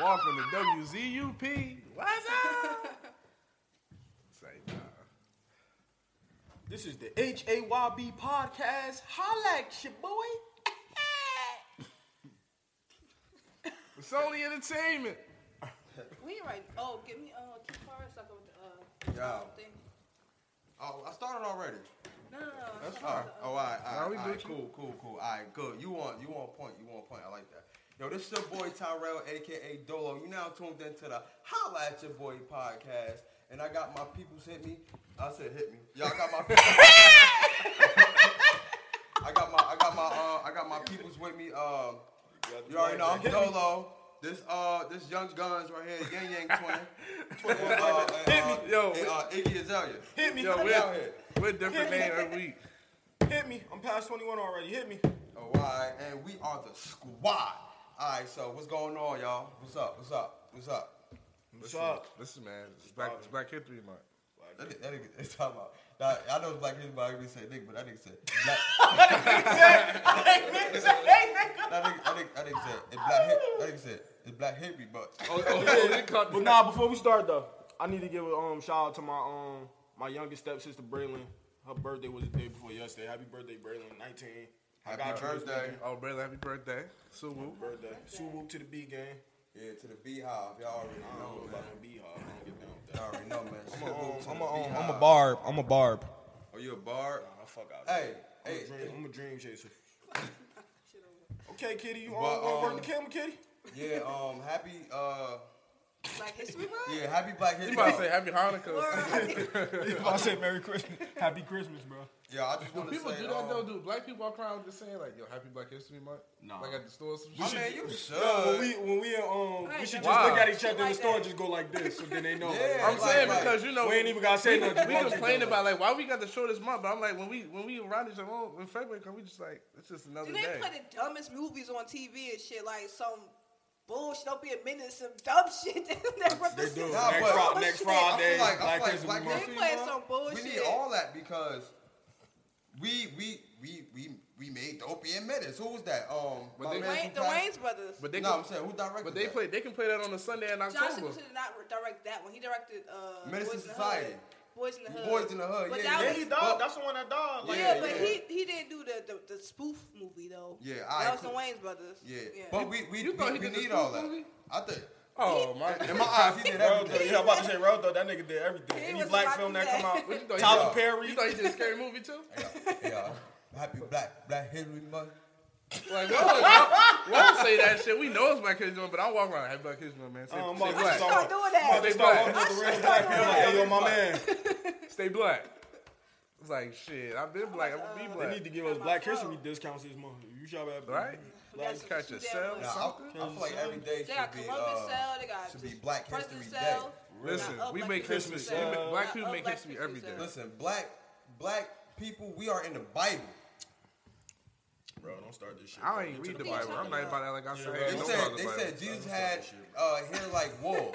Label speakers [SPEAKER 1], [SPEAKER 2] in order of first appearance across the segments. [SPEAKER 1] Walking to WZUP. What's up? Say nah.
[SPEAKER 2] This is the H A Y B podcast. Holla at your boy.
[SPEAKER 1] It's only entertainment.
[SPEAKER 3] We right. Oh, give me uh two cards so I can with the uh
[SPEAKER 4] Yeah.
[SPEAKER 3] thing.
[SPEAKER 4] Oh, I started already.
[SPEAKER 3] No, no, no.
[SPEAKER 4] That's
[SPEAKER 3] I'm
[SPEAKER 4] fine.
[SPEAKER 3] talking about
[SPEAKER 4] Oh, all right, all
[SPEAKER 1] Nah,
[SPEAKER 4] right,
[SPEAKER 1] we
[SPEAKER 4] all right
[SPEAKER 1] good, you-
[SPEAKER 4] cool, cool, cool. All right, good. You want, you want point, you want point. I like that. Yo, this your boy Tyrell, aka Dolo. You now tuned into the Holla at Your Boy podcast, and I got my peoples hit me. I said hit me. Y'all got my. I got my, I got my, uh, I got my peoples with me. Um, you already know I'm Dolo. This, uh, this Young Guns right here, Yang Yang Twin. twin uh, and, uh,
[SPEAKER 1] Yo,
[SPEAKER 4] and, uh, Iggy Azalea.
[SPEAKER 2] Hit me.
[SPEAKER 1] Yo,
[SPEAKER 2] Hit me.
[SPEAKER 4] out
[SPEAKER 1] we're,
[SPEAKER 4] here.
[SPEAKER 1] we're different name every week.
[SPEAKER 2] Hit me. I'm past 21 already. Hit me.
[SPEAKER 4] All right, and we are the squad. All right, so what's going on, y'all? What's up? What's up? What's up?
[SPEAKER 2] What's
[SPEAKER 1] Listen,
[SPEAKER 2] up?
[SPEAKER 1] listen, man. It's Black, it's black History Month.
[SPEAKER 4] That nigga, that nigga is talking about. Now, I know Black History Month. I say nigga, but that nigga said Black. that nigga, that nigga, that nigga said it's Black. Hi- That nigga said it's Black History Month.
[SPEAKER 1] Oh, oh, oh, we caught
[SPEAKER 2] But nah, before we start though, I need to give a um, shout out to my um my youngest stepsister Braylon. Her birthday was the day before yesterday. Happy birthday, Braylon. 19. I
[SPEAKER 4] Happy
[SPEAKER 2] got you this
[SPEAKER 4] birthday.
[SPEAKER 1] Oh, brother, happy birthday. So woo.
[SPEAKER 2] nigga. Birthday. Suwoo to the B game.
[SPEAKER 4] Yeah, to the Beehive. Y'all already
[SPEAKER 2] I don't know
[SPEAKER 4] know, man.
[SPEAKER 2] about no B hog. I don't get down with that.
[SPEAKER 4] Y'all already know, man. I'm a,
[SPEAKER 5] I'm a, um, I'm a barb. I'm a barb.
[SPEAKER 4] Are Oh, you a bar?
[SPEAKER 2] Nah, fuck out.
[SPEAKER 4] Hey,
[SPEAKER 2] I'm,
[SPEAKER 4] hey,
[SPEAKER 2] a dream, I'm a dream chaser.
[SPEAKER 3] shit over.
[SPEAKER 2] Okay, Kitty, you
[SPEAKER 4] But,
[SPEAKER 2] all want to
[SPEAKER 4] um,
[SPEAKER 2] work the camera, Kitty?
[SPEAKER 4] yeah. Um, happy. Uh,
[SPEAKER 3] Black History Month.
[SPEAKER 4] yeah, happy Black
[SPEAKER 1] You
[SPEAKER 4] History.
[SPEAKER 1] about to
[SPEAKER 4] Month.
[SPEAKER 1] say Happy Hanukkah.
[SPEAKER 3] Word.
[SPEAKER 5] I said Merry Christmas.
[SPEAKER 2] Happy Christmas, bro.
[SPEAKER 4] Yeah, I just want to
[SPEAKER 1] People
[SPEAKER 4] say.
[SPEAKER 1] do that though,
[SPEAKER 4] um,
[SPEAKER 1] dude. Black people walk around just saying like, "Yo, Happy Black History Month."
[SPEAKER 2] Nah.
[SPEAKER 1] Like at the store, or some
[SPEAKER 4] I
[SPEAKER 1] shit.
[SPEAKER 4] mean, you should.
[SPEAKER 2] Yo, when we when we in, um, we
[SPEAKER 3] ain't
[SPEAKER 2] should just
[SPEAKER 1] never done
[SPEAKER 2] look at each
[SPEAKER 3] shit
[SPEAKER 2] other in the
[SPEAKER 3] like
[SPEAKER 2] store
[SPEAKER 3] that.
[SPEAKER 2] and just go like this, so then they know. like,
[SPEAKER 4] Yeah,
[SPEAKER 1] I'm
[SPEAKER 4] like-
[SPEAKER 1] saying
[SPEAKER 4] like-
[SPEAKER 1] because you know
[SPEAKER 2] we ain't even gotta say nothing.
[SPEAKER 1] we complain about like why we got the shortest month, but I'm like when we when we around each other in February, come we just like it's just another
[SPEAKER 3] Do
[SPEAKER 1] day.
[SPEAKER 3] they play the dumbest movies on TV and shit like some bullshit? Don't be a menace, some dumb shit that represents.
[SPEAKER 2] do.
[SPEAKER 4] Nah,
[SPEAKER 2] next,
[SPEAKER 4] but-
[SPEAKER 2] Fri- next
[SPEAKER 3] Shit.
[SPEAKER 4] I
[SPEAKER 2] Friday,
[SPEAKER 4] feel like, I
[SPEAKER 2] Black
[SPEAKER 4] feel like
[SPEAKER 2] History
[SPEAKER 4] Black
[SPEAKER 2] Month.
[SPEAKER 4] History
[SPEAKER 3] They playing
[SPEAKER 4] Month,
[SPEAKER 3] some
[SPEAKER 4] We
[SPEAKER 3] bullshit.
[SPEAKER 4] need all that because we we we we we made Dopey and Menace. Who was that? Um,
[SPEAKER 1] But
[SPEAKER 4] my
[SPEAKER 1] they-
[SPEAKER 4] man
[SPEAKER 3] Wayne,
[SPEAKER 4] who
[SPEAKER 3] the
[SPEAKER 4] passed-
[SPEAKER 3] Wayne's brothers.
[SPEAKER 1] but they
[SPEAKER 4] no,
[SPEAKER 1] can,
[SPEAKER 4] I'm saying who directed?
[SPEAKER 1] but they
[SPEAKER 4] that?
[SPEAKER 1] play they can play that on a Sunday in
[SPEAKER 3] John
[SPEAKER 1] October.
[SPEAKER 3] Singleton did not direct that one. He directed uh, Boys
[SPEAKER 4] Menace to
[SPEAKER 3] in the
[SPEAKER 4] Society.
[SPEAKER 3] Hood. Boys in the Hood.
[SPEAKER 4] Boys in the Hood.
[SPEAKER 3] But
[SPEAKER 4] yeah,
[SPEAKER 3] that
[SPEAKER 4] yeah.
[SPEAKER 3] was- Yeah, he
[SPEAKER 2] That's the one that died.
[SPEAKER 4] like-
[SPEAKER 3] Yeah,
[SPEAKER 4] Yeah,
[SPEAKER 3] but
[SPEAKER 4] yeah.
[SPEAKER 3] he he didn't do the the, the spoof movie though.
[SPEAKER 4] Yeah, I
[SPEAKER 3] that was the
[SPEAKER 4] could-
[SPEAKER 3] Wayne's brothers.
[SPEAKER 4] Yeah. but we we,
[SPEAKER 1] You
[SPEAKER 4] we,
[SPEAKER 1] thought he
[SPEAKER 4] we
[SPEAKER 1] did the
[SPEAKER 4] need all
[SPEAKER 1] Spook
[SPEAKER 4] that.
[SPEAKER 1] movie?
[SPEAKER 4] I think
[SPEAKER 1] Oh my!
[SPEAKER 4] in my eyes he did everything.
[SPEAKER 2] yeah, I'm about to say Road though. That nigga did everything.
[SPEAKER 3] He
[SPEAKER 2] Any
[SPEAKER 3] was
[SPEAKER 2] black
[SPEAKER 3] about
[SPEAKER 2] film
[SPEAKER 3] to
[SPEAKER 2] that
[SPEAKER 3] say.
[SPEAKER 2] come out,
[SPEAKER 1] What you thought he
[SPEAKER 2] Tyler
[SPEAKER 1] did?
[SPEAKER 2] Perry.
[SPEAKER 1] You thought he did a scary movie too?
[SPEAKER 4] yeah, happy Black Black History Month.
[SPEAKER 1] Like, what? What? What? Say that shit. We know it's Black History Month, but I walk around Happy Black History Month, man. Say,
[SPEAKER 2] Um,
[SPEAKER 1] stay
[SPEAKER 2] I'm
[SPEAKER 3] I should
[SPEAKER 1] black.
[SPEAKER 2] sorry.
[SPEAKER 3] start doing that.
[SPEAKER 1] They
[SPEAKER 2] They start
[SPEAKER 1] black.
[SPEAKER 2] walking with the
[SPEAKER 3] I
[SPEAKER 2] real
[SPEAKER 3] should
[SPEAKER 2] black
[SPEAKER 3] start
[SPEAKER 2] people.
[SPEAKER 3] doing
[SPEAKER 2] Like, hey, yo, my man.
[SPEAKER 1] Stay black. It's like shit. I've been black. I'm gonna be
[SPEAKER 2] They
[SPEAKER 1] black.
[SPEAKER 2] need to give us
[SPEAKER 3] My
[SPEAKER 2] Black
[SPEAKER 3] phone.
[SPEAKER 2] History discounts this month. You shop at
[SPEAKER 1] right?
[SPEAKER 3] Got
[SPEAKER 2] Like,
[SPEAKER 3] some
[SPEAKER 1] catch
[SPEAKER 3] shit
[SPEAKER 1] yourself.
[SPEAKER 3] that
[SPEAKER 4] Nah,
[SPEAKER 3] was-
[SPEAKER 4] I, I feel like every day should
[SPEAKER 3] They got
[SPEAKER 4] be
[SPEAKER 3] Columbus
[SPEAKER 4] uh,
[SPEAKER 3] Cell. They got
[SPEAKER 4] should be Black
[SPEAKER 3] President
[SPEAKER 4] History
[SPEAKER 3] Cell.
[SPEAKER 4] Day.
[SPEAKER 1] Listen,
[SPEAKER 3] Nah, up
[SPEAKER 1] we
[SPEAKER 3] Black
[SPEAKER 1] make
[SPEAKER 3] History
[SPEAKER 1] Christmas.
[SPEAKER 3] Cell.
[SPEAKER 1] we make- black
[SPEAKER 3] Nah,
[SPEAKER 1] people
[SPEAKER 3] up
[SPEAKER 1] make
[SPEAKER 3] Black
[SPEAKER 1] history
[SPEAKER 3] History
[SPEAKER 1] every day.
[SPEAKER 3] Cell.
[SPEAKER 4] Listen, black black people, we are in the Bible.
[SPEAKER 2] Bro, don't start this shit.
[SPEAKER 1] I
[SPEAKER 2] bro.
[SPEAKER 1] ain't
[SPEAKER 2] Get
[SPEAKER 1] read
[SPEAKER 2] to
[SPEAKER 1] the
[SPEAKER 3] What you
[SPEAKER 1] Bible. I'm
[SPEAKER 3] talking
[SPEAKER 1] not
[SPEAKER 3] about?
[SPEAKER 1] about that. Like I said,
[SPEAKER 2] right.
[SPEAKER 1] I ain't
[SPEAKER 4] They
[SPEAKER 1] no
[SPEAKER 4] said
[SPEAKER 1] Bible
[SPEAKER 4] they
[SPEAKER 1] Bible.
[SPEAKER 4] said Jesus
[SPEAKER 2] Bible.
[SPEAKER 4] had uh, hair like wool.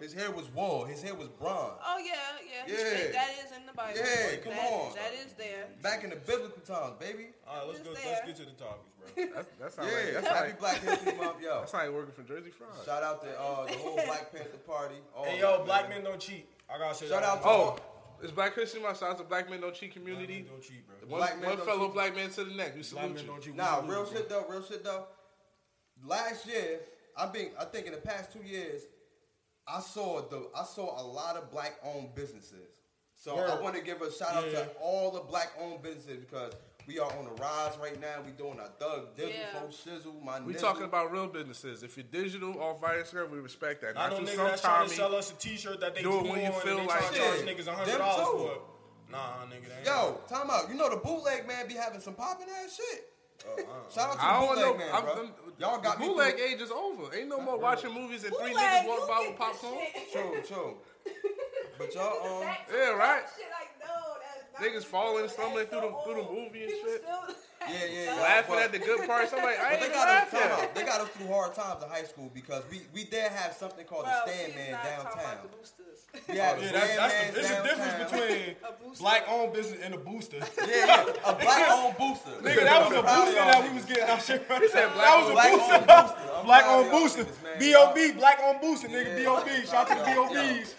[SPEAKER 4] His hair was wool. His hair was bronze.
[SPEAKER 3] Oh yeah, yeah. he
[SPEAKER 4] Yeah.
[SPEAKER 3] straight- That is in the Bible.
[SPEAKER 4] Yeah, come
[SPEAKER 3] That-
[SPEAKER 4] on.
[SPEAKER 3] That is there.
[SPEAKER 4] Back in the biblical times, baby.
[SPEAKER 2] All right, let's
[SPEAKER 3] Just
[SPEAKER 2] go.
[SPEAKER 3] there.
[SPEAKER 2] Let's get to the topics, bro.
[SPEAKER 1] That's, that's how.
[SPEAKER 4] Yeah,
[SPEAKER 1] Like, that's how.
[SPEAKER 4] happy
[SPEAKER 1] Like,
[SPEAKER 4] Black History Month, yo.
[SPEAKER 1] that's how you working for Jersey Fry.
[SPEAKER 4] Shout out to uh, the whole Black Panther Party. all
[SPEAKER 2] Hey, yo,
[SPEAKER 4] that,
[SPEAKER 2] black
[SPEAKER 4] man.
[SPEAKER 2] men don't cheat. I gotta say
[SPEAKER 4] Shout
[SPEAKER 2] that.
[SPEAKER 4] out to
[SPEAKER 1] Oh, it's Black History Month. Shout out to Black Men Don't Cheat
[SPEAKER 2] Black
[SPEAKER 1] community.
[SPEAKER 2] men don't cheat, bro.
[SPEAKER 1] One,
[SPEAKER 4] Black men
[SPEAKER 1] one
[SPEAKER 4] don't
[SPEAKER 1] fellow
[SPEAKER 4] cheat.
[SPEAKER 1] black man to the next. We
[SPEAKER 2] Black
[SPEAKER 1] salute
[SPEAKER 2] men don't
[SPEAKER 1] you.
[SPEAKER 2] cheat.
[SPEAKER 4] Nah,
[SPEAKER 2] We
[SPEAKER 4] real
[SPEAKER 2] lose,
[SPEAKER 4] shit though, real shit though. Last year, I've been, I think in the past two years, I saw the, I saw a lot of black-owned businesses. So I
[SPEAKER 2] Word.
[SPEAKER 4] want to give a shout out
[SPEAKER 2] Yeah.
[SPEAKER 4] to all the black-owned businesses because we are on the rise right now. We doing our Doug Dizzle,
[SPEAKER 3] Yeah.
[SPEAKER 4] Fo Shizzle, my
[SPEAKER 1] We
[SPEAKER 4] nizzle.
[SPEAKER 1] talking about real businesses. If you're digital or via Instagram, we respect that.
[SPEAKER 2] I
[SPEAKER 1] Not
[SPEAKER 2] don't
[SPEAKER 1] just
[SPEAKER 2] niggas
[SPEAKER 1] some
[SPEAKER 2] that's trying
[SPEAKER 1] Tommy.
[SPEAKER 2] to sell us a T-shirt that they
[SPEAKER 1] Do
[SPEAKER 2] drew
[SPEAKER 1] it
[SPEAKER 2] on
[SPEAKER 1] when you
[SPEAKER 2] and
[SPEAKER 1] feel
[SPEAKER 2] they
[SPEAKER 1] like
[SPEAKER 2] trying to charge
[SPEAKER 4] it.
[SPEAKER 2] niggas a
[SPEAKER 4] Them
[SPEAKER 2] hundred dollars
[SPEAKER 4] too.
[SPEAKER 2] for it. Nah, nigga, that ain't
[SPEAKER 4] Yo, time out. You know the bootleg man be having some popping ass shit. Shout out to the
[SPEAKER 1] I don't
[SPEAKER 4] bootleg
[SPEAKER 1] know.
[SPEAKER 4] man,
[SPEAKER 1] I'm,
[SPEAKER 4] bro.
[SPEAKER 1] I'm,
[SPEAKER 4] Y'all got
[SPEAKER 1] the
[SPEAKER 4] me.
[SPEAKER 1] bootleg
[SPEAKER 4] through-
[SPEAKER 1] age is over. Ain't no more watching movies and three
[SPEAKER 3] Bootleg,
[SPEAKER 1] niggas walking
[SPEAKER 3] you
[SPEAKER 1] by
[SPEAKER 3] get
[SPEAKER 1] with
[SPEAKER 3] the
[SPEAKER 1] popcorn.
[SPEAKER 3] shit.
[SPEAKER 4] Chill, chill. But y'all, um,
[SPEAKER 3] Back to
[SPEAKER 1] Yeah,
[SPEAKER 3] the
[SPEAKER 1] right.
[SPEAKER 3] shit, like, no, that's not
[SPEAKER 1] Niggas
[SPEAKER 3] what
[SPEAKER 1] falling,
[SPEAKER 3] you do.
[SPEAKER 1] stumbling
[SPEAKER 3] That's
[SPEAKER 1] through the-
[SPEAKER 3] so
[SPEAKER 1] through the
[SPEAKER 3] old.
[SPEAKER 1] movie and
[SPEAKER 3] People
[SPEAKER 1] shit.
[SPEAKER 3] still-
[SPEAKER 4] Yeah, yeah, yeah.
[SPEAKER 1] laughing
[SPEAKER 4] but-
[SPEAKER 1] at the good parts. I'm like, I
[SPEAKER 4] But they
[SPEAKER 1] ain't
[SPEAKER 4] got us. time
[SPEAKER 1] laughing.
[SPEAKER 4] out. They got us through hard times in high school because we we did have something called
[SPEAKER 3] Bro,
[SPEAKER 4] the
[SPEAKER 3] please
[SPEAKER 4] stand man
[SPEAKER 3] not talk
[SPEAKER 4] downtown.
[SPEAKER 3] about the boosters.
[SPEAKER 4] We had
[SPEAKER 2] Yeah,
[SPEAKER 4] the
[SPEAKER 2] that's, that's
[SPEAKER 4] stand
[SPEAKER 2] the, there's
[SPEAKER 4] man
[SPEAKER 2] a difference
[SPEAKER 4] downtown.
[SPEAKER 2] between
[SPEAKER 3] A booster.
[SPEAKER 2] black-owned business and a booster.
[SPEAKER 4] yeah, yeah, a black-owned booster.
[SPEAKER 2] Nigga, that was a
[SPEAKER 4] Proud of
[SPEAKER 2] booster
[SPEAKER 4] y'all
[SPEAKER 2] that we
[SPEAKER 4] niggas.
[SPEAKER 2] was getting. Nah, shit, bro.
[SPEAKER 1] said
[SPEAKER 2] that was a
[SPEAKER 4] black-owned
[SPEAKER 2] booster.
[SPEAKER 4] booster. I'm proud
[SPEAKER 2] Black-owned
[SPEAKER 4] of y'all
[SPEAKER 2] booster.
[SPEAKER 4] niggas, man.
[SPEAKER 2] B.O.B. Black-owned booster, nigga.
[SPEAKER 4] Yeah,
[SPEAKER 2] B.O.B. Shout out to
[SPEAKER 4] yeah,
[SPEAKER 2] B.O.B.'s.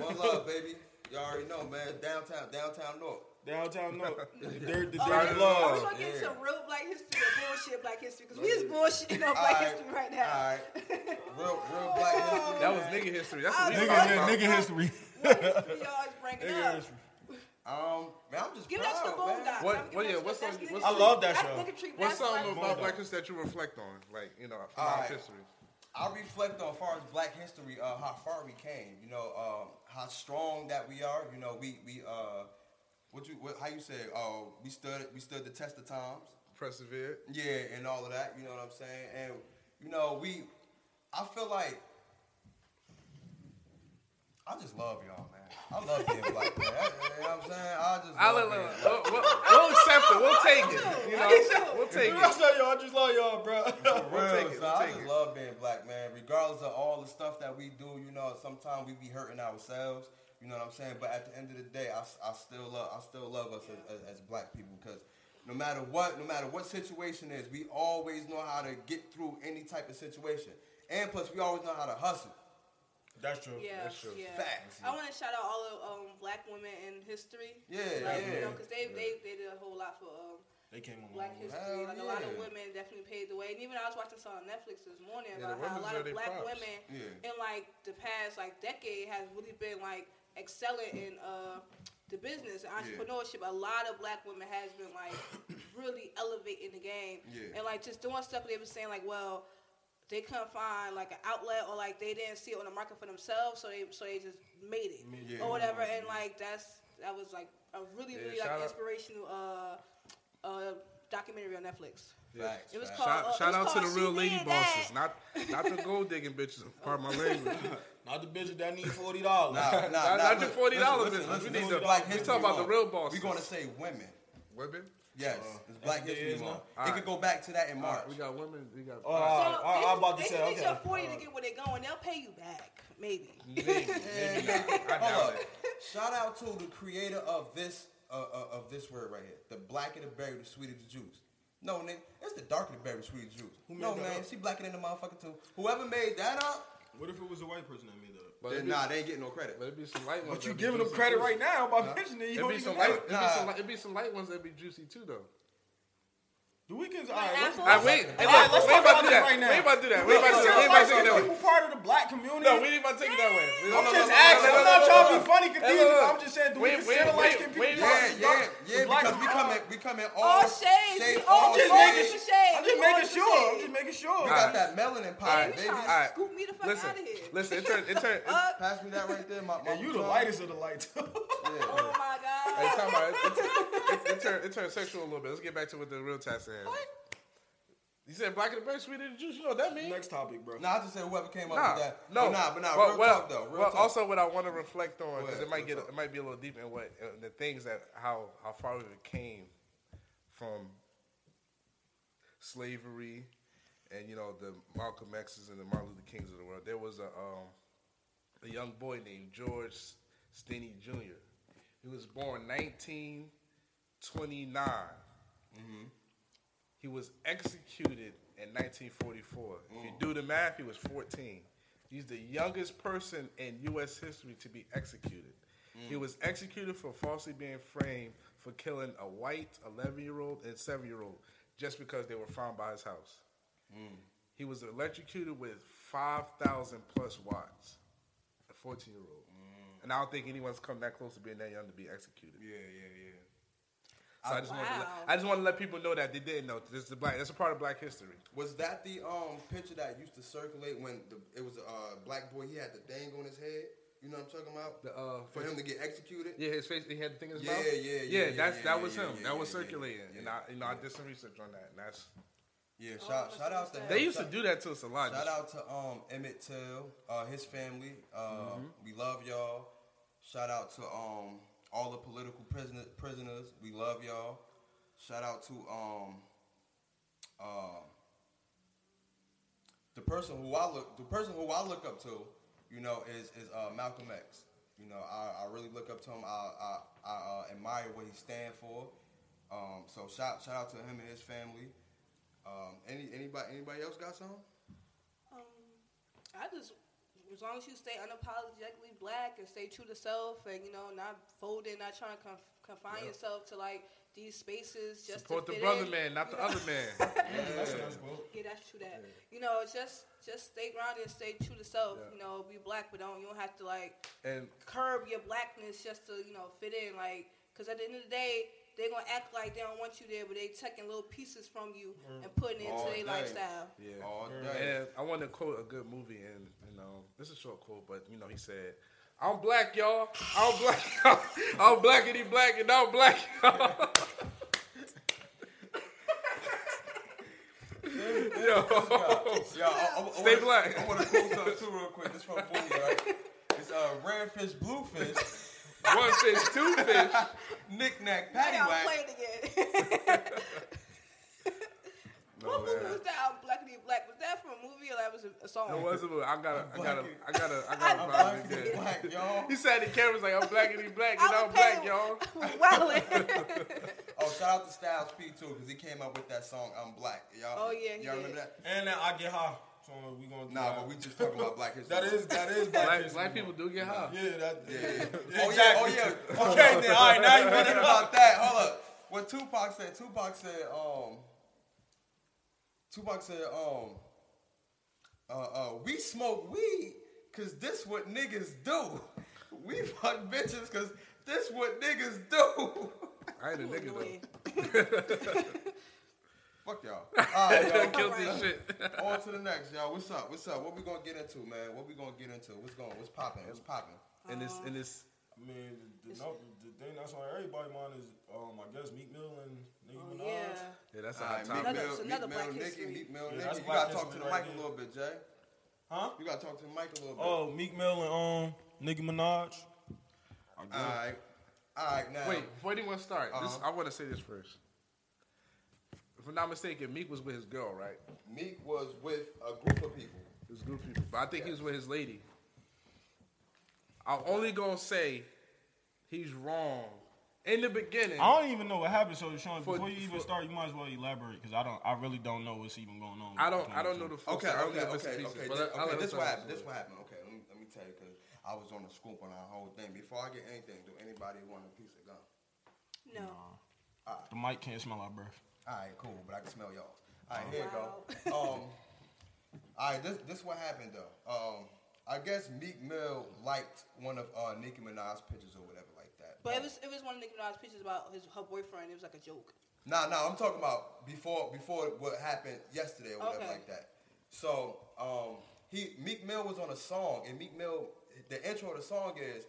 [SPEAKER 4] One love, baby. Y'all already know, man. Downtown, downtown North.
[SPEAKER 6] Downtown North. The dirt, the
[SPEAKER 3] Oh,
[SPEAKER 6] dirty
[SPEAKER 3] I'm
[SPEAKER 6] love.
[SPEAKER 3] gonna get
[SPEAKER 4] yeah.
[SPEAKER 3] into real black history and bullshit black history because we just bullshitting on black
[SPEAKER 4] All right,
[SPEAKER 3] history right now.
[SPEAKER 4] All right, real, real black history.
[SPEAKER 1] That was nigga history. That's
[SPEAKER 3] I
[SPEAKER 1] what we
[SPEAKER 3] was
[SPEAKER 1] talking
[SPEAKER 3] like,
[SPEAKER 1] about.
[SPEAKER 2] nigga
[SPEAKER 3] what
[SPEAKER 2] history.
[SPEAKER 3] What history y'all is bringing
[SPEAKER 2] Nigga
[SPEAKER 3] up?
[SPEAKER 2] history.
[SPEAKER 4] Um, man, I'm just
[SPEAKER 3] Give it
[SPEAKER 4] proud,
[SPEAKER 3] up to the
[SPEAKER 4] man.
[SPEAKER 3] Boondocks.
[SPEAKER 1] What-
[SPEAKER 3] I'm giving
[SPEAKER 1] what- yeah,
[SPEAKER 3] it up to-
[SPEAKER 1] what's
[SPEAKER 3] that's
[SPEAKER 1] on-
[SPEAKER 3] nigga
[SPEAKER 1] what's
[SPEAKER 2] on-
[SPEAKER 3] tree.
[SPEAKER 2] I love that
[SPEAKER 3] That's
[SPEAKER 2] show.
[SPEAKER 3] nigga tree.
[SPEAKER 1] What's
[SPEAKER 3] That's why-
[SPEAKER 1] something
[SPEAKER 2] Bulldog.
[SPEAKER 1] about black history that you reflect on? Like, you know, from
[SPEAKER 4] All
[SPEAKER 1] black
[SPEAKER 4] right.
[SPEAKER 1] history.
[SPEAKER 4] I reflect on far as Black history, uh, how far we came. You know, um, how strong that we are. You know, we we uh, what you what, how you say? Uh, we stood we stood the test of times.
[SPEAKER 1] Persevered.
[SPEAKER 4] Yeah, and all of that. You know what I'm saying? And you know, we I feel like I just love y'all, man. I love being black, man. You know what I'm saying? I just
[SPEAKER 1] I'll,
[SPEAKER 4] love
[SPEAKER 1] we'll,
[SPEAKER 4] being black.
[SPEAKER 1] we'll, we'll accept it. We'll take it. You know, we'll take
[SPEAKER 2] I
[SPEAKER 1] it.
[SPEAKER 2] said, y'all, I just love y'all, bro.
[SPEAKER 1] We'll
[SPEAKER 4] real,
[SPEAKER 1] take it.
[SPEAKER 4] so
[SPEAKER 1] We'll
[SPEAKER 4] I
[SPEAKER 1] take
[SPEAKER 4] just
[SPEAKER 1] it.
[SPEAKER 4] love being black, man. Regardless of all the stuff that we do, you know, sometimes we be hurting ourselves. You know what I'm saying? But at the end of the day, I, s- I still love I still love us as, as, as black people because no matter what, no matter what situation is, we always know how to get through any type of situation. And plus, we always know how to hustle.
[SPEAKER 2] That's true.
[SPEAKER 3] Yeah,
[SPEAKER 1] That's true.
[SPEAKER 3] yeah.
[SPEAKER 4] Facts.
[SPEAKER 3] I want to shout out all the um, black women in history.
[SPEAKER 4] Yeah,
[SPEAKER 3] like,
[SPEAKER 4] yeah.
[SPEAKER 3] You know, because they, they they did a whole lot for um,
[SPEAKER 2] They came along.
[SPEAKER 3] black history.
[SPEAKER 4] Hell
[SPEAKER 3] like a lot of
[SPEAKER 4] yeah.
[SPEAKER 3] women definitely paved the way. And even I was watching something on Netflix this morning
[SPEAKER 1] Yeah, the
[SPEAKER 3] about how
[SPEAKER 1] women
[SPEAKER 3] a lot
[SPEAKER 1] are
[SPEAKER 3] of
[SPEAKER 1] they
[SPEAKER 3] black
[SPEAKER 1] props.
[SPEAKER 3] women
[SPEAKER 4] Yeah.
[SPEAKER 3] in like the past like decade has really been like excelling in uh the business and entrepreneurship. A lot of black women has been like really elevating the game
[SPEAKER 4] Yeah.
[SPEAKER 3] and like just doing stuff. They were saying like, well. They couldn't find like an outlet, or like they didn't see it on the market for themselves, so they so they just made it,
[SPEAKER 4] Yeah.
[SPEAKER 3] or whatever. And like that's that was like a really
[SPEAKER 1] Yeah,
[SPEAKER 3] really
[SPEAKER 1] shout
[SPEAKER 3] like
[SPEAKER 1] out-
[SPEAKER 3] inspirational uh, uh, documentary on Netflix.
[SPEAKER 4] Facts.
[SPEAKER 3] It was
[SPEAKER 4] facts.
[SPEAKER 3] called-
[SPEAKER 1] Shout,
[SPEAKER 3] uh,
[SPEAKER 1] shout
[SPEAKER 3] it's
[SPEAKER 1] out to the
[SPEAKER 3] called
[SPEAKER 1] real
[SPEAKER 3] She
[SPEAKER 1] lady
[SPEAKER 3] Did
[SPEAKER 1] bosses,
[SPEAKER 3] That.
[SPEAKER 1] not not the gold digging bitches. Pardon my language.
[SPEAKER 2] Not the bitches that need forty dollars.
[SPEAKER 4] Nah, nah,
[SPEAKER 1] Not-
[SPEAKER 4] nah,
[SPEAKER 1] not your
[SPEAKER 4] listen,
[SPEAKER 1] $40
[SPEAKER 4] listen,
[SPEAKER 1] business.
[SPEAKER 4] listen,
[SPEAKER 1] We
[SPEAKER 4] this
[SPEAKER 1] need
[SPEAKER 4] is
[SPEAKER 1] the-
[SPEAKER 4] Black
[SPEAKER 1] we
[SPEAKER 4] History
[SPEAKER 1] talking about the
[SPEAKER 4] Month.
[SPEAKER 1] real bosses. Uh,
[SPEAKER 4] We're gonna say women.
[SPEAKER 1] Women.
[SPEAKER 4] Yes, it's Black
[SPEAKER 2] what it
[SPEAKER 4] History
[SPEAKER 2] is
[SPEAKER 4] Month.
[SPEAKER 2] now.
[SPEAKER 4] It
[SPEAKER 1] Alright.
[SPEAKER 4] could go back to that in March.
[SPEAKER 1] We got women. We got.
[SPEAKER 2] Oh, all right, all right, I'm about to
[SPEAKER 3] they
[SPEAKER 2] say,
[SPEAKER 3] can get
[SPEAKER 2] okay.
[SPEAKER 3] your forty to get where they're going. They'll pay you back, maybe.
[SPEAKER 4] And-
[SPEAKER 1] I doubt
[SPEAKER 4] Hold up.
[SPEAKER 1] it.
[SPEAKER 4] Shout out to the creator of this uh, uh, of this word right here. The blacker the berry, the sweeter the juice. No, nigga, it's the darker the berry, the sweeter the juice. no,
[SPEAKER 2] made that
[SPEAKER 4] man,
[SPEAKER 2] up?
[SPEAKER 4] she blacker than the motherfucker too. Whoever made that up,
[SPEAKER 2] What if it was a white person that made that up?
[SPEAKER 1] But
[SPEAKER 4] then,
[SPEAKER 1] it'd be,
[SPEAKER 4] nah, they ain't getting no credit.
[SPEAKER 1] but it'd be some light ones.
[SPEAKER 2] But you
[SPEAKER 1] that'd be
[SPEAKER 2] giving them
[SPEAKER 1] juicy
[SPEAKER 2] credit
[SPEAKER 1] too.
[SPEAKER 2] right now by mentioning it. You
[SPEAKER 1] It'd
[SPEAKER 2] don't
[SPEAKER 1] be some
[SPEAKER 2] even
[SPEAKER 1] light.
[SPEAKER 2] know.
[SPEAKER 1] It'd be some. li- It'd be some light ones that'd be juicy too, though.
[SPEAKER 2] The weekends. All
[SPEAKER 3] Like
[SPEAKER 2] right, let's-
[SPEAKER 3] Apple?
[SPEAKER 1] All right, wait. Hey,
[SPEAKER 2] All right,
[SPEAKER 1] look,
[SPEAKER 2] let's
[SPEAKER 1] we ain't
[SPEAKER 2] talk
[SPEAKER 1] about to do
[SPEAKER 2] about this
[SPEAKER 1] that.
[SPEAKER 2] right now.
[SPEAKER 1] We ain't about to do that. We
[SPEAKER 2] We
[SPEAKER 1] ain't about to do that. We ain't about to take it that way.
[SPEAKER 2] people part of the black community.
[SPEAKER 1] No, we ain't about to take it that way. We-
[SPEAKER 2] I'm
[SPEAKER 1] no, no,
[SPEAKER 2] just
[SPEAKER 1] no,
[SPEAKER 2] asking.
[SPEAKER 1] no, no, no,
[SPEAKER 2] I'm not
[SPEAKER 1] no,
[SPEAKER 2] trying
[SPEAKER 1] no.
[SPEAKER 2] to be funny, confused.
[SPEAKER 1] Hey, look.
[SPEAKER 2] I'm just saying, do we
[SPEAKER 1] Wait,
[SPEAKER 2] consider
[SPEAKER 1] wait,
[SPEAKER 2] light
[SPEAKER 1] wait,
[SPEAKER 2] skin
[SPEAKER 1] wait, wait.
[SPEAKER 4] yeah,
[SPEAKER 2] people? part of the
[SPEAKER 4] yeah,
[SPEAKER 2] dark-
[SPEAKER 4] yeah.
[SPEAKER 2] the black
[SPEAKER 4] Because we
[SPEAKER 2] community?
[SPEAKER 4] come in, we come in all,
[SPEAKER 3] All shades, we
[SPEAKER 4] all
[SPEAKER 3] all
[SPEAKER 2] I'm just making
[SPEAKER 4] shades.
[SPEAKER 3] shades.
[SPEAKER 2] sure. I'm just
[SPEAKER 3] We
[SPEAKER 2] making
[SPEAKER 3] all
[SPEAKER 2] sure. I'm
[SPEAKER 3] shades.
[SPEAKER 2] just making sure.
[SPEAKER 4] We
[SPEAKER 1] Alright.
[SPEAKER 4] got that melanin
[SPEAKER 1] Alright,
[SPEAKER 4] power,
[SPEAKER 3] They
[SPEAKER 4] baby.
[SPEAKER 3] trying
[SPEAKER 1] alright.
[SPEAKER 3] to scoop me the fuck
[SPEAKER 1] Listen,
[SPEAKER 3] out of here.
[SPEAKER 1] listen. It turned. It turned. it-
[SPEAKER 3] Fuck.
[SPEAKER 4] Pass me that right there, my, my
[SPEAKER 2] And you the
[SPEAKER 4] son.
[SPEAKER 2] lightest of the light.
[SPEAKER 4] Yeah.
[SPEAKER 3] Oh my
[SPEAKER 1] Hey,
[SPEAKER 3] god.
[SPEAKER 1] time out. It, it, it, it turned it turned sexual a little bit. Let's get back to what the real task is.
[SPEAKER 3] What?
[SPEAKER 1] You said black and the berry, sweeter than juice. You know what that means?
[SPEAKER 2] Next topic, bro.
[SPEAKER 4] Nah, I just said whoever came up
[SPEAKER 1] Nah,
[SPEAKER 4] with that.
[SPEAKER 1] no,
[SPEAKER 4] but nah, but nah.
[SPEAKER 1] Well,
[SPEAKER 4] real
[SPEAKER 1] well,
[SPEAKER 4] talk though. Real
[SPEAKER 1] well,
[SPEAKER 4] talk.
[SPEAKER 1] also what I want to reflect on
[SPEAKER 4] Go
[SPEAKER 1] because
[SPEAKER 4] ahead,
[SPEAKER 1] it might
[SPEAKER 4] real
[SPEAKER 1] get
[SPEAKER 4] talk.
[SPEAKER 1] it might be a little deep in what uh, the things that how how far we came from slavery and you know the Malcolm X's and the Martin Luther Kings of the world. There was a um, a young boy named George Stinney Jr. He was born 1929. He was executed in 1944. If you do the math, he was 14. He's the youngest person in U.S. history to be executed. He was executed for falsely being framed for killing a white 11 year old and 7 year old just because they were found by his house. He was electrocuted with 5,000 plus watts, a 14 year old. And I don't think anyone's come that close to being that young to be executed.
[SPEAKER 4] yeah, yeah, yeah.
[SPEAKER 1] So I just want to let,
[SPEAKER 3] Wow.
[SPEAKER 1] I just want to let people know that they didn't know this is black. That's a part of black history.
[SPEAKER 4] Was that the um picture that used to circulate when the, it was a uh, black boy? He had the thing on his head. You know what I'm talking about?
[SPEAKER 1] The, uh,
[SPEAKER 4] For him to get executed.
[SPEAKER 1] Yeah, his face. He had the thing in his
[SPEAKER 4] Yeah,
[SPEAKER 1] mouth.
[SPEAKER 4] yeah, yeah, yeah,
[SPEAKER 1] that's
[SPEAKER 4] yeah,
[SPEAKER 1] that
[SPEAKER 4] yeah,
[SPEAKER 1] was
[SPEAKER 4] yeah,
[SPEAKER 1] him.
[SPEAKER 4] yeah,
[SPEAKER 1] that was
[SPEAKER 4] yeah, yeah,
[SPEAKER 1] circulating, and I,
[SPEAKER 4] yeah,
[SPEAKER 1] you know, I did some research on that, and that's
[SPEAKER 4] Yeah, shout,
[SPEAKER 3] Oh,
[SPEAKER 4] shout out to
[SPEAKER 3] that's
[SPEAKER 4] him.
[SPEAKER 1] they used to
[SPEAKER 4] shout,
[SPEAKER 1] do that to us a lot.
[SPEAKER 4] Shout out to um Emmett Till, uh, his family. Uh, We love y'all. Shout out to um all the political prisoner, prisoners. We love y'all. Shout out to um uh the person who I look the person who I look up to, you know, is is uh, Malcolm X. You know, I, I really look up to him. I I, I uh, admire what he stands for. Um, so shout shout out to him and his family. Um, any anybody anybody else got something?
[SPEAKER 3] Um, I just, as long as you stay unapologetically black and stay true to self, and you know, not folding, not trying to conf- confine
[SPEAKER 4] Yeah.
[SPEAKER 3] yourself to like these spaces. Just
[SPEAKER 1] Support
[SPEAKER 3] to
[SPEAKER 1] the
[SPEAKER 3] fit
[SPEAKER 1] brother
[SPEAKER 3] in,
[SPEAKER 1] man, not the
[SPEAKER 3] you know?
[SPEAKER 1] other man.
[SPEAKER 3] Yeah, that's true. That you know, just just stay grounded, and stay true to self.
[SPEAKER 1] Yeah.
[SPEAKER 3] You know, be black, but don't you don't have to like
[SPEAKER 1] And
[SPEAKER 3] curb your blackness just to you know fit in. Like, cause at the end of the day. They're gonna act like they don't want you there, but they taking little pieces from you
[SPEAKER 1] Mm.
[SPEAKER 3] and putting it
[SPEAKER 4] All
[SPEAKER 3] into
[SPEAKER 4] day.
[SPEAKER 3] their lifestyle.
[SPEAKER 1] yeah.
[SPEAKER 4] All day.
[SPEAKER 1] And I want to quote a good movie, and you know, this is a short quote, but you know, he said, "I'm black, y'all. I'm black. Y'all. I'm black and he black, and I'm black." Y'all. Yo,
[SPEAKER 4] Yeah, Oh, I, I, I
[SPEAKER 1] Stay
[SPEAKER 4] wanna,
[SPEAKER 1] black.
[SPEAKER 4] I want to quote something too real quick. This from Booty, right? It's uh, red fish, blue fish,
[SPEAKER 1] one fish, two fish.
[SPEAKER 4] knick-knack,
[SPEAKER 3] I gotta
[SPEAKER 4] paddywhack.
[SPEAKER 3] play it again. what movie was that? I'm Blackity Black. Was that from a movie or that was a, a song?
[SPEAKER 1] It was a movie. I gotta, I gotta, I gotta, I
[SPEAKER 3] I'm
[SPEAKER 1] gotta
[SPEAKER 4] Black
[SPEAKER 1] find it.
[SPEAKER 4] and
[SPEAKER 1] again.
[SPEAKER 4] black, y'all.
[SPEAKER 1] He said the camera's like, "I'm black and he black,
[SPEAKER 3] I
[SPEAKER 1] and I'm
[SPEAKER 3] was
[SPEAKER 1] black,
[SPEAKER 3] paying-
[SPEAKER 1] y'all."
[SPEAKER 3] Wildin'.
[SPEAKER 4] Oh, shout out to Styles P too, because he came up with that song "I'm Black." Y'all,
[SPEAKER 3] Oh, yeah, he
[SPEAKER 4] y'all
[SPEAKER 3] did.
[SPEAKER 4] remember that?
[SPEAKER 2] And now I get high. So we gonna do
[SPEAKER 4] Nah,
[SPEAKER 2] that.
[SPEAKER 4] but we just talking about Black History.
[SPEAKER 2] That is that is black,
[SPEAKER 1] Black,
[SPEAKER 2] History
[SPEAKER 1] black
[SPEAKER 2] Month.
[SPEAKER 1] people do get high.
[SPEAKER 2] Yeah, that
[SPEAKER 4] Yeah.
[SPEAKER 2] yeah.
[SPEAKER 4] yeah.
[SPEAKER 2] Exactly.
[SPEAKER 4] Oh yeah. Oh yeah.
[SPEAKER 2] Okay, then all right, now
[SPEAKER 4] Now you
[SPEAKER 2] you better
[SPEAKER 4] thinking about that. Hold up. What Tupac said. Tupac said. Um. Tupac said. Um. Uh. uh we smoke weed because this what niggas do. We fuck bitches because this what niggas do.
[SPEAKER 1] I ain't a
[SPEAKER 3] You
[SPEAKER 1] nigga though.
[SPEAKER 3] annoying.
[SPEAKER 4] fuck y'all. All right, y'all.
[SPEAKER 1] Guilty
[SPEAKER 3] Alright.
[SPEAKER 1] shit.
[SPEAKER 4] On to the next, y'all. What's up? What's up? What we gonna get into, man? What we gonna get into? What's going? What's popping? What's popping?
[SPEAKER 1] And it's, and it's.
[SPEAKER 2] I mean, the, the, no, the thing that's on everybody's mind is, um, I guess Meek Mill and Nicki
[SPEAKER 3] Oh,
[SPEAKER 2] Minaj.
[SPEAKER 3] yeah.
[SPEAKER 1] Yeah, that's a
[SPEAKER 4] All
[SPEAKER 1] hot
[SPEAKER 4] right, Meek
[SPEAKER 1] topic.
[SPEAKER 3] Another-
[SPEAKER 4] Mill,
[SPEAKER 3] it's
[SPEAKER 4] Meek
[SPEAKER 3] another
[SPEAKER 4] Mill,
[SPEAKER 3] Black
[SPEAKER 4] Nicki,
[SPEAKER 3] history.
[SPEAKER 4] Meek Mill,
[SPEAKER 2] Yeah,
[SPEAKER 4] Nicki.
[SPEAKER 2] that's
[SPEAKER 4] You
[SPEAKER 2] Black
[SPEAKER 4] gotta talk to the
[SPEAKER 2] history
[SPEAKER 4] mic
[SPEAKER 2] right
[SPEAKER 4] a
[SPEAKER 2] there.
[SPEAKER 4] little bit, Jay.
[SPEAKER 2] Huh?
[SPEAKER 4] You gotta talk to the mic a little bit.
[SPEAKER 2] Oh, Meek Mill and um, Nicki Minaj. I
[SPEAKER 4] All
[SPEAKER 2] guess.
[SPEAKER 4] right, all right. Now,
[SPEAKER 1] Uh, Wait, before anyone start, this,
[SPEAKER 4] Uh-huh.
[SPEAKER 1] I want to say this first. If I'm not mistaken, Meek was with his girl, right?
[SPEAKER 4] Meek was with a group of people.
[SPEAKER 1] His group people, but I think he was with his lady. I'm only gonna say he's wrong in the beginning.
[SPEAKER 2] I don't even know what happened. So Sean,
[SPEAKER 1] For-
[SPEAKER 2] before you even
[SPEAKER 1] for-
[SPEAKER 2] start, you might as well elaborate because I don't. I really don't know what's even going on.
[SPEAKER 1] I don't,
[SPEAKER 2] between
[SPEAKER 1] I
[SPEAKER 2] the
[SPEAKER 1] don't know
[SPEAKER 2] two.
[SPEAKER 1] the full.
[SPEAKER 4] Okay,
[SPEAKER 1] story. I
[SPEAKER 4] okay,
[SPEAKER 1] only know bits and
[SPEAKER 4] okay,
[SPEAKER 1] pieces,
[SPEAKER 4] okay.
[SPEAKER 1] but
[SPEAKER 4] This,
[SPEAKER 1] I'll
[SPEAKER 4] okay,
[SPEAKER 1] let
[SPEAKER 4] this
[SPEAKER 1] him
[SPEAKER 4] what
[SPEAKER 1] tell
[SPEAKER 4] happened.
[SPEAKER 1] the
[SPEAKER 4] This
[SPEAKER 1] story.
[SPEAKER 4] what happened. Okay, let me, let me tell you because I was on the scoop on our whole thing. Before I get anything, do anybody want a piece of gum?
[SPEAKER 3] No.
[SPEAKER 2] The mic can't smell our breath.
[SPEAKER 4] All right, cool, but I can smell y'all. All right, here you go.
[SPEAKER 3] Wow.
[SPEAKER 4] Um, all right, this this what happened though. Um, I guess Meek Mill liked one of uh, Nicki Minaj's pictures or whatever like that.
[SPEAKER 3] But it
[SPEAKER 4] Um,
[SPEAKER 3] was it was one of Nicki Minaj's pictures about his her boyfriend. It was like a joke.
[SPEAKER 4] Nah, nah, I'm talking about before before what happened yesterday or whatever
[SPEAKER 3] Okay.
[SPEAKER 4] like that. So um, he Meek Mill was on a song, and Meek Mill the intro of the song is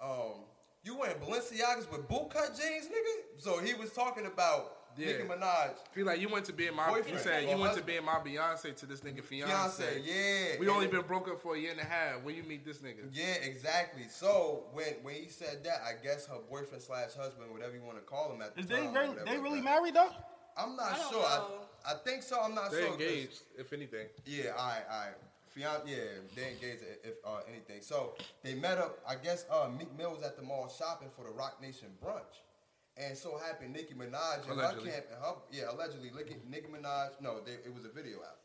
[SPEAKER 4] um, you wearing Balenciagas with boot cut jeans, nigga. So he was talking about Nicki
[SPEAKER 1] Yeah.
[SPEAKER 4] Minaj
[SPEAKER 1] Feel like you went to be in my. You
[SPEAKER 4] Boyfriend
[SPEAKER 1] said
[SPEAKER 4] or
[SPEAKER 1] you went to
[SPEAKER 4] husband.
[SPEAKER 1] be in my Beyonce to this nigga fiance.
[SPEAKER 4] fiance, yeah.
[SPEAKER 1] We
[SPEAKER 4] And
[SPEAKER 1] only
[SPEAKER 4] it-
[SPEAKER 1] been broke up for a year and a half. When you meet this nigga,
[SPEAKER 4] Yeah, exactly. So when when he said that, I guess her boyfriend slash husband, whatever you want to call him at the
[SPEAKER 2] Is
[SPEAKER 4] time,
[SPEAKER 2] they
[SPEAKER 4] or
[SPEAKER 2] really,
[SPEAKER 4] whatever
[SPEAKER 2] they
[SPEAKER 4] like
[SPEAKER 2] really
[SPEAKER 4] that.
[SPEAKER 2] married though?
[SPEAKER 4] I'm not
[SPEAKER 3] I don't
[SPEAKER 4] sure. I,
[SPEAKER 3] know.
[SPEAKER 4] I think so. I'm not
[SPEAKER 1] they
[SPEAKER 4] sure. 'cause-
[SPEAKER 1] engaged. If anything,
[SPEAKER 4] Yeah, all right, all right. Fian- yeah, they engaged i- if uh, anything. So they met up. I guess uh, Meek Mill was at the mall shopping for the Rock Nation brunch, and so happened Nicki Minaj and her
[SPEAKER 1] Allegedly.
[SPEAKER 4] camp and her yeah allegedly Nicki, Nicki Minaj. No, they, it was a video out.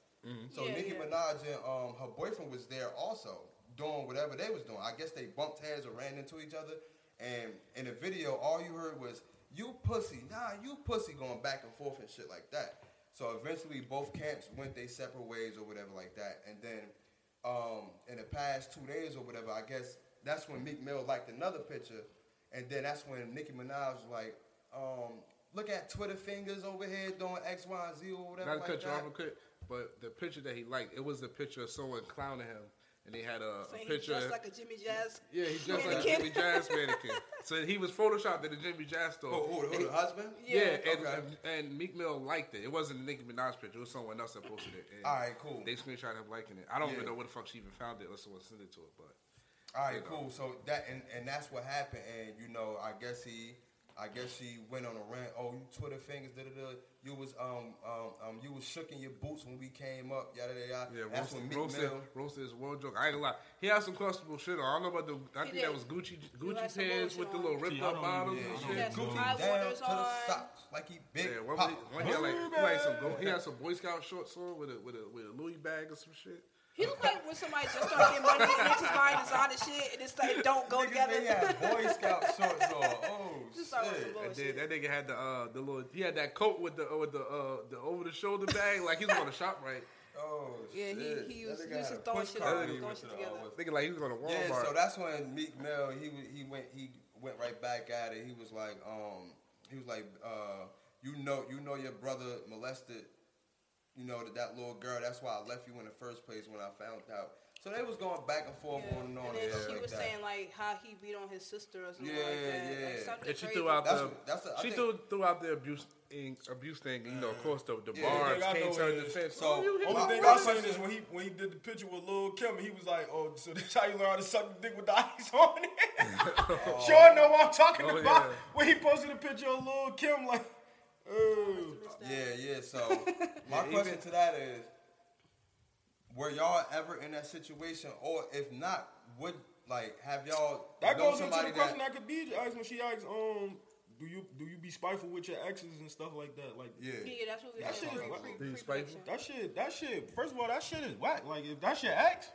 [SPEAKER 4] So
[SPEAKER 3] Yeah,
[SPEAKER 4] Nicki
[SPEAKER 3] yeah.
[SPEAKER 4] Minaj and um, her boyfriend was there also doing whatever they was doing. I guess they bumped heads or ran into each other, and in the video all you heard was "you pussy," nah, you pussy, going back and forth and shit like that. So eventually both camps went their separate ways or whatever like that, and then um, in the past two days or whatever, I guess that's when Meek Mill liked another picture, and then that's when Nicki Minaj was like, um, look at Twitter fingers over here doing X, Y, and Z or whatever
[SPEAKER 1] Not to
[SPEAKER 4] like
[SPEAKER 1] cut
[SPEAKER 4] that.
[SPEAKER 1] you off real quick, but the picture that he liked, it was the picture of someone clowning him, and he had a, a
[SPEAKER 3] Saying he's
[SPEAKER 1] picture.
[SPEAKER 3] just like a Jimmy Jazz.
[SPEAKER 1] yeah, he just like a
[SPEAKER 3] mannequin.
[SPEAKER 1] Jimmy Jazz mannequin. so he was photoshopped at the Jimmy Jazz store.
[SPEAKER 4] Who, who, who, the husband?
[SPEAKER 1] yeah,
[SPEAKER 3] Yeah.
[SPEAKER 1] and,
[SPEAKER 4] Okay.
[SPEAKER 1] and and Meek Mill liked it. It wasn't Nicki Minaj picture. It was someone else that posted it. And
[SPEAKER 4] All right, cool.
[SPEAKER 1] They screenshot him liking it. I don't even
[SPEAKER 4] Yeah.
[SPEAKER 1] know where the fuck she even found it. unless someone sent it to her, but
[SPEAKER 4] All right,
[SPEAKER 1] You know.
[SPEAKER 4] cool. So that and, and that's what happened, and you know, I guess he I guess she went on a rant. Oh, you Twitter fingers, da da da. You was um um um you was shooking your boots when we came up, yada yada. yada.
[SPEAKER 1] Yeah,
[SPEAKER 4] That's
[SPEAKER 1] roasted,
[SPEAKER 4] when Meek
[SPEAKER 1] roasted,
[SPEAKER 4] Mill.
[SPEAKER 1] roasted is world joke. I ain't gonna lie. He had some questionable shit on. I don't know about the. I
[SPEAKER 3] He
[SPEAKER 1] think
[SPEAKER 3] did.
[SPEAKER 1] that was Gucci Gucci pants
[SPEAKER 3] had some bullshit
[SPEAKER 1] with the
[SPEAKER 3] on.
[SPEAKER 1] little ripped
[SPEAKER 7] Yeah, I
[SPEAKER 1] up
[SPEAKER 7] don't
[SPEAKER 1] bottoms
[SPEAKER 7] even- I
[SPEAKER 1] and
[SPEAKER 4] He
[SPEAKER 1] shit.
[SPEAKER 7] don't
[SPEAKER 4] had
[SPEAKER 3] That's
[SPEAKER 4] some
[SPEAKER 1] Gucci.
[SPEAKER 3] high
[SPEAKER 4] down
[SPEAKER 3] waters
[SPEAKER 4] to the
[SPEAKER 3] on.
[SPEAKER 4] socks like he big
[SPEAKER 1] Yeah, one,
[SPEAKER 4] pop.
[SPEAKER 1] day- one day, like, he had some go- he had some Boy Scout shorts on with a with a with a Louis bag or some shit.
[SPEAKER 3] He look like when somebody just started getting money and they just buying designer shit and it's like it don't go
[SPEAKER 4] Niggas,
[SPEAKER 3] together.
[SPEAKER 4] They had Boy Scout shorts on. Oh
[SPEAKER 3] Just thought it was
[SPEAKER 4] shit.
[SPEAKER 3] some
[SPEAKER 1] And then
[SPEAKER 3] bullshit.
[SPEAKER 1] that nigga had the uh the little he had that coat with the uh, with the uh the over the shoulder bag like he was gonna shop right.
[SPEAKER 4] Oh
[SPEAKER 3] Yeah,
[SPEAKER 4] shit.
[SPEAKER 3] he, he
[SPEAKER 4] That
[SPEAKER 3] used,
[SPEAKER 4] nigga
[SPEAKER 3] he used
[SPEAKER 4] had
[SPEAKER 3] to
[SPEAKER 4] a
[SPEAKER 3] throw
[SPEAKER 4] push
[SPEAKER 3] shit,
[SPEAKER 4] cart.
[SPEAKER 3] out,
[SPEAKER 4] He
[SPEAKER 3] throw
[SPEAKER 4] went to
[SPEAKER 3] shit
[SPEAKER 4] the, uh,
[SPEAKER 3] together.
[SPEAKER 4] what's-
[SPEAKER 1] Thinking like he was going to Walmart.
[SPEAKER 4] Yeah, so that's when Meek Mill he wa- he went he went right back at it. He was like um he was like uh you know you know your brother molested you know that that little girl. That's why I left you in the first place when I found out. So they was going back and forth
[SPEAKER 3] Yeah.
[SPEAKER 4] on and
[SPEAKER 3] And
[SPEAKER 4] on
[SPEAKER 3] then
[SPEAKER 4] and stuff
[SPEAKER 3] she
[SPEAKER 4] like
[SPEAKER 3] was
[SPEAKER 4] that.
[SPEAKER 3] saying like how he beat on his sister or something like
[SPEAKER 4] Yeah,
[SPEAKER 3] that. Like
[SPEAKER 4] yeah.
[SPEAKER 3] something
[SPEAKER 1] and she
[SPEAKER 3] crazy.
[SPEAKER 1] threw out
[SPEAKER 4] That's
[SPEAKER 1] the
[SPEAKER 4] what- that's what I
[SPEAKER 1] she
[SPEAKER 4] think.
[SPEAKER 1] threw threw out the abuse thing, abuse thing. You know, of course, the, the
[SPEAKER 4] Yeah.
[SPEAKER 1] bars
[SPEAKER 2] Yeah, I
[SPEAKER 1] can't
[SPEAKER 2] know
[SPEAKER 1] turn
[SPEAKER 2] it
[SPEAKER 1] the
[SPEAKER 2] is.
[SPEAKER 1] fence.
[SPEAKER 4] So-
[SPEAKER 1] oh, you hit
[SPEAKER 2] Only
[SPEAKER 1] my
[SPEAKER 2] thing
[SPEAKER 1] brother.
[SPEAKER 2] I seen is when he when he did the picture with Lil Kim, he was like, "Oh, so this how you learn how to suck the dick with the ice on it." sure know what I'm talking
[SPEAKER 1] Oh,
[SPEAKER 2] about.
[SPEAKER 1] yeah.
[SPEAKER 2] When he posted a picture of Lil Kim, like, "Ooh,
[SPEAKER 4] Yeah, yeah. So my question to that is, were y'all ever in that situation, or if not, would like have y'all
[SPEAKER 2] that
[SPEAKER 4] know
[SPEAKER 2] goes into
[SPEAKER 4] somebody
[SPEAKER 2] the question that Khadija asked when she asked, um, do you do you be spiteful with your exes and stuff like that? Like,
[SPEAKER 4] yeah.
[SPEAKER 3] Yeah, yeah, that's what we
[SPEAKER 2] That shit
[SPEAKER 3] were
[SPEAKER 2] is
[SPEAKER 3] doing.
[SPEAKER 2] wild.
[SPEAKER 3] Pre-
[SPEAKER 1] Did he
[SPEAKER 3] pre-
[SPEAKER 1] spike
[SPEAKER 3] pre-production.
[SPEAKER 2] that shit, that shit. First of all, that shit is whack. Like, if that's your ex,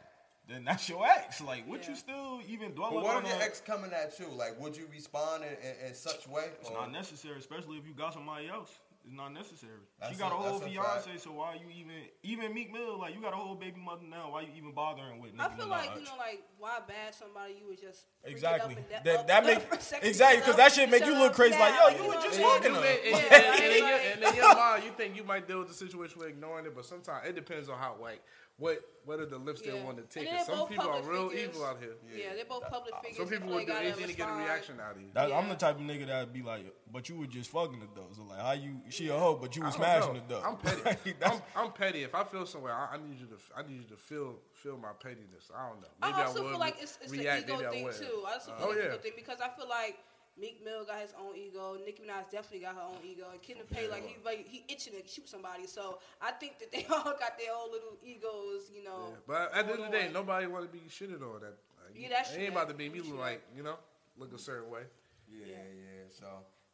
[SPEAKER 2] then that's your ex. Like, what you
[SPEAKER 3] Yeah.
[SPEAKER 2] still even dwelling
[SPEAKER 4] But what
[SPEAKER 2] on?
[SPEAKER 4] if your
[SPEAKER 2] that?
[SPEAKER 4] ex coming at you? Like, would you respond in, in, in such way?
[SPEAKER 2] It's
[SPEAKER 4] or-
[SPEAKER 2] not necessary, especially if you got somebody else. It's not necessary.
[SPEAKER 4] That's
[SPEAKER 2] she got
[SPEAKER 4] a-
[SPEAKER 2] a, whole
[SPEAKER 4] that's a
[SPEAKER 2] fiance,
[SPEAKER 4] fact.
[SPEAKER 2] so why you even even Meek Mill like you got a whole baby mother now? Why you even bothering with?
[SPEAKER 3] I
[SPEAKER 2] niggas
[SPEAKER 3] feel
[SPEAKER 2] and
[SPEAKER 3] like
[SPEAKER 2] all
[SPEAKER 3] you
[SPEAKER 2] that?
[SPEAKER 3] know, like why bad somebody you would just freak it
[SPEAKER 2] Exactly.
[SPEAKER 3] up and
[SPEAKER 2] That-
[SPEAKER 3] up-
[SPEAKER 2] that
[SPEAKER 3] up
[SPEAKER 2] make-
[SPEAKER 3] for sex
[SPEAKER 2] exactly, 'cause that shit make you
[SPEAKER 3] shut
[SPEAKER 2] look
[SPEAKER 3] up
[SPEAKER 2] crazy, like,
[SPEAKER 3] now,
[SPEAKER 2] yo, you was
[SPEAKER 3] know
[SPEAKER 2] just
[SPEAKER 3] what I'm
[SPEAKER 2] fucking
[SPEAKER 3] saying?
[SPEAKER 2] up.
[SPEAKER 1] And, and,
[SPEAKER 3] Yeah,
[SPEAKER 1] and, and, in your-
[SPEAKER 3] like-
[SPEAKER 1] and in your mind, you think you might deal with the situation with ignoring it, but sometimes it depends on how like what what are the lips they
[SPEAKER 3] Yeah.
[SPEAKER 1] want to
[SPEAKER 3] And
[SPEAKER 1] take.
[SPEAKER 3] they're
[SPEAKER 1] 'Cause Some
[SPEAKER 3] both
[SPEAKER 1] people are
[SPEAKER 3] public
[SPEAKER 1] real
[SPEAKER 3] figures.
[SPEAKER 1] evil out here.
[SPEAKER 3] Yeah, they're both public figures.
[SPEAKER 1] Some
[SPEAKER 3] so
[SPEAKER 1] people
[SPEAKER 3] they
[SPEAKER 1] will do
[SPEAKER 3] gotta
[SPEAKER 1] anything to get a
[SPEAKER 3] respond.
[SPEAKER 1] reaction out of you.
[SPEAKER 2] That- I'm
[SPEAKER 3] Yeah.
[SPEAKER 2] the type of nigga that'd be like, but you were just fucking the dough. So like, how you? She a hoe, but you
[SPEAKER 1] I
[SPEAKER 2] was
[SPEAKER 1] don't
[SPEAKER 2] smashing
[SPEAKER 1] know.
[SPEAKER 2] the dough.
[SPEAKER 1] I'm petty.
[SPEAKER 2] That's-
[SPEAKER 1] I'm, I'm petty. If I feel somewhere, I, I need you to. I need you to feel feel my pettiness. I don't know. Maybe
[SPEAKER 3] I also
[SPEAKER 1] would
[SPEAKER 3] feel like it's, it's an
[SPEAKER 1] react,
[SPEAKER 3] ego
[SPEAKER 1] maybe I
[SPEAKER 3] thing
[SPEAKER 1] wouldn't.
[SPEAKER 3] too. I also feel
[SPEAKER 1] oh,
[SPEAKER 3] like it's an
[SPEAKER 1] yeah.
[SPEAKER 3] ego thing because I feel like Meek Mill got his own ego. Nicki Minaj definitely got her own ego. And Kim Pay like he like, he itching to shoot somebody. So I think that they all got their own little egos. You know.
[SPEAKER 1] Yeah, But at the end of the
[SPEAKER 3] going
[SPEAKER 1] day,
[SPEAKER 3] Oh, on.
[SPEAKER 1] nobody want to be shitted on. That like,
[SPEAKER 3] Yeah, that's
[SPEAKER 1] ain't
[SPEAKER 3] true.
[SPEAKER 1] about to be me
[SPEAKER 3] That's
[SPEAKER 1] look
[SPEAKER 3] true.
[SPEAKER 1] like you know look a certain way.
[SPEAKER 4] Yeah, yeah, So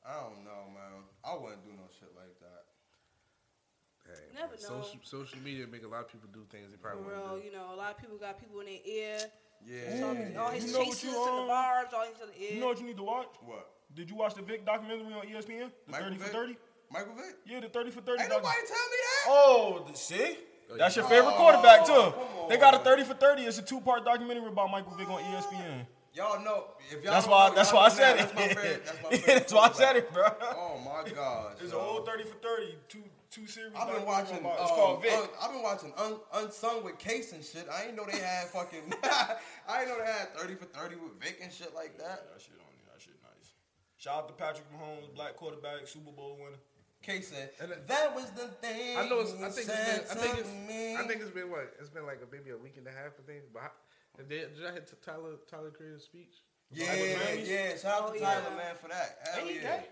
[SPEAKER 4] I don't know, man. I wouldn't do no shit like that.
[SPEAKER 1] Hey,
[SPEAKER 3] Never
[SPEAKER 1] man,
[SPEAKER 3] know.
[SPEAKER 1] Social, social media make a lot of people do things they
[SPEAKER 3] For
[SPEAKER 1] probably
[SPEAKER 3] real,
[SPEAKER 1] wouldn't do.
[SPEAKER 3] you know, a lot of people got people in their ear.
[SPEAKER 4] Yeah.
[SPEAKER 3] All-
[SPEAKER 4] yeah,
[SPEAKER 3] All
[SPEAKER 4] yeah.
[SPEAKER 3] his
[SPEAKER 2] You know what
[SPEAKER 3] chases
[SPEAKER 2] you,
[SPEAKER 3] to the
[SPEAKER 2] um,
[SPEAKER 3] bars, all his other ear.
[SPEAKER 2] you know what you need to watch?
[SPEAKER 4] What?
[SPEAKER 2] Did you watch the Vic documentary on E ESPN? The
[SPEAKER 4] Michael
[SPEAKER 2] thirty for
[SPEAKER 4] Vick?
[SPEAKER 2] thirty.
[SPEAKER 4] Michael Vick?
[SPEAKER 2] Yeah, the thirty for thirty.
[SPEAKER 4] Ain't
[SPEAKER 2] docu-
[SPEAKER 4] nobody tell me that.
[SPEAKER 2] Oh, th- see? That's your favorite
[SPEAKER 4] Oh,
[SPEAKER 2] quarterback, too.
[SPEAKER 4] come
[SPEAKER 2] They got a
[SPEAKER 4] on.
[SPEAKER 2] 30 for 30. It's a two part documentary about Michael Vick on E ESPN.
[SPEAKER 4] Y'all know. If y'all
[SPEAKER 2] That's
[SPEAKER 4] don't
[SPEAKER 2] why,
[SPEAKER 4] know,
[SPEAKER 2] that's
[SPEAKER 4] y'all
[SPEAKER 2] why I
[SPEAKER 4] know
[SPEAKER 2] said
[SPEAKER 4] now.
[SPEAKER 2] it.
[SPEAKER 4] That's my favorite. That's, my
[SPEAKER 2] Yeah,
[SPEAKER 4] favorite
[SPEAKER 2] that's why I said
[SPEAKER 4] quarterback.
[SPEAKER 2] it, bro.
[SPEAKER 4] Oh my god.
[SPEAKER 2] It's a
[SPEAKER 4] yo.
[SPEAKER 2] whole 30 for 30, two, two series.
[SPEAKER 4] I've been
[SPEAKER 2] documentary
[SPEAKER 4] watching.
[SPEAKER 2] about- It's
[SPEAKER 4] um,
[SPEAKER 2] called Vic.
[SPEAKER 4] Un, I've been watching un, Unsung with Case and shit. I ain't know they had fucking. I ain't know they had thirty for thirty with Vic and shit like that.
[SPEAKER 2] that shit on there. That shit nice. Shout out to Patrick Mahomes, black quarterback, Super Bowl winner.
[SPEAKER 4] Case said
[SPEAKER 1] And it-
[SPEAKER 4] that was the thing.
[SPEAKER 1] I know. It's, I
[SPEAKER 4] you
[SPEAKER 1] think. It's
[SPEAKER 4] said
[SPEAKER 1] been, I think.
[SPEAKER 4] to
[SPEAKER 1] It's,
[SPEAKER 4] me.
[SPEAKER 1] I think it's been what? It's been like a, maybe a week and a half. I think. But I, and did, did I hit Tyler Tyler creative speech?
[SPEAKER 4] Yeah,
[SPEAKER 2] Grammys?
[SPEAKER 4] yeah. Shout
[SPEAKER 3] Oh,
[SPEAKER 4] out to
[SPEAKER 3] yeah.
[SPEAKER 4] Tyler, man, for that. Hell
[SPEAKER 2] Ain't he
[SPEAKER 4] Oh, yeah.
[SPEAKER 2] gay?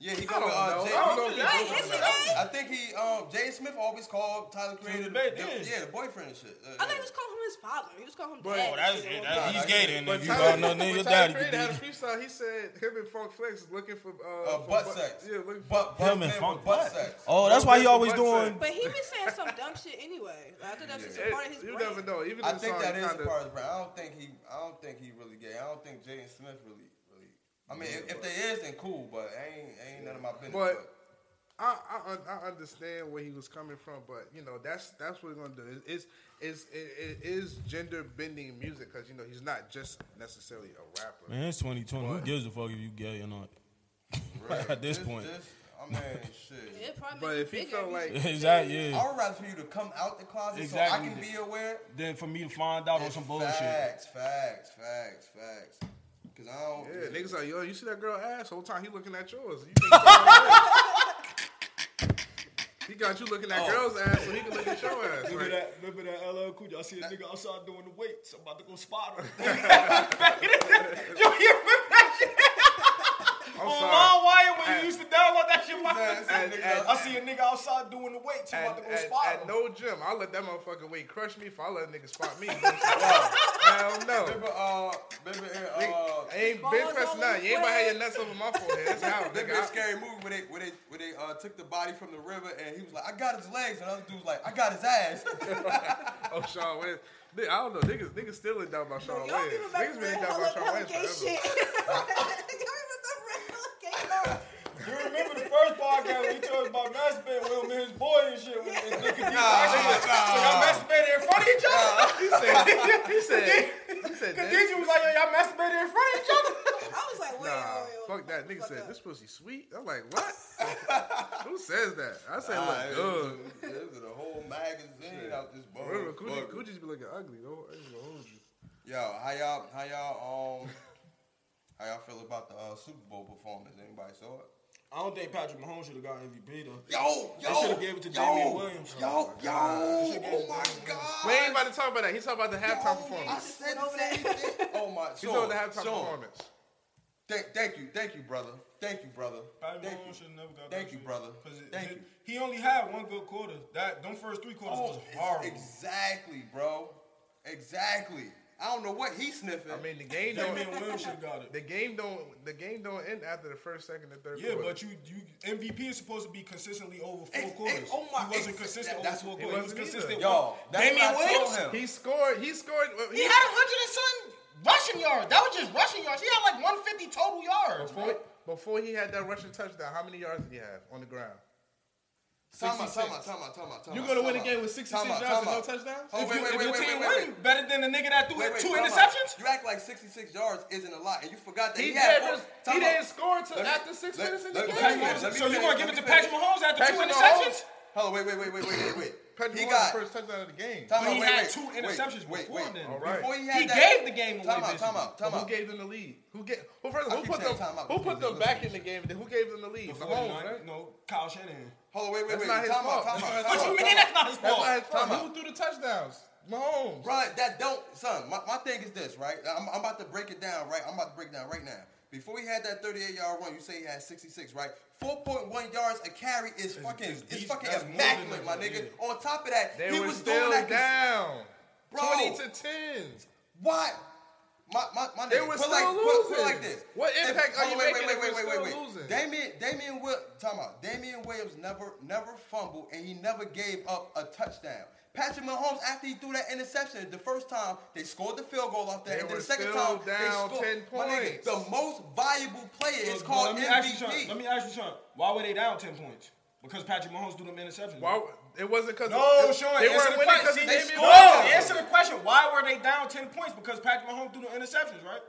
[SPEAKER 4] Yeah,
[SPEAKER 1] I
[SPEAKER 4] he got
[SPEAKER 1] don't
[SPEAKER 4] with uh,
[SPEAKER 1] know.
[SPEAKER 4] Jay.
[SPEAKER 1] I don't know if
[SPEAKER 4] I
[SPEAKER 1] he's Right, over is
[SPEAKER 3] he that. gay?
[SPEAKER 4] I think he, um, Jay Smith always called Tyler Creator,
[SPEAKER 2] debate,
[SPEAKER 4] the,
[SPEAKER 2] yeah.
[SPEAKER 4] yeah, the boyfriend and shit. Uh,
[SPEAKER 3] I thought
[SPEAKER 4] yeah.
[SPEAKER 3] he was calling him his father. He was calling him
[SPEAKER 1] Bro,
[SPEAKER 3] dad.
[SPEAKER 2] Oh,
[SPEAKER 1] that's-
[SPEAKER 3] and shit.
[SPEAKER 4] that's- he's gay
[SPEAKER 2] then.
[SPEAKER 1] But Tyler- but Tyler Creator had a freestyle. He said him and Funk Flex is looking for uh,
[SPEAKER 4] uh,
[SPEAKER 1] for
[SPEAKER 4] butt sex.
[SPEAKER 1] Yeah, looking for
[SPEAKER 4] butt, butt
[SPEAKER 2] Him
[SPEAKER 4] man
[SPEAKER 2] and
[SPEAKER 4] with
[SPEAKER 2] Funk
[SPEAKER 4] butt
[SPEAKER 2] Butt.
[SPEAKER 4] sex.
[SPEAKER 2] Oh, that's why he always
[SPEAKER 1] Butt sex.
[SPEAKER 2] doing.
[SPEAKER 3] But he been saying some dumb shit anyway. Like, I thought that's just a
[SPEAKER 1] It-
[SPEAKER 3] part of his
[SPEAKER 1] you
[SPEAKER 3] brand.
[SPEAKER 1] never know. Even
[SPEAKER 4] I
[SPEAKER 1] the
[SPEAKER 4] think
[SPEAKER 1] song
[SPEAKER 4] that is
[SPEAKER 1] kinda,
[SPEAKER 4] a part of his brand. I don't think he, I don't think he really gay. I don't think Jay and Smith really, really. I mean, if, if they is, then cool, but ain't ain't none of my business.
[SPEAKER 1] But I, I un- I understand where he was coming from, but you know that's that's what we're gonna do. It- It's it's it, it is gender bending music because you know he's not just necessarily a rapper.
[SPEAKER 2] Man, it's 2020. Who gives a fuck if you gay or not?
[SPEAKER 4] Right.
[SPEAKER 2] At this point.
[SPEAKER 4] I mean, shit.
[SPEAKER 3] It probably
[SPEAKER 1] But
[SPEAKER 3] make
[SPEAKER 1] if
[SPEAKER 3] you
[SPEAKER 1] he
[SPEAKER 3] bigger
[SPEAKER 1] felt
[SPEAKER 3] if you
[SPEAKER 1] like
[SPEAKER 2] exactly,
[SPEAKER 4] I
[SPEAKER 2] yeah.
[SPEAKER 4] would rather for you to come out the closet
[SPEAKER 2] Exactly.
[SPEAKER 4] so I can be aware
[SPEAKER 2] Then for me to find out on
[SPEAKER 4] It's
[SPEAKER 2] some bullshit.
[SPEAKER 4] Facts, facts, facts, facts. Cause I don't.
[SPEAKER 1] Yeah, niggas like yo, you see that girl ass whole time he looking at yours. You think it's all right. he got you looking at girls ass so he can look at your ass.
[SPEAKER 2] Remember
[SPEAKER 1] Right?
[SPEAKER 2] Oh. that, remember that LL Cool J? I see a nigga outside doing the weights. I'm about to go spot him.
[SPEAKER 1] I'm
[SPEAKER 2] on
[SPEAKER 1] sorry.
[SPEAKER 2] LimeWire when
[SPEAKER 1] At-
[SPEAKER 2] you used to download that shit. My
[SPEAKER 4] Yes,
[SPEAKER 1] and- and-
[SPEAKER 2] I see a nigga outside doing the weights. He
[SPEAKER 1] At,
[SPEAKER 2] about to go
[SPEAKER 1] at-
[SPEAKER 2] spot
[SPEAKER 1] at
[SPEAKER 2] him.
[SPEAKER 1] no gym, I let that motherfucker weight crush me. If I let a nigga spot me, hell no.
[SPEAKER 4] Remember, uh, remember, in, uh,
[SPEAKER 1] I ain't
[SPEAKER 3] Balls
[SPEAKER 1] bench press
[SPEAKER 3] on
[SPEAKER 1] nothing. You ain't about to have your
[SPEAKER 3] the
[SPEAKER 1] nuts over my forehead. That's how,
[SPEAKER 4] That
[SPEAKER 1] nigga.
[SPEAKER 4] big
[SPEAKER 1] I-
[SPEAKER 4] scary movie where they where they where they uh, took the body from the river and he was like, I got his legs, and other dude was like, I got his ass.
[SPEAKER 1] Oh, Sean Wayne. Nigga, I don't know. Niggas, niggas still in doubt about Sean
[SPEAKER 3] Y'all
[SPEAKER 1] Wayne.
[SPEAKER 3] give it back
[SPEAKER 1] Niggas
[SPEAKER 3] to
[SPEAKER 1] been
[SPEAKER 3] that
[SPEAKER 1] in doubt
[SPEAKER 3] hella
[SPEAKER 1] about Sean Wayne
[SPEAKER 3] delegate shit.
[SPEAKER 1] forever.
[SPEAKER 3] Y'all remember the relegate
[SPEAKER 2] You remember the first podcast when he told us about masturbating with him and his boy and shit? When and look at these actually- So y'all masturbated in front of each other?
[SPEAKER 1] He said, he said, he said,
[SPEAKER 2] Cause
[SPEAKER 1] that,
[SPEAKER 2] DJ was like, yo, y'all masturbated in front of each other?
[SPEAKER 3] I was like, wait,
[SPEAKER 1] nah,
[SPEAKER 3] wait, wait,
[SPEAKER 1] fuck that. Nigga
[SPEAKER 3] fuck
[SPEAKER 1] said,
[SPEAKER 3] up.
[SPEAKER 1] this pussy sweet. I'm like, what? Who says that? I said, look, good.
[SPEAKER 4] There was a whole magazine out this bone.
[SPEAKER 1] Remember, Coochie, Coochie's be looking ugly. Don't, I ain't gonna hold you.
[SPEAKER 4] Yo, how y'all how y'all um how y'all feel about the uh, Super Bowl performance? Anybody saw it?
[SPEAKER 2] I don't think Patrick Mahomes should have got MVP though.
[SPEAKER 4] Yo, yo,
[SPEAKER 2] should've gave it to
[SPEAKER 4] yo,
[SPEAKER 2] Damian Williams.
[SPEAKER 4] Yo, yo,
[SPEAKER 2] They should've gave
[SPEAKER 4] oh
[SPEAKER 2] it to
[SPEAKER 4] my
[SPEAKER 2] Damian
[SPEAKER 4] god.
[SPEAKER 1] We ain't about to talk about that. He's talking about the halftime
[SPEAKER 4] Yo, I
[SPEAKER 1] performance.
[SPEAKER 4] said
[SPEAKER 3] Over
[SPEAKER 4] the
[SPEAKER 3] there.
[SPEAKER 4] same thing. Oh my,
[SPEAKER 1] He's talking
[SPEAKER 4] Sean,
[SPEAKER 1] about the halftime
[SPEAKER 4] Sean,
[SPEAKER 1] performance.
[SPEAKER 4] thank, thank you, thank you, brother, thank you, brother,
[SPEAKER 2] Patrick
[SPEAKER 4] thank
[SPEAKER 2] Mahomes
[SPEAKER 4] you.
[SPEAKER 2] should have never got
[SPEAKER 4] Thank
[SPEAKER 2] that
[SPEAKER 4] you,
[SPEAKER 2] shit.
[SPEAKER 4] brother.
[SPEAKER 2] 'Cause it-
[SPEAKER 4] Thank you.
[SPEAKER 2] it- He only had one good quarter. That them first three quarters
[SPEAKER 4] Oh,
[SPEAKER 2] was
[SPEAKER 4] it's-
[SPEAKER 2] horrible.
[SPEAKER 4] exactly, bro, exactly. I don't know what he's sniffing.
[SPEAKER 1] I mean, the game
[SPEAKER 2] Damian
[SPEAKER 1] don't.
[SPEAKER 2] Williams should have got it.
[SPEAKER 1] The game don't. The game don't end after the first, second, and third
[SPEAKER 2] Yeah,
[SPEAKER 1] quarter.
[SPEAKER 2] but you, you MVP is supposed to be consistently over four
[SPEAKER 4] Ex- ex-
[SPEAKER 2] quarters.
[SPEAKER 4] oh my-
[SPEAKER 2] he wasn't
[SPEAKER 4] ex-
[SPEAKER 2] consistent
[SPEAKER 4] that-
[SPEAKER 2] over
[SPEAKER 4] that's-
[SPEAKER 2] four
[SPEAKER 4] he
[SPEAKER 2] quarters. He was
[SPEAKER 1] wasn't either.
[SPEAKER 2] consistent.
[SPEAKER 4] Yo, that's
[SPEAKER 2] Damian
[SPEAKER 4] what I told
[SPEAKER 2] Williams?
[SPEAKER 4] him.
[SPEAKER 1] he scored. He scored.
[SPEAKER 7] He had 100 and something rushing yards. That was just rushing yards. He had like 150 total yards.
[SPEAKER 1] Before, before he had that rushing touchdown, how many yards did he have on the ground?
[SPEAKER 4] Time out, time out, time out, time out, time
[SPEAKER 1] You
[SPEAKER 4] out,
[SPEAKER 1] gonna
[SPEAKER 4] time
[SPEAKER 1] win a
[SPEAKER 4] out.
[SPEAKER 1] game with 66
[SPEAKER 4] Time out,
[SPEAKER 1] yards
[SPEAKER 4] time
[SPEAKER 1] and
[SPEAKER 4] out.
[SPEAKER 1] no touchdowns?
[SPEAKER 4] Oh,
[SPEAKER 1] If
[SPEAKER 4] wait,
[SPEAKER 7] you,
[SPEAKER 4] wait,
[SPEAKER 7] if
[SPEAKER 4] wait,
[SPEAKER 7] your
[SPEAKER 4] wait,
[SPEAKER 7] team
[SPEAKER 4] wait, wait.
[SPEAKER 7] winning better than the nigga that threw
[SPEAKER 4] Wait, wait,
[SPEAKER 7] two
[SPEAKER 4] time out.
[SPEAKER 7] interceptions?
[SPEAKER 4] You act like 66 yards isn't a lot, and you forgot that
[SPEAKER 1] He,
[SPEAKER 4] he, had.
[SPEAKER 1] didn't,
[SPEAKER 4] four-
[SPEAKER 1] he
[SPEAKER 4] time out.
[SPEAKER 1] didn't score until
[SPEAKER 4] Let me-
[SPEAKER 1] after six
[SPEAKER 4] let-
[SPEAKER 1] minutes in the
[SPEAKER 4] let-
[SPEAKER 1] game.
[SPEAKER 4] let me
[SPEAKER 1] Patrick
[SPEAKER 4] finish, let me
[SPEAKER 2] so you gonna
[SPEAKER 4] finish,
[SPEAKER 2] give
[SPEAKER 4] let
[SPEAKER 2] it to
[SPEAKER 4] me
[SPEAKER 2] Patrick
[SPEAKER 4] finish.
[SPEAKER 2] Mahomes after two
[SPEAKER 1] Patrick
[SPEAKER 2] interceptions?
[SPEAKER 4] Hold on, wait, wait, wait, wait, wait, wait, wait.
[SPEAKER 1] Patrick
[SPEAKER 4] he
[SPEAKER 1] Mahomes
[SPEAKER 4] got.
[SPEAKER 1] the first touchdown of the game.
[SPEAKER 4] time
[SPEAKER 2] But
[SPEAKER 4] out,
[SPEAKER 2] he
[SPEAKER 4] wait,
[SPEAKER 2] had
[SPEAKER 4] wait,
[SPEAKER 2] two
[SPEAKER 4] wait,
[SPEAKER 2] interceptions
[SPEAKER 4] wait,
[SPEAKER 2] before
[SPEAKER 4] wait.
[SPEAKER 2] then.
[SPEAKER 1] All right.
[SPEAKER 4] Before he had
[SPEAKER 7] He
[SPEAKER 4] that-
[SPEAKER 7] gave the game away,
[SPEAKER 4] Time out, time
[SPEAKER 7] basically.
[SPEAKER 4] out, time
[SPEAKER 1] Who
[SPEAKER 4] out.
[SPEAKER 1] gave them the lead? Who get? Who first?
[SPEAKER 4] I
[SPEAKER 1] Who
[SPEAKER 4] keep
[SPEAKER 1] put them?
[SPEAKER 4] saying time out
[SPEAKER 1] Who put
[SPEAKER 4] because
[SPEAKER 1] them
[SPEAKER 4] they
[SPEAKER 1] back in
[SPEAKER 4] listen.
[SPEAKER 1] the game? Then who gave them the lead?
[SPEAKER 2] The
[SPEAKER 1] Mahomes,
[SPEAKER 2] 49
[SPEAKER 1] right?
[SPEAKER 2] No, Kyle Shanahan.
[SPEAKER 4] Hold on, wait, wait,
[SPEAKER 1] That's
[SPEAKER 4] wait.
[SPEAKER 1] not his
[SPEAKER 4] Time out,
[SPEAKER 1] fault.
[SPEAKER 4] time out.
[SPEAKER 7] What
[SPEAKER 4] time
[SPEAKER 7] you mean
[SPEAKER 4] out, time
[SPEAKER 7] that's
[SPEAKER 4] out.
[SPEAKER 7] not his
[SPEAKER 1] That's not
[SPEAKER 7] fault?
[SPEAKER 1] his fault.
[SPEAKER 4] Time out.
[SPEAKER 1] Who threw the touchdowns? Mahomes.
[SPEAKER 4] Right, that don't, son. My, my thing is this, right? I'm, I'm about to break it down, right? I'm about to break it down right now. Before he had that 38 yard run, you say he had 66, right? 4.1 yards a carry is fucking,
[SPEAKER 2] it's
[SPEAKER 4] is
[SPEAKER 2] decent.
[SPEAKER 4] fucking
[SPEAKER 2] That's more than
[SPEAKER 4] immaculate, my
[SPEAKER 2] that,
[SPEAKER 4] nigga. On top of that,
[SPEAKER 1] They
[SPEAKER 4] he
[SPEAKER 1] were
[SPEAKER 4] was
[SPEAKER 1] still
[SPEAKER 4] doing that. cons-
[SPEAKER 1] down.
[SPEAKER 4] Bro.
[SPEAKER 1] Twenty to ten.
[SPEAKER 4] Why? My, my, my
[SPEAKER 1] They
[SPEAKER 4] nigga,
[SPEAKER 1] were
[SPEAKER 4] put
[SPEAKER 1] still
[SPEAKER 4] like, Put, put
[SPEAKER 1] losing.
[SPEAKER 4] like this.
[SPEAKER 1] What
[SPEAKER 4] If-
[SPEAKER 1] impact are
[SPEAKER 4] hold
[SPEAKER 1] you
[SPEAKER 4] on, wait,
[SPEAKER 1] making
[SPEAKER 4] wait,
[SPEAKER 1] if
[SPEAKER 4] wait,
[SPEAKER 1] we're
[SPEAKER 4] wait,
[SPEAKER 1] still
[SPEAKER 4] wait, wait.
[SPEAKER 1] losing?
[SPEAKER 4] Damian, Damian, Will, time out. Damian Williams never, never fumbled, and he never gave up a touchdown. Patrick Mahomes, after he threw that interception, the first time they scored the field goal off that,
[SPEAKER 1] They
[SPEAKER 4] and then
[SPEAKER 1] were
[SPEAKER 4] the second
[SPEAKER 1] still
[SPEAKER 4] time they
[SPEAKER 1] down
[SPEAKER 4] scored.
[SPEAKER 1] 10
[SPEAKER 4] My nigga,
[SPEAKER 1] points.
[SPEAKER 4] the most valuable player is
[SPEAKER 2] But
[SPEAKER 4] called
[SPEAKER 2] let me ask you
[SPEAKER 4] MVP.
[SPEAKER 2] something. Let me ask you something. Why were they down 10 points? Because Patrick Mahomes threw them interceptions.
[SPEAKER 1] Why? It wasn't because
[SPEAKER 2] No, Sean.
[SPEAKER 1] They
[SPEAKER 2] answer
[SPEAKER 1] weren't
[SPEAKER 2] the
[SPEAKER 1] winning
[SPEAKER 2] question.
[SPEAKER 1] because
[SPEAKER 2] See,
[SPEAKER 1] Damian
[SPEAKER 2] they-
[SPEAKER 1] Williams.
[SPEAKER 2] No, answer the question. Why were they down 10 points? Because Patrick Mahomes threw the interceptions, right?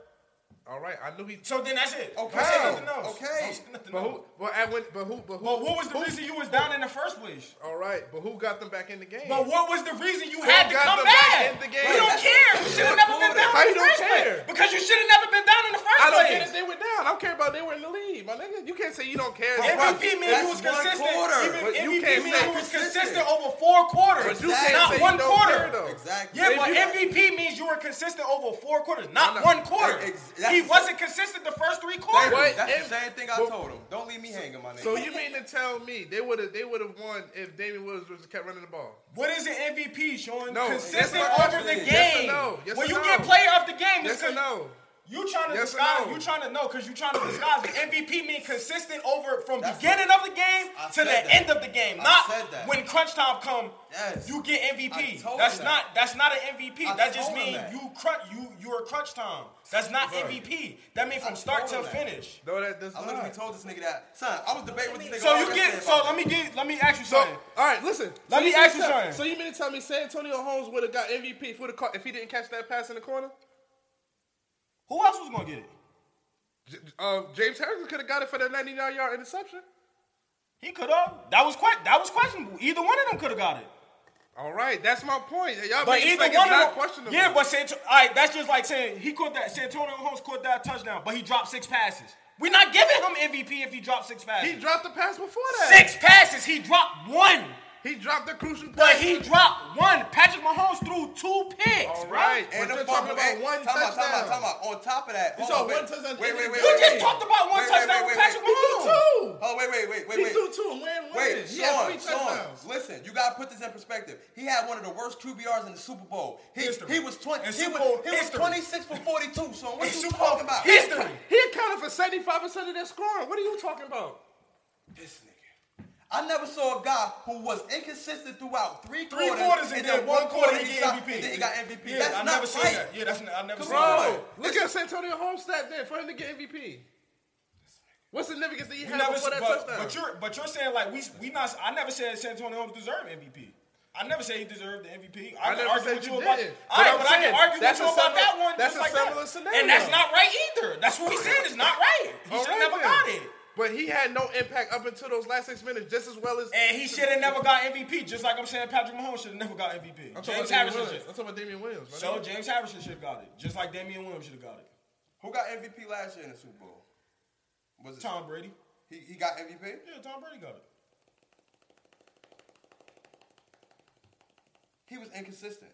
[SPEAKER 1] All right, I knew he.
[SPEAKER 2] So then that's it.
[SPEAKER 4] Okay.
[SPEAKER 2] Don't say nothing else.
[SPEAKER 4] Okay.
[SPEAKER 2] Don't say nothing
[SPEAKER 1] But
[SPEAKER 2] else.
[SPEAKER 1] who? But at when? But who? But who?
[SPEAKER 2] But what was the reason you was down in the first place?
[SPEAKER 1] All right, but who got them back in the game?
[SPEAKER 2] But what was the reason you had to
[SPEAKER 1] got
[SPEAKER 2] come
[SPEAKER 1] them
[SPEAKER 2] back?
[SPEAKER 1] back in the game?
[SPEAKER 2] You don't care. You should have never been down
[SPEAKER 1] How you
[SPEAKER 2] in the
[SPEAKER 1] don't
[SPEAKER 2] first
[SPEAKER 1] care?
[SPEAKER 2] place. Because you should have never been down in the first
[SPEAKER 1] I don't
[SPEAKER 2] place.
[SPEAKER 1] care that they were down. I don't care about they were in the lead, my nigga. You can't say you don't care.
[SPEAKER 2] MVP means
[SPEAKER 4] That's
[SPEAKER 2] you was
[SPEAKER 4] one
[SPEAKER 2] consistent.
[SPEAKER 4] quarter.
[SPEAKER 2] Even
[SPEAKER 1] But you
[SPEAKER 2] MVP
[SPEAKER 1] can't
[SPEAKER 2] means
[SPEAKER 1] say
[SPEAKER 2] you was
[SPEAKER 4] consistent.
[SPEAKER 2] consistent over four quarters,
[SPEAKER 1] But you
[SPEAKER 4] Exactly.
[SPEAKER 1] can't
[SPEAKER 2] not
[SPEAKER 1] say
[SPEAKER 2] one
[SPEAKER 1] you don't
[SPEAKER 2] quarter.
[SPEAKER 1] care, though.
[SPEAKER 4] Exactly.
[SPEAKER 2] Yeah, but
[SPEAKER 1] If you-
[SPEAKER 2] MVP means you were consistent over four quarters, not
[SPEAKER 1] I know.
[SPEAKER 2] one quarter.
[SPEAKER 4] Ex- that's-
[SPEAKER 2] he wasn't consistent the first three
[SPEAKER 4] Thank
[SPEAKER 2] quarters.
[SPEAKER 4] you.
[SPEAKER 1] What
[SPEAKER 4] That's
[SPEAKER 1] if-
[SPEAKER 4] the same thing I
[SPEAKER 1] but-
[SPEAKER 4] told him. Don't leave me hanging, my nigga.
[SPEAKER 1] So you mean to tell me they would have they would have won if Damian Williams was kept running the ball?
[SPEAKER 2] What is an MVP, Sean?
[SPEAKER 1] No, that's
[SPEAKER 2] consistent
[SPEAKER 1] my
[SPEAKER 2] over
[SPEAKER 4] question.
[SPEAKER 2] the game.
[SPEAKER 1] Yes or no? Yes
[SPEAKER 2] when
[SPEAKER 1] or
[SPEAKER 2] you
[SPEAKER 1] no?
[SPEAKER 2] get player of the game, it's
[SPEAKER 1] Yes or
[SPEAKER 2] because
[SPEAKER 1] no?
[SPEAKER 2] you trying to
[SPEAKER 1] Yes or
[SPEAKER 2] disguise.
[SPEAKER 1] no?
[SPEAKER 2] You trying to know because you trying to disguise. The MVP mean consistent over from beginning of the game
[SPEAKER 4] I
[SPEAKER 2] to the
[SPEAKER 4] said that.
[SPEAKER 2] end of the game,
[SPEAKER 4] I
[SPEAKER 2] not
[SPEAKER 4] said that.
[SPEAKER 2] when crunch time come.
[SPEAKER 4] Yes.
[SPEAKER 2] You get
[SPEAKER 4] I
[SPEAKER 2] MVP.
[SPEAKER 4] told
[SPEAKER 2] That's
[SPEAKER 4] him
[SPEAKER 2] not that's not an MVP.
[SPEAKER 4] I
[SPEAKER 2] that just
[SPEAKER 4] told him
[SPEAKER 2] means
[SPEAKER 4] that.
[SPEAKER 2] you crunch you you're a crunch time. That's not MVP. That means from
[SPEAKER 4] I
[SPEAKER 2] start
[SPEAKER 4] told
[SPEAKER 2] to
[SPEAKER 4] him that.
[SPEAKER 2] finish.
[SPEAKER 1] No, that does
[SPEAKER 4] I
[SPEAKER 1] not.
[SPEAKER 4] literally told this nigga that. Son, I was debating with this nigga.
[SPEAKER 2] So
[SPEAKER 4] all
[SPEAKER 2] you
[SPEAKER 4] yesterday
[SPEAKER 2] get so
[SPEAKER 4] about
[SPEAKER 2] let me get let me ask you
[SPEAKER 1] So,
[SPEAKER 2] something.
[SPEAKER 1] all right, listen. So
[SPEAKER 2] Let me
[SPEAKER 1] mean
[SPEAKER 2] ask
[SPEAKER 1] to
[SPEAKER 2] you
[SPEAKER 1] tell-
[SPEAKER 2] something.
[SPEAKER 1] So you mean to tell me San Antonio Holmes would have got MVP if, would've caught, if he didn't catch that pass in the corner?
[SPEAKER 2] Who else was gonna get it?
[SPEAKER 1] J- uh, James Harrison could have got it for that 99 yard interception.
[SPEAKER 2] He could have. That was que- that was questionable. Either one of them could have got it.
[SPEAKER 1] All right, that's my point. Y'all
[SPEAKER 2] But
[SPEAKER 1] make it
[SPEAKER 2] either
[SPEAKER 1] like
[SPEAKER 2] one
[SPEAKER 1] it's not
[SPEAKER 2] of them,
[SPEAKER 1] questionable.
[SPEAKER 2] yeah. But Santo, all right, that's just like saying he caught that. Santonio Holmes caught that touchdown, but he dropped six passes. We're not giving him MVP if he dropped six passes.
[SPEAKER 1] he dropped the pass before that.
[SPEAKER 2] six passes. He dropped one.
[SPEAKER 1] He dropped the crucial
[SPEAKER 7] But
[SPEAKER 1] pass.
[SPEAKER 7] he dropped one. Patrick Mahomes threw two picks.
[SPEAKER 1] All
[SPEAKER 7] bro.
[SPEAKER 1] right. but
[SPEAKER 4] And the
[SPEAKER 1] you're talking
[SPEAKER 4] fucking-
[SPEAKER 1] about one
[SPEAKER 4] time out, time out,
[SPEAKER 1] touchdown.
[SPEAKER 4] time out. On top of that,
[SPEAKER 1] You
[SPEAKER 4] hold
[SPEAKER 1] saw
[SPEAKER 4] on, wait,
[SPEAKER 1] one touchdown.
[SPEAKER 4] Wait, wait, wait.
[SPEAKER 7] You
[SPEAKER 4] wait,
[SPEAKER 7] just
[SPEAKER 4] wait.
[SPEAKER 7] talked about one
[SPEAKER 4] Wait, wait,
[SPEAKER 7] touchdown
[SPEAKER 4] wait,
[SPEAKER 7] with
[SPEAKER 4] wait,
[SPEAKER 7] Patrick
[SPEAKER 4] wait.
[SPEAKER 7] Mahomes.
[SPEAKER 1] Two.
[SPEAKER 4] Oh wait, wait, wait, wait,
[SPEAKER 1] He
[SPEAKER 4] wait.
[SPEAKER 1] threw two and win one.
[SPEAKER 4] Wait,
[SPEAKER 1] he had
[SPEAKER 4] Sean,
[SPEAKER 1] three
[SPEAKER 4] Sean,
[SPEAKER 1] touchdowns.
[SPEAKER 4] listen, you gotta put this in perspective. He had one of the worst QBRs in the Super Bowl. He
[SPEAKER 2] History.
[SPEAKER 4] he was twenty.
[SPEAKER 2] In
[SPEAKER 4] He was,
[SPEAKER 2] Super Bowl
[SPEAKER 4] he was
[SPEAKER 2] history.
[SPEAKER 4] twenty six for forty two. So what
[SPEAKER 2] In
[SPEAKER 4] you
[SPEAKER 2] Super Bowl
[SPEAKER 4] talking about?
[SPEAKER 2] history.
[SPEAKER 1] Oh, He accounted for seventy-five percent of their scoring. What are you talking about?
[SPEAKER 4] This nigga. I never saw a guy who was inconsistent throughout three
[SPEAKER 2] Three
[SPEAKER 4] quarters.
[SPEAKER 2] quarters and
[SPEAKER 4] and
[SPEAKER 2] then one quarter he get
[SPEAKER 4] stopped,
[SPEAKER 2] MVP.
[SPEAKER 4] and Then he got MVP.
[SPEAKER 2] Yeah,
[SPEAKER 4] That's
[SPEAKER 2] I
[SPEAKER 4] not
[SPEAKER 2] never seen
[SPEAKER 4] right.
[SPEAKER 2] that. Yeah, that's not, I never seen that.
[SPEAKER 1] Bro, Oh, look at Santonio Holmes stat there for him to get MVP. What's the significance that he
[SPEAKER 2] You
[SPEAKER 1] had
[SPEAKER 2] never,
[SPEAKER 1] before
[SPEAKER 2] but,
[SPEAKER 1] that touchdown?
[SPEAKER 2] but you're but you're saying like we we not. I never said San Antonio Holmes deserved MVP. I never said he deserved the MVP. I,
[SPEAKER 1] I
[SPEAKER 2] can
[SPEAKER 1] never
[SPEAKER 2] argue
[SPEAKER 1] said
[SPEAKER 2] with
[SPEAKER 1] you
[SPEAKER 2] you, about.
[SPEAKER 1] didn't.
[SPEAKER 2] All right,
[SPEAKER 1] But I'm
[SPEAKER 2] but I can
[SPEAKER 1] saying,
[SPEAKER 2] argue with
[SPEAKER 1] that's
[SPEAKER 2] you
[SPEAKER 1] a
[SPEAKER 2] about
[SPEAKER 1] similar-
[SPEAKER 2] that one.
[SPEAKER 1] that's
[SPEAKER 2] just
[SPEAKER 1] a
[SPEAKER 2] like
[SPEAKER 1] similar
[SPEAKER 2] that.
[SPEAKER 1] scenario. Oh,
[SPEAKER 2] and that's not right either. That's what we said is not right. He
[SPEAKER 1] All
[SPEAKER 2] should
[SPEAKER 1] right
[SPEAKER 2] have
[SPEAKER 1] then.
[SPEAKER 2] never got it.
[SPEAKER 1] But he had no impact up until those last six minutes, just as well as.
[SPEAKER 2] And he should have never got MVP. Just like I'm saying, Patrick Mahomes should have never got MVP.
[SPEAKER 1] I'm talking about Damian
[SPEAKER 2] James Harrison
[SPEAKER 1] Williams.
[SPEAKER 2] should.
[SPEAKER 1] I'm talking about Damian Williams. my
[SPEAKER 2] So
[SPEAKER 1] nigga.
[SPEAKER 2] James Harrison should have got it. Just like Damian Williams should have got it.
[SPEAKER 4] Who got MVP last year in the Super Bowl? Was it
[SPEAKER 2] Tom Brady.
[SPEAKER 4] He, he got MVP.
[SPEAKER 2] Yeah, Tom Brady got it.
[SPEAKER 4] He was inconsistent.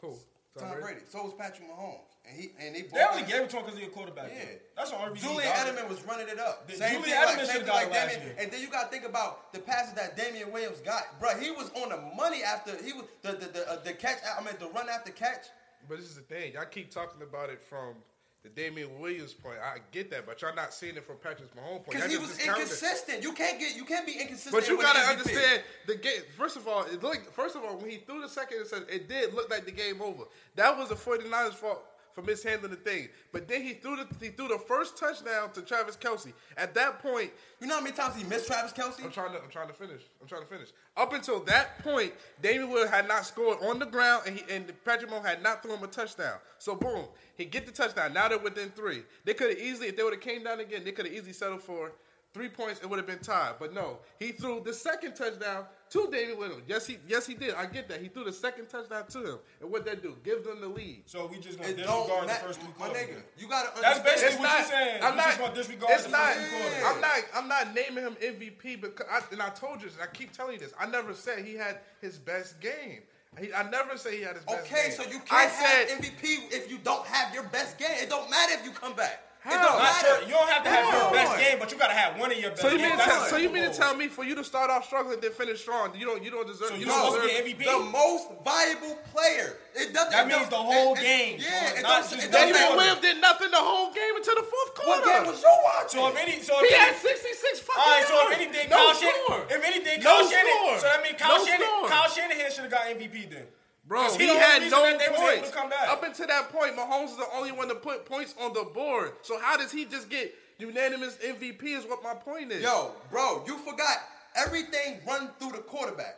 [SPEAKER 1] Cool.
[SPEAKER 4] Tom Brady. So was Patrick Mahomes, and he and they both.
[SPEAKER 2] They only gave it to him because he's a quarterback.
[SPEAKER 4] Yeah.
[SPEAKER 2] though. That's the only reason. he
[SPEAKER 4] Julian
[SPEAKER 2] got it.
[SPEAKER 4] Edelman was running it up.
[SPEAKER 2] The-
[SPEAKER 4] Same
[SPEAKER 2] Julian
[SPEAKER 4] thing, like,
[SPEAKER 2] Edelman
[SPEAKER 4] same
[SPEAKER 2] should've
[SPEAKER 4] thing
[SPEAKER 2] got
[SPEAKER 4] like
[SPEAKER 2] it last
[SPEAKER 4] Damian.
[SPEAKER 2] year.
[SPEAKER 4] And then you got to think about the passes that Damian Williams got, Bruh, He was on the money after he was the the the, uh, the catch. I mean, the run after catch.
[SPEAKER 1] But this is the thing. Y'all keep talking about it from the Damian Williams point. I get that, but y'all not seeing it from Patrick Mahomes' point.
[SPEAKER 4] Because
[SPEAKER 1] Y'all
[SPEAKER 4] he
[SPEAKER 1] just
[SPEAKER 4] was
[SPEAKER 1] discounted it.
[SPEAKER 4] inconsistent. You can't get you can't be inconsistent.
[SPEAKER 1] But you
[SPEAKER 4] with
[SPEAKER 1] gotta
[SPEAKER 4] MVP.
[SPEAKER 1] understand the game. First of all, it looked. First of all, when he threw the second interception, it did look like the game over. That was the 49ers' fault for mishandling the thing. But then he threw the he threw the first touchdown to Travis Kelsey. At that point,
[SPEAKER 4] You know how many times he missed Travis Kelsey?
[SPEAKER 1] I'm trying to I'm trying to finish. I'm trying to finish. Up until that point, Damian Will had not scored on the ground, and he and Patrick Mahomes had not thrown him a touchdown. So boom, he get the touchdown. Now they're within three. They could have easily, if they would have came down again, they could have easily settled for three points. It would have been tied. But no, he threw the second touchdown to Damian Will. Yes, he yes he did. I get that. He threw the second touchdown to him, and what that do? Give them the lead.
[SPEAKER 2] So we just gonna
[SPEAKER 4] It don't
[SPEAKER 2] disregard the
[SPEAKER 4] matter,
[SPEAKER 2] first three
[SPEAKER 4] my
[SPEAKER 2] quarters.
[SPEAKER 4] nigga. You gotta
[SPEAKER 2] That's
[SPEAKER 4] understand.
[SPEAKER 2] basically
[SPEAKER 1] It's
[SPEAKER 2] what
[SPEAKER 1] not-
[SPEAKER 2] you saying.
[SPEAKER 1] I'm
[SPEAKER 2] You
[SPEAKER 1] not.
[SPEAKER 2] just gonna disregard
[SPEAKER 1] it's
[SPEAKER 2] the
[SPEAKER 1] not.
[SPEAKER 2] first three quarters.
[SPEAKER 1] I'm not. I'm not naming him MVP because I, and I told you this. and I keep telling you this. I never said he had his best game. He, I never said he had his best game.
[SPEAKER 4] Okay, so you can't
[SPEAKER 1] I
[SPEAKER 4] have
[SPEAKER 1] said,
[SPEAKER 4] MVP if you don't have your best game. It don't matter if you come back. It
[SPEAKER 1] How?
[SPEAKER 4] don't
[SPEAKER 2] Not
[SPEAKER 4] matter.
[SPEAKER 2] your- you don't have to have
[SPEAKER 4] Come
[SPEAKER 2] your best
[SPEAKER 4] on.
[SPEAKER 2] game, but you gotta have one of your best.
[SPEAKER 1] So you mean
[SPEAKER 2] games.
[SPEAKER 1] to tell,
[SPEAKER 2] That's
[SPEAKER 1] so you mean to
[SPEAKER 2] Super
[SPEAKER 1] tell
[SPEAKER 2] Bowl.
[SPEAKER 1] me for you to start off struggling then finish strong? You don't. You don't deserve.
[SPEAKER 2] So
[SPEAKER 1] you
[SPEAKER 2] you
[SPEAKER 1] don't
[SPEAKER 2] supposed to
[SPEAKER 1] deserve.
[SPEAKER 2] be MVP?
[SPEAKER 4] the most valuable player. It doesn't.
[SPEAKER 2] That
[SPEAKER 4] it
[SPEAKER 2] means
[SPEAKER 4] don't-
[SPEAKER 2] the whole
[SPEAKER 4] it- it-
[SPEAKER 2] game,
[SPEAKER 4] Yeah,
[SPEAKER 2] Sean,
[SPEAKER 4] it
[SPEAKER 2] not
[SPEAKER 4] doesn't. It doesn't.
[SPEAKER 2] just one
[SPEAKER 1] David
[SPEAKER 2] quarter.
[SPEAKER 1] Williams did nothing the whole game until the fourth
[SPEAKER 4] What game
[SPEAKER 1] quarter.
[SPEAKER 4] was you watching?
[SPEAKER 2] So if any, so if
[SPEAKER 1] He had
[SPEAKER 2] any,
[SPEAKER 1] 66 fucking
[SPEAKER 2] all right, so if
[SPEAKER 1] yards.
[SPEAKER 2] anything,
[SPEAKER 1] no
[SPEAKER 2] Kyle
[SPEAKER 1] score.
[SPEAKER 2] Shanahan, if anything,
[SPEAKER 1] No
[SPEAKER 2] Kyle Shanahan,
[SPEAKER 1] score.
[SPEAKER 2] so that means Kyle
[SPEAKER 1] No score.
[SPEAKER 2] Shanahan, Kyle Shanahan should have got MVP then.
[SPEAKER 1] Bro,
[SPEAKER 2] 'Cause
[SPEAKER 1] he,
[SPEAKER 2] the only
[SPEAKER 1] had
[SPEAKER 2] reason
[SPEAKER 1] no
[SPEAKER 2] that they was able to
[SPEAKER 1] points.
[SPEAKER 2] come back.
[SPEAKER 1] Up until that point, Mahomes is the only one to put points on the board. So how does he just get unanimous MVP? Is what my point is.
[SPEAKER 4] Yo, bro, you forgot everything run through the quarterback.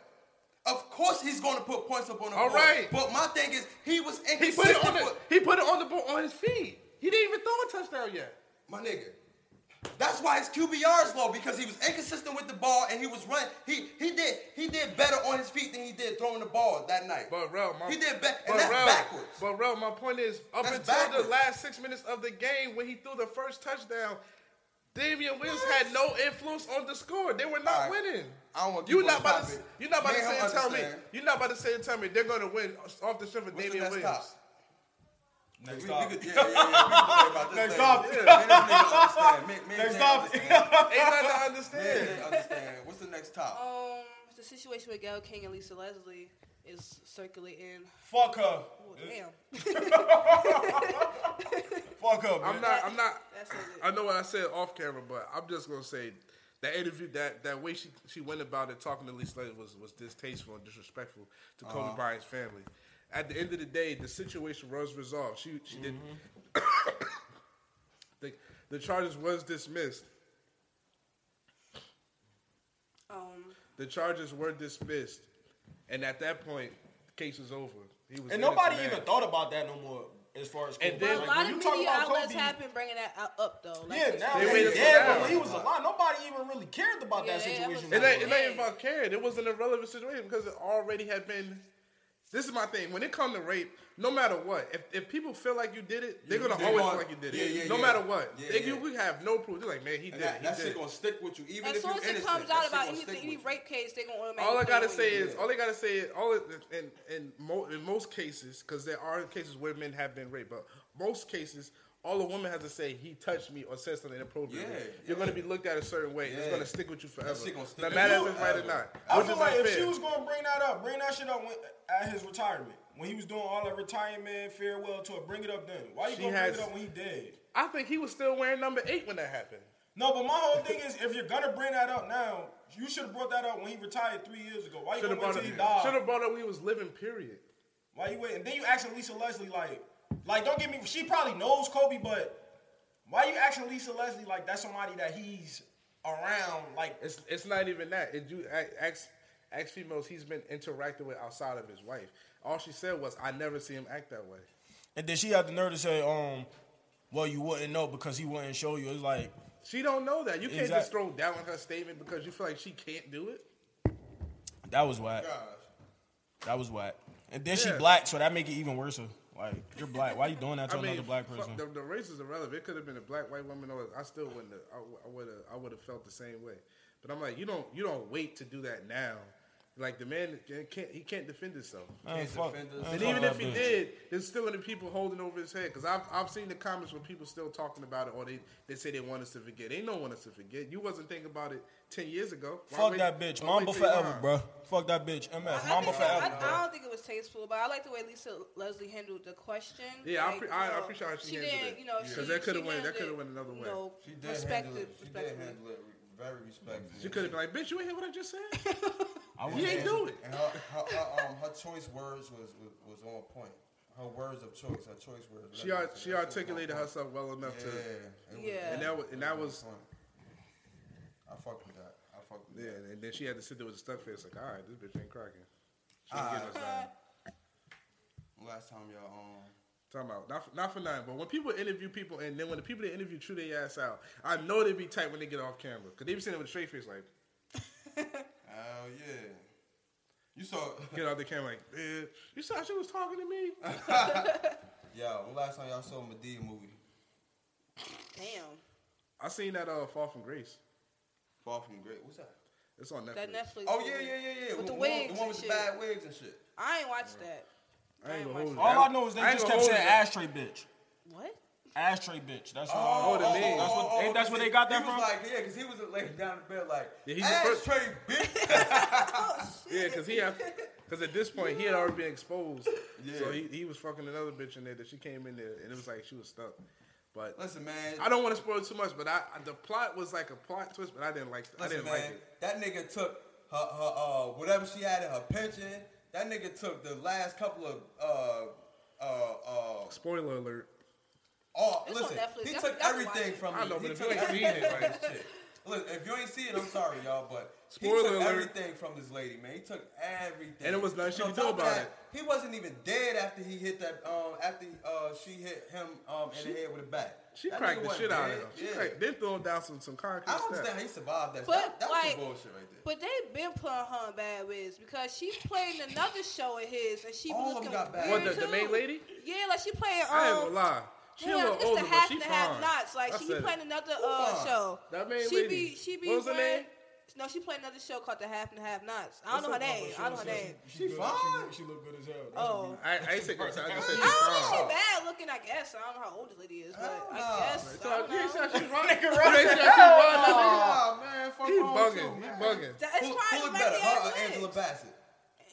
[SPEAKER 4] Of course, he's going to put points up on the
[SPEAKER 1] All
[SPEAKER 4] board.
[SPEAKER 1] right.
[SPEAKER 4] But my thing is, he was
[SPEAKER 1] he put
[SPEAKER 4] inconsistent.
[SPEAKER 1] it on the
[SPEAKER 4] with-
[SPEAKER 1] he put it on the board on his feet. He didn't even throw a touchdown yet.
[SPEAKER 4] my nigga. That's why his QBR is low because he was inconsistent with the ball and he was run. He he did he did better on his feet than he did throwing the ball that night.
[SPEAKER 1] But Rel, my
[SPEAKER 4] he did better,
[SPEAKER 1] but
[SPEAKER 4] and that's
[SPEAKER 1] Rel-
[SPEAKER 4] backwards.
[SPEAKER 1] But Rel, my point is, up
[SPEAKER 4] That's
[SPEAKER 1] until
[SPEAKER 4] backwards.
[SPEAKER 1] the last six minutes of the game, when he threw the first touchdown, Damian Williams had no influence on the score. They were not
[SPEAKER 4] All right.
[SPEAKER 1] winning.
[SPEAKER 4] I don't wanna keep
[SPEAKER 1] you
[SPEAKER 4] on
[SPEAKER 1] not
[SPEAKER 4] the
[SPEAKER 1] about to.
[SPEAKER 4] topic.
[SPEAKER 1] You're not about
[SPEAKER 4] Me
[SPEAKER 1] to
[SPEAKER 4] and
[SPEAKER 1] say
[SPEAKER 4] him
[SPEAKER 1] and tell me.
[SPEAKER 4] understand.
[SPEAKER 1] You're not about to say and tell me they're going to win off the strength of
[SPEAKER 4] What's the
[SPEAKER 1] Damian
[SPEAKER 4] next
[SPEAKER 1] Williams.
[SPEAKER 4] topic?
[SPEAKER 2] Next
[SPEAKER 4] We- we
[SPEAKER 2] topic.
[SPEAKER 4] could- yeah, yeah, yeah, we could debate about this
[SPEAKER 2] Next
[SPEAKER 4] later.
[SPEAKER 2] topic.
[SPEAKER 4] Yeah, man, this nigga understand. Man, man,
[SPEAKER 2] Next
[SPEAKER 4] man
[SPEAKER 2] topic.
[SPEAKER 1] Ain't nothing
[SPEAKER 4] understand.
[SPEAKER 1] to
[SPEAKER 4] Man,
[SPEAKER 1] understand.
[SPEAKER 4] man understand. What's the next topic?
[SPEAKER 3] Um, the situation with Gail King and Lisa Leslie is circulating.
[SPEAKER 2] Fuck her.
[SPEAKER 3] Oh, damn.
[SPEAKER 2] Fuck her,
[SPEAKER 1] I'm
[SPEAKER 2] man.
[SPEAKER 1] not. I'm not.
[SPEAKER 3] That's it.
[SPEAKER 1] I know what I said off camera, but I'm just gonna say that interview, that that way she she went about it, talking to Lee Slater was was distasteful and disrespectful to
[SPEAKER 2] Uh-huh.
[SPEAKER 1] Kobe Bryant's family. At the end of the day, the situation was resolved. She she did.
[SPEAKER 2] Mm-hmm.
[SPEAKER 1] the the charges was dismissed.
[SPEAKER 3] Um,
[SPEAKER 1] The charges were dismissed, and at that point, the case was over. He was innocent
[SPEAKER 2] And nobody
[SPEAKER 1] man.
[SPEAKER 2] even thought about that no more as far as Kobe.
[SPEAKER 1] And
[SPEAKER 3] but
[SPEAKER 1] then-
[SPEAKER 3] a
[SPEAKER 2] Like,
[SPEAKER 3] lot
[SPEAKER 2] when
[SPEAKER 3] of
[SPEAKER 2] you talk
[SPEAKER 3] media
[SPEAKER 2] about
[SPEAKER 3] outlets
[SPEAKER 2] Kobe,
[SPEAKER 3] have been bringing that out, up though. Like,
[SPEAKER 2] Yeah,
[SPEAKER 3] it's-
[SPEAKER 2] now
[SPEAKER 1] They
[SPEAKER 2] they
[SPEAKER 1] waited
[SPEAKER 2] dead,
[SPEAKER 1] for
[SPEAKER 2] but when
[SPEAKER 1] now.
[SPEAKER 2] he was alive, nobody even really cared about
[SPEAKER 3] Yeah,
[SPEAKER 2] that
[SPEAKER 3] yeah, that
[SPEAKER 2] situation.
[SPEAKER 3] was-
[SPEAKER 1] It ain't, it
[SPEAKER 3] Yeah.
[SPEAKER 1] ain't about caring. It wasn't a relevant situation because it already had been This is my thing. When it comes to rape, no matter what, if, if people feel like you did it, they're
[SPEAKER 4] You-
[SPEAKER 1] gonna
[SPEAKER 4] they
[SPEAKER 1] always
[SPEAKER 4] gonna-
[SPEAKER 1] feel like you did it.
[SPEAKER 4] yeah, yeah,
[SPEAKER 1] no
[SPEAKER 4] yeah.
[SPEAKER 1] matter what,
[SPEAKER 4] Yeah,
[SPEAKER 1] they,
[SPEAKER 4] yeah.
[SPEAKER 1] you we have no proof. They're like, man, he did
[SPEAKER 4] And
[SPEAKER 1] it.
[SPEAKER 4] that,
[SPEAKER 1] He
[SPEAKER 4] that
[SPEAKER 1] did
[SPEAKER 4] shit
[SPEAKER 1] it.
[SPEAKER 4] gonna stick with you, even
[SPEAKER 3] As
[SPEAKER 4] if
[SPEAKER 3] soon
[SPEAKER 4] you
[SPEAKER 3] as it
[SPEAKER 4] innocent.
[SPEAKER 3] comes
[SPEAKER 4] that
[SPEAKER 3] out
[SPEAKER 4] shit
[SPEAKER 3] about
[SPEAKER 4] gonna
[SPEAKER 3] any,
[SPEAKER 4] stick with
[SPEAKER 3] any
[SPEAKER 4] you.
[SPEAKER 3] rape case, they gonna automatically.
[SPEAKER 1] all I gotta
[SPEAKER 3] put it on
[SPEAKER 1] say
[SPEAKER 3] you.
[SPEAKER 1] is, all I gotta say is, all it- in in mo- in most cases, because there are cases where men have been raped, but most cases, all a woman has to say, he touched me or said something inappropriate.
[SPEAKER 4] Yeah,
[SPEAKER 1] You're
[SPEAKER 4] yeah.
[SPEAKER 1] gonna be looked at a certain way. It's
[SPEAKER 4] Yeah.
[SPEAKER 1] gonna stick with you forever.
[SPEAKER 4] shit gonna stick
[SPEAKER 1] no
[SPEAKER 4] with
[SPEAKER 1] matter
[SPEAKER 4] you
[SPEAKER 1] if it's right or
[SPEAKER 4] forever.
[SPEAKER 1] not.
[SPEAKER 2] I
[SPEAKER 1] Which
[SPEAKER 2] feel
[SPEAKER 1] is
[SPEAKER 2] like if
[SPEAKER 1] unfair.
[SPEAKER 2] she was gonna bring that up, bring that shit up when, at his retirement when he was doing all that retirement farewell tour. Bring it up then. Why you
[SPEAKER 1] She
[SPEAKER 2] gonna
[SPEAKER 1] has-
[SPEAKER 2] bring it up when he dead?
[SPEAKER 1] I think he was still wearing number eight when that happened.
[SPEAKER 2] No, but my whole thing is if you're gonna bring that up now, you should have brought that up when he retired three years ago. Why you
[SPEAKER 1] Should have
[SPEAKER 2] gonna wait
[SPEAKER 1] brought
[SPEAKER 2] till
[SPEAKER 1] up.
[SPEAKER 2] he
[SPEAKER 1] Should
[SPEAKER 2] died?
[SPEAKER 1] have brought up. We was living. Period.
[SPEAKER 2] Why you waiting? And then you asking Lisa Leslie like, like don't get me. She probably knows Kobe, but why you asking Lisa Leslie like that's somebody that he's around? Like
[SPEAKER 1] It's it's not even that. It you a- ask ask females he's been interacting with outside of his wife. All she said was, "I never see him act that way."
[SPEAKER 2] And then she had the nerve to say, um, well, you wouldn't know because he wouldn't show you. It's like,
[SPEAKER 1] She don't know that. You can't just
[SPEAKER 2] Exact-
[SPEAKER 1] throw down her statement because you feel like she can't do it.
[SPEAKER 2] that was whack.
[SPEAKER 4] Gosh.
[SPEAKER 2] That was whack. And then she
[SPEAKER 1] Yeah.
[SPEAKER 2] black, so that make it even worse. Like, you're black. Why you doing that to
[SPEAKER 1] I
[SPEAKER 2] another
[SPEAKER 1] mean,
[SPEAKER 2] black
[SPEAKER 1] fuck,
[SPEAKER 2] person?
[SPEAKER 1] the, the race is irrelevant. It could have been a black white woman. Or I still wouldn't. Have, I would have. I would have felt the same way. But I'm like, you don't. You don't wait to do that now. Like the man can't. He can't defend himself.
[SPEAKER 2] Man,
[SPEAKER 4] Kids
[SPEAKER 2] fuck.
[SPEAKER 4] offenders.
[SPEAKER 2] Man,
[SPEAKER 1] And
[SPEAKER 2] fuck
[SPEAKER 1] even if
[SPEAKER 2] that
[SPEAKER 1] he
[SPEAKER 2] bitch.
[SPEAKER 1] did, there's still gonna be people holding over his head. Cause I've I've seen the comments where people still talking about it, or they, they say they want us to forget. They don't want us to forget. You wasn't thinking about it ten years ago. Why
[SPEAKER 2] Fuck
[SPEAKER 1] wait-
[SPEAKER 2] that bitch.
[SPEAKER 1] why wait
[SPEAKER 2] Mamba
[SPEAKER 1] till you
[SPEAKER 2] forever,
[SPEAKER 1] are?
[SPEAKER 2] bro. Fuck that bitch. MS.
[SPEAKER 3] I,
[SPEAKER 2] Mamba
[SPEAKER 3] think that-
[SPEAKER 2] forever,
[SPEAKER 3] I,
[SPEAKER 2] bro.
[SPEAKER 3] I don't think it was tasteful, but I like the way Lisa Leslie handled the question.
[SPEAKER 1] Yeah, I
[SPEAKER 3] like,
[SPEAKER 1] appre- I- I
[SPEAKER 3] you know,
[SPEAKER 1] appreciate how she handled
[SPEAKER 3] didn't,
[SPEAKER 1] it.
[SPEAKER 3] You know,
[SPEAKER 1] Yeah.
[SPEAKER 3] she-
[SPEAKER 1] 'Cause that
[SPEAKER 3] she
[SPEAKER 1] coulda went- that
[SPEAKER 3] handled
[SPEAKER 1] coulda
[SPEAKER 3] it,
[SPEAKER 1] went another way.
[SPEAKER 3] You know,
[SPEAKER 4] She did
[SPEAKER 3] respected,
[SPEAKER 4] handle it. She did
[SPEAKER 3] respectfully.
[SPEAKER 4] handle it very respectfully.
[SPEAKER 1] She could have been like, bitch, you ain't hear what I just said.
[SPEAKER 2] I
[SPEAKER 1] he
[SPEAKER 2] wouldn't-
[SPEAKER 1] ain't do it.
[SPEAKER 4] And her, her, her, um, her choice words was, was was on point. Her words of choice, her choice words.
[SPEAKER 1] She art- she articulated herself well enough
[SPEAKER 4] Yeah,
[SPEAKER 1] to,
[SPEAKER 4] it was-
[SPEAKER 3] Yeah.
[SPEAKER 1] and that was and that was
[SPEAKER 4] on point. I fuck with that. I fuck with
[SPEAKER 1] yeah.
[SPEAKER 4] that.
[SPEAKER 1] And then she had to sit there with a stuck face, like, all right, this bitch ain't cracking. She ain't
[SPEAKER 4] Ah.
[SPEAKER 1] getting us nine.
[SPEAKER 4] Last time y'all um.
[SPEAKER 1] Talking about not for, not for nine, but when people interview people, and then when the people they interview chew their ass out, I know they be tight when they get off camera because they be sitting there with a straight face, like.
[SPEAKER 4] Oh yeah. You saw.
[SPEAKER 1] get out the camera like, man, you saw she was talking to me.
[SPEAKER 4] Yo, when last time y'all saw a Medea movie?
[SPEAKER 3] Damn,
[SPEAKER 1] I seen that uh Fall from Grace.
[SPEAKER 4] Far from great. What's that?
[SPEAKER 1] It's on Netflix.
[SPEAKER 3] that Netflix.
[SPEAKER 4] Oh
[SPEAKER 3] movie.
[SPEAKER 4] yeah, yeah, yeah, yeah.
[SPEAKER 3] With the
[SPEAKER 4] one-
[SPEAKER 3] wigs
[SPEAKER 4] The one
[SPEAKER 3] and
[SPEAKER 4] with the
[SPEAKER 3] shit.
[SPEAKER 4] bad wigs and shit.
[SPEAKER 3] I ain't watched that.
[SPEAKER 1] I ain't gonna hold you.
[SPEAKER 2] All I know is they
[SPEAKER 1] I ain't
[SPEAKER 2] just
[SPEAKER 1] gonna
[SPEAKER 2] kept
[SPEAKER 1] hold
[SPEAKER 2] saying
[SPEAKER 1] you.
[SPEAKER 2] ashtray bitch.
[SPEAKER 3] What?
[SPEAKER 2] Ashtray bitch. That's
[SPEAKER 1] Oh,
[SPEAKER 2] all.
[SPEAKER 1] the name.
[SPEAKER 2] That's what- ain't that's where they got that
[SPEAKER 4] oh, he was
[SPEAKER 2] from?
[SPEAKER 4] Like, yeah, because he was laying down in bed like,
[SPEAKER 1] Yeah,
[SPEAKER 4] yeah,
[SPEAKER 1] he's
[SPEAKER 4] he's
[SPEAKER 1] the first-
[SPEAKER 4] ashtray, bitch.
[SPEAKER 1] Yeah, because he had, because at this point he had already been exposed.
[SPEAKER 4] Yeah.
[SPEAKER 1] So he, he was fucking another bitch in there that she came in there and it was like she was stuck. But
[SPEAKER 4] Listen, man.
[SPEAKER 1] I don't want to spoil too much, but I the plot was like a plot twist, but I didn't like I
[SPEAKER 4] Listen,
[SPEAKER 1] didn't
[SPEAKER 4] man.
[SPEAKER 1] like it.
[SPEAKER 4] That nigga took her, her uh, whatever she had in her pension. That nigga took the last couple of uh, uh, uh.
[SPEAKER 1] Spoiler alert.
[SPEAKER 4] Oh,
[SPEAKER 3] It's on
[SPEAKER 4] listen,
[SPEAKER 3] Netflix.
[SPEAKER 4] he
[SPEAKER 3] That's-
[SPEAKER 4] took
[SPEAKER 3] that's
[SPEAKER 4] everything
[SPEAKER 3] why.
[SPEAKER 4] from me.
[SPEAKER 1] I know, but
[SPEAKER 4] he
[SPEAKER 1] if
[SPEAKER 4] took
[SPEAKER 1] you ain't seen
[SPEAKER 4] everything
[SPEAKER 1] it,
[SPEAKER 4] from this shit. Listen, if you ain't seen it, I'm sorry, y'all, but he
[SPEAKER 1] Spoiler
[SPEAKER 4] took
[SPEAKER 1] alert.
[SPEAKER 4] everything from this lady, man. He took everything,
[SPEAKER 1] And it was nothing she
[SPEAKER 4] on
[SPEAKER 1] could do
[SPEAKER 4] top of
[SPEAKER 1] about
[SPEAKER 4] that, He wasn't even dead after he hit that. Um, after uh, she hit him um in the head with a bat.
[SPEAKER 1] She
[SPEAKER 4] That nigga
[SPEAKER 1] cracked the
[SPEAKER 4] wasn't
[SPEAKER 1] shit out of
[SPEAKER 4] dead.
[SPEAKER 1] him. She
[SPEAKER 4] Yeah.
[SPEAKER 1] cracked, then threw him down some some concrete
[SPEAKER 4] I don't
[SPEAKER 1] steps.
[SPEAKER 4] understand how he survived that.
[SPEAKER 3] But,
[SPEAKER 4] that that's
[SPEAKER 3] like-
[SPEAKER 4] some bullshit right there.
[SPEAKER 3] But they've been putting her in bad wigs because she played in another show of his and she
[SPEAKER 4] All of
[SPEAKER 3] was
[SPEAKER 4] them
[SPEAKER 3] looking
[SPEAKER 4] got bad
[SPEAKER 3] weird
[SPEAKER 1] What, the- the
[SPEAKER 3] too.
[SPEAKER 1] main lady?
[SPEAKER 3] Yeah, like she playing. Um,
[SPEAKER 1] I ain't gonna lie. She
[SPEAKER 3] damn,
[SPEAKER 1] a little
[SPEAKER 3] it's
[SPEAKER 1] older,
[SPEAKER 3] the
[SPEAKER 1] but
[SPEAKER 3] half
[SPEAKER 1] she
[SPEAKER 3] and the
[SPEAKER 1] fine.
[SPEAKER 3] half nots. Like
[SPEAKER 1] I
[SPEAKER 3] she
[SPEAKER 1] said
[SPEAKER 3] be
[SPEAKER 1] it.
[SPEAKER 3] playing another
[SPEAKER 4] fine?
[SPEAKER 3] uh, show.
[SPEAKER 1] That main
[SPEAKER 3] she
[SPEAKER 1] lady.
[SPEAKER 3] be she be
[SPEAKER 1] What was her
[SPEAKER 3] wearing-
[SPEAKER 1] name?
[SPEAKER 3] No, she played another show called The Half and the Half Nots. I don't know her name. I don't know her name.
[SPEAKER 4] She fine.
[SPEAKER 2] She look good as hell.
[SPEAKER 3] Oh.
[SPEAKER 1] I, I ain't say Grace. I just said she
[SPEAKER 3] I don't
[SPEAKER 1] fine.
[SPEAKER 3] think she Oh, bad looking, I guess. I don't know how old this lady is, but
[SPEAKER 4] Hell
[SPEAKER 3] I
[SPEAKER 4] no.
[SPEAKER 3] guess. I
[SPEAKER 1] So
[SPEAKER 3] don't
[SPEAKER 1] you ain't
[SPEAKER 3] know.
[SPEAKER 1] said she run. You ain't said she
[SPEAKER 3] Oh,
[SPEAKER 1] run.
[SPEAKER 4] Ah, man, fuck
[SPEAKER 1] He
[SPEAKER 4] wrong with you,
[SPEAKER 1] bugging. He
[SPEAKER 4] man.
[SPEAKER 1] bugging.
[SPEAKER 3] That- It's
[SPEAKER 4] Who,
[SPEAKER 3] probably
[SPEAKER 4] who is
[SPEAKER 3] like
[SPEAKER 4] better,
[SPEAKER 3] the ass
[SPEAKER 4] her or
[SPEAKER 3] legs.
[SPEAKER 4] Angela Bassett?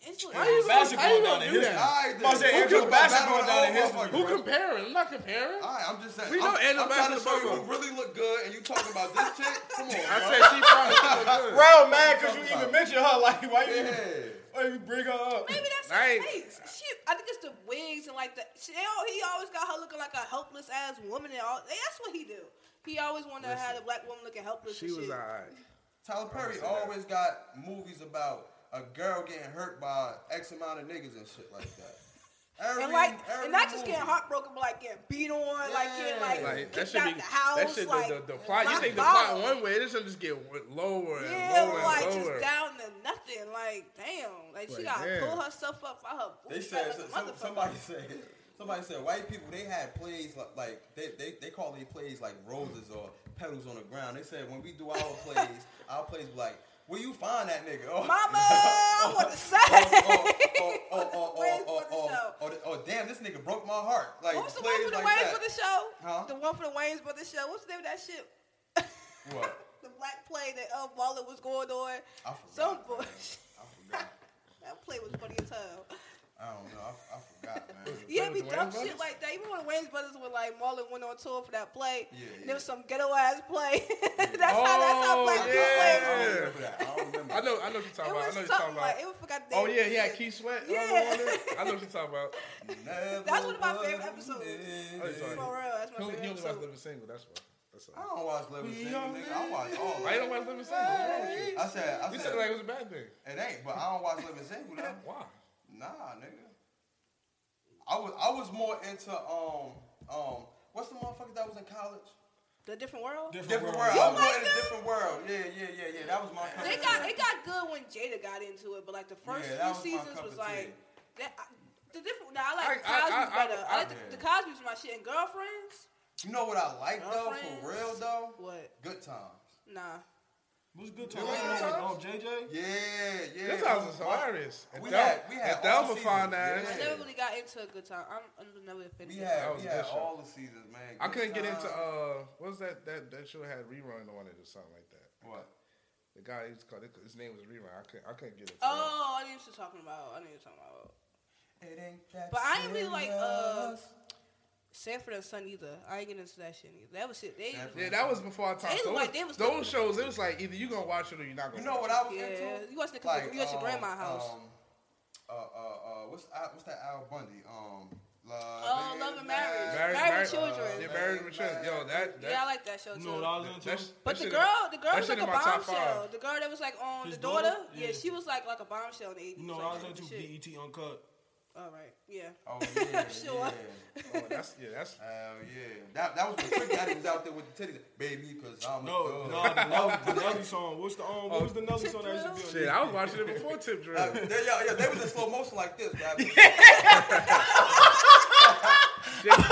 [SPEAKER 3] It's like-
[SPEAKER 1] How you gonna-
[SPEAKER 2] Basketball
[SPEAKER 1] how you
[SPEAKER 2] down
[SPEAKER 1] gonna
[SPEAKER 2] in
[SPEAKER 1] do
[SPEAKER 2] history.
[SPEAKER 1] that?
[SPEAKER 4] I
[SPEAKER 2] I'm about to say, Angela Bassett going down in history,
[SPEAKER 1] Who comparing? I'm not comparing.
[SPEAKER 3] Oh,
[SPEAKER 4] All right, I'm just saying.
[SPEAKER 1] We
[SPEAKER 4] I'm,
[SPEAKER 1] know Angela
[SPEAKER 4] I'm trying to
[SPEAKER 1] Bassett's
[SPEAKER 4] show you
[SPEAKER 1] bubbler.
[SPEAKER 4] who really look good, and you talking about this chick? Come on,
[SPEAKER 1] I
[SPEAKER 3] oh.
[SPEAKER 4] bro.
[SPEAKER 1] said she probably look good.
[SPEAKER 2] Bro, mad because you even mentioned her. Like, why you,
[SPEAKER 4] Yeah.
[SPEAKER 2] why you bring her up?
[SPEAKER 3] Maybe that's
[SPEAKER 1] I
[SPEAKER 3] her
[SPEAKER 1] ain't-
[SPEAKER 3] face. She, I think it's the wigs and like the. She, they al- he always got her looking like a helpless ass woman and all. That's what he do. He always wanted to have a black woman looking helpless.
[SPEAKER 1] She
[SPEAKER 3] and
[SPEAKER 1] was
[SPEAKER 3] shit.
[SPEAKER 1] alright.
[SPEAKER 4] Tyler Perry always got movies about a girl getting hurt by X amount of niggas and shit like that. Every,
[SPEAKER 3] and like,
[SPEAKER 4] every
[SPEAKER 3] and not just
[SPEAKER 4] move.
[SPEAKER 3] getting heartbroken, but like getting beat on, like getting like,
[SPEAKER 1] Like that
[SPEAKER 3] kicked
[SPEAKER 1] should
[SPEAKER 3] out
[SPEAKER 1] be
[SPEAKER 3] the house,
[SPEAKER 1] that should
[SPEAKER 3] like
[SPEAKER 1] the, the, the plot. You
[SPEAKER 3] rock
[SPEAKER 1] think the plot
[SPEAKER 3] bottom.
[SPEAKER 1] one way, this should just get w- lower and
[SPEAKER 3] Yeah,
[SPEAKER 1] lower
[SPEAKER 3] like
[SPEAKER 1] and lower.
[SPEAKER 3] just down to nothing. Like damn, like
[SPEAKER 1] Like,
[SPEAKER 3] she gotta
[SPEAKER 1] damn.
[SPEAKER 3] pull herself up by her
[SPEAKER 4] They
[SPEAKER 3] bootstraps.
[SPEAKER 4] said
[SPEAKER 3] like a
[SPEAKER 4] some,
[SPEAKER 3] motherfucker.
[SPEAKER 4] somebody said somebody said white people they had plays like, like they, they they call these plays like roses or petals on the ground. They said when we do our plays, our plays be like, where you find that nigga? Oh. Or,
[SPEAKER 3] Mama, I want to
[SPEAKER 4] oh,
[SPEAKER 3] say.
[SPEAKER 4] or, or, or, or,
[SPEAKER 3] Ways for
[SPEAKER 4] or,
[SPEAKER 3] the
[SPEAKER 4] or,
[SPEAKER 3] show.
[SPEAKER 4] or, or, oh, damn, this nigga broke my heart. Like
[SPEAKER 3] What was the one
[SPEAKER 4] plays
[SPEAKER 3] for the
[SPEAKER 4] like
[SPEAKER 3] Wayne's
[SPEAKER 4] that.
[SPEAKER 3] for the show?
[SPEAKER 4] Huh?
[SPEAKER 3] The one for the Wayne's for the show. What's the name of that shit?
[SPEAKER 4] What?
[SPEAKER 3] The black play that uh, Waller was going on.
[SPEAKER 1] Oh,
[SPEAKER 4] I forgot.
[SPEAKER 3] Some
[SPEAKER 4] man.
[SPEAKER 3] bullshit.
[SPEAKER 4] I forgot.
[SPEAKER 3] That play was funny as hell.
[SPEAKER 4] I don't know. I, I forgot, man.
[SPEAKER 3] Yeah,
[SPEAKER 1] with
[SPEAKER 3] be
[SPEAKER 1] the
[SPEAKER 3] dumb
[SPEAKER 1] Wayans
[SPEAKER 3] shit
[SPEAKER 1] brothers?
[SPEAKER 3] like that. Even when the Wayne's brothers were like Marlon went on tour for that play,
[SPEAKER 4] Yeah,
[SPEAKER 3] and
[SPEAKER 4] yeah.
[SPEAKER 3] there was some ghetto ass play. that's how that's how
[SPEAKER 1] Oh,
[SPEAKER 3] black people
[SPEAKER 1] yeah.
[SPEAKER 3] play.
[SPEAKER 4] I don't remember that. I don't remember.
[SPEAKER 1] I know, I know what you're
[SPEAKER 3] It
[SPEAKER 1] talking about. I
[SPEAKER 3] was
[SPEAKER 1] know what you're
[SPEAKER 3] something
[SPEAKER 1] talking about.
[SPEAKER 3] like it was forgot the
[SPEAKER 1] Oh
[SPEAKER 3] name
[SPEAKER 1] yeah,
[SPEAKER 3] of the
[SPEAKER 1] yeah,
[SPEAKER 3] shit.
[SPEAKER 1] Keith Sweat.
[SPEAKER 3] Yeah.
[SPEAKER 1] Yeah. I know what you're talking about.
[SPEAKER 4] Never
[SPEAKER 3] one of my favorite
[SPEAKER 4] would've
[SPEAKER 3] episodes.
[SPEAKER 4] been.
[SPEAKER 1] Oh, sorry.
[SPEAKER 3] For real, that's my
[SPEAKER 1] He only, he
[SPEAKER 3] favorite
[SPEAKER 1] only watched
[SPEAKER 3] episode.
[SPEAKER 1] Living Single. That's why. That's
[SPEAKER 4] I
[SPEAKER 1] all.
[SPEAKER 4] don't watch Living Single, nigga. I watch all of
[SPEAKER 1] I
[SPEAKER 4] it.
[SPEAKER 1] don't watch Living Single. What's wrong with you?
[SPEAKER 4] I said, I
[SPEAKER 1] You
[SPEAKER 4] said,
[SPEAKER 1] said like it was a bad thing.
[SPEAKER 4] it ain't, but I don't watch Living Single though.
[SPEAKER 1] Why?
[SPEAKER 4] Nah, nigga. I was, I was more into um, um, what's the motherfucker that was in college?
[SPEAKER 3] The different world.
[SPEAKER 4] Different world. I
[SPEAKER 3] like
[SPEAKER 4] was more into
[SPEAKER 3] them?
[SPEAKER 4] different world. Yeah, yeah, yeah, yeah. That was my. cup
[SPEAKER 3] They
[SPEAKER 4] of
[SPEAKER 3] got
[SPEAKER 4] tea.
[SPEAKER 3] it got good when Jada got into it, but like the first
[SPEAKER 4] Yeah, that was my
[SPEAKER 3] few seasons
[SPEAKER 4] cup
[SPEAKER 3] was
[SPEAKER 4] of tea.
[SPEAKER 3] like that. I, the different. Now I like
[SPEAKER 1] I- I-
[SPEAKER 3] Cosby's
[SPEAKER 1] I- I-
[SPEAKER 3] better. I,
[SPEAKER 1] I-
[SPEAKER 3] like the, the Cosby's my shit. And girlfriends,
[SPEAKER 4] You know what I like though, for
[SPEAKER 3] Girlfriends.
[SPEAKER 4] real though.
[SPEAKER 3] what?
[SPEAKER 4] Good times.
[SPEAKER 3] Nah.
[SPEAKER 2] What's good
[SPEAKER 4] You like Good
[SPEAKER 2] talking about Oh, JJ?
[SPEAKER 4] Yeah, yeah.
[SPEAKER 1] This house is
[SPEAKER 4] we-
[SPEAKER 1] hilarious.
[SPEAKER 4] we
[SPEAKER 1] And Del-
[SPEAKER 4] had- we had
[SPEAKER 1] and
[SPEAKER 4] all
[SPEAKER 1] Delma
[SPEAKER 4] seasons,
[SPEAKER 1] found
[SPEAKER 4] yeah.
[SPEAKER 1] out.
[SPEAKER 3] I never really got into a good time. I'm, I'm never a fan.
[SPEAKER 4] We
[SPEAKER 3] of
[SPEAKER 4] had,
[SPEAKER 1] That was
[SPEAKER 4] we
[SPEAKER 1] a
[SPEAKER 4] had
[SPEAKER 1] good show.
[SPEAKER 4] all the seasons, man.
[SPEAKER 1] I
[SPEAKER 4] Good
[SPEAKER 1] couldn't get into
[SPEAKER 4] times.
[SPEAKER 1] uh, what was that that that show had rerun on it or something like that.
[SPEAKER 4] what?
[SPEAKER 1] The guy he was called his name was rerun. I couldn't I couldn't get into. that.
[SPEAKER 3] Oh, I knew what you're talking about. I knew what you're talking about.
[SPEAKER 4] It ain't that
[SPEAKER 3] But I ain't really like uh
[SPEAKER 4] serious.
[SPEAKER 3] Sanford and Son either. I ain't getting into that shit either. That was shit. They
[SPEAKER 4] Sanford.
[SPEAKER 1] Yeah, that was before our time.
[SPEAKER 3] They
[SPEAKER 1] So
[SPEAKER 3] look
[SPEAKER 1] it
[SPEAKER 3] like they was-
[SPEAKER 1] those shows, it was like either you gonna watch it or you're not gonna.
[SPEAKER 4] You know
[SPEAKER 1] watch it.
[SPEAKER 4] what I was
[SPEAKER 3] yeah.
[SPEAKER 4] into?
[SPEAKER 3] You watched the
[SPEAKER 4] Like,
[SPEAKER 3] you watched
[SPEAKER 4] um,
[SPEAKER 3] your grandma's house.
[SPEAKER 4] Um, uh, uh, uh, what's Al- what's that Al Bundy? Um, love,
[SPEAKER 3] Oh,
[SPEAKER 4] and
[SPEAKER 3] Love and Marriage.
[SPEAKER 1] Married- married-
[SPEAKER 3] Married
[SPEAKER 1] uh,
[SPEAKER 3] with Children.
[SPEAKER 1] Yeah, married with children. Yo, that that.
[SPEAKER 3] yeah, I like that show too.
[SPEAKER 6] You know what I was
[SPEAKER 1] that-
[SPEAKER 6] into?
[SPEAKER 1] that's-
[SPEAKER 3] But
[SPEAKER 1] that
[SPEAKER 3] the
[SPEAKER 1] shit-
[SPEAKER 3] girl, the girl
[SPEAKER 1] that
[SPEAKER 3] was
[SPEAKER 1] shit
[SPEAKER 3] like a
[SPEAKER 1] in my top five.
[SPEAKER 3] bombshell. The girl that was like on
[SPEAKER 6] His
[SPEAKER 3] the daughter.
[SPEAKER 6] daughter?
[SPEAKER 3] Yeah.
[SPEAKER 6] Yeah.
[SPEAKER 3] she was like like a bombshell in the eighties.
[SPEAKER 6] You know,
[SPEAKER 3] like,
[SPEAKER 6] I was
[SPEAKER 3] what
[SPEAKER 6] into E
[SPEAKER 3] the shit.
[SPEAKER 6] BET Uncut.
[SPEAKER 3] All right, yeah.
[SPEAKER 4] Oh yeah,
[SPEAKER 3] Sure.
[SPEAKER 4] yeah.
[SPEAKER 1] Oh, that's yeah, that's.
[SPEAKER 4] Hell yeah. That that was the trick that was out there with the titties, baby, because
[SPEAKER 1] Oh,
[SPEAKER 4] I'm
[SPEAKER 6] No,
[SPEAKER 4] a
[SPEAKER 6] no,
[SPEAKER 4] thug.
[SPEAKER 6] the Nelly, the Nelly song. What's the um? What was
[SPEAKER 2] Oh.
[SPEAKER 6] the Nelly song that used to be on?
[SPEAKER 1] Shit, I was watching it before Tip Drill.
[SPEAKER 4] Uh, they, yeah, yeah, they was in slow motion like this. That
[SPEAKER 1] Shaking-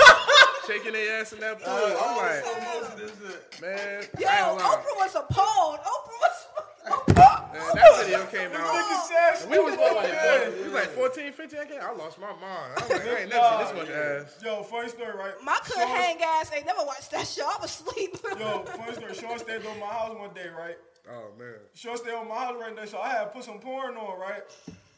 [SPEAKER 1] Shaking their ass in that pool. I'm like,
[SPEAKER 4] slow motion this shit.
[SPEAKER 1] man,
[SPEAKER 3] Yo,
[SPEAKER 1] I ain't lying.
[SPEAKER 3] Oprah was appalled. Oprah was appalled.
[SPEAKER 1] Man, that video came out.
[SPEAKER 2] says
[SPEAKER 1] We was what, like, 14, we was like 14, 15. I, can't- I lost my mind. I was like, I ain't never seen this much ass.
[SPEAKER 2] Yo, funny story, right?
[SPEAKER 3] My could
[SPEAKER 2] Sean-
[SPEAKER 3] hang ass ain't never watched that show. I was asleep. Oh,
[SPEAKER 2] Yo, funny story. Sean stayed on my house one day, right?
[SPEAKER 1] Oh man,
[SPEAKER 2] Sean stayed on my house right there, so I had put some porn on, right?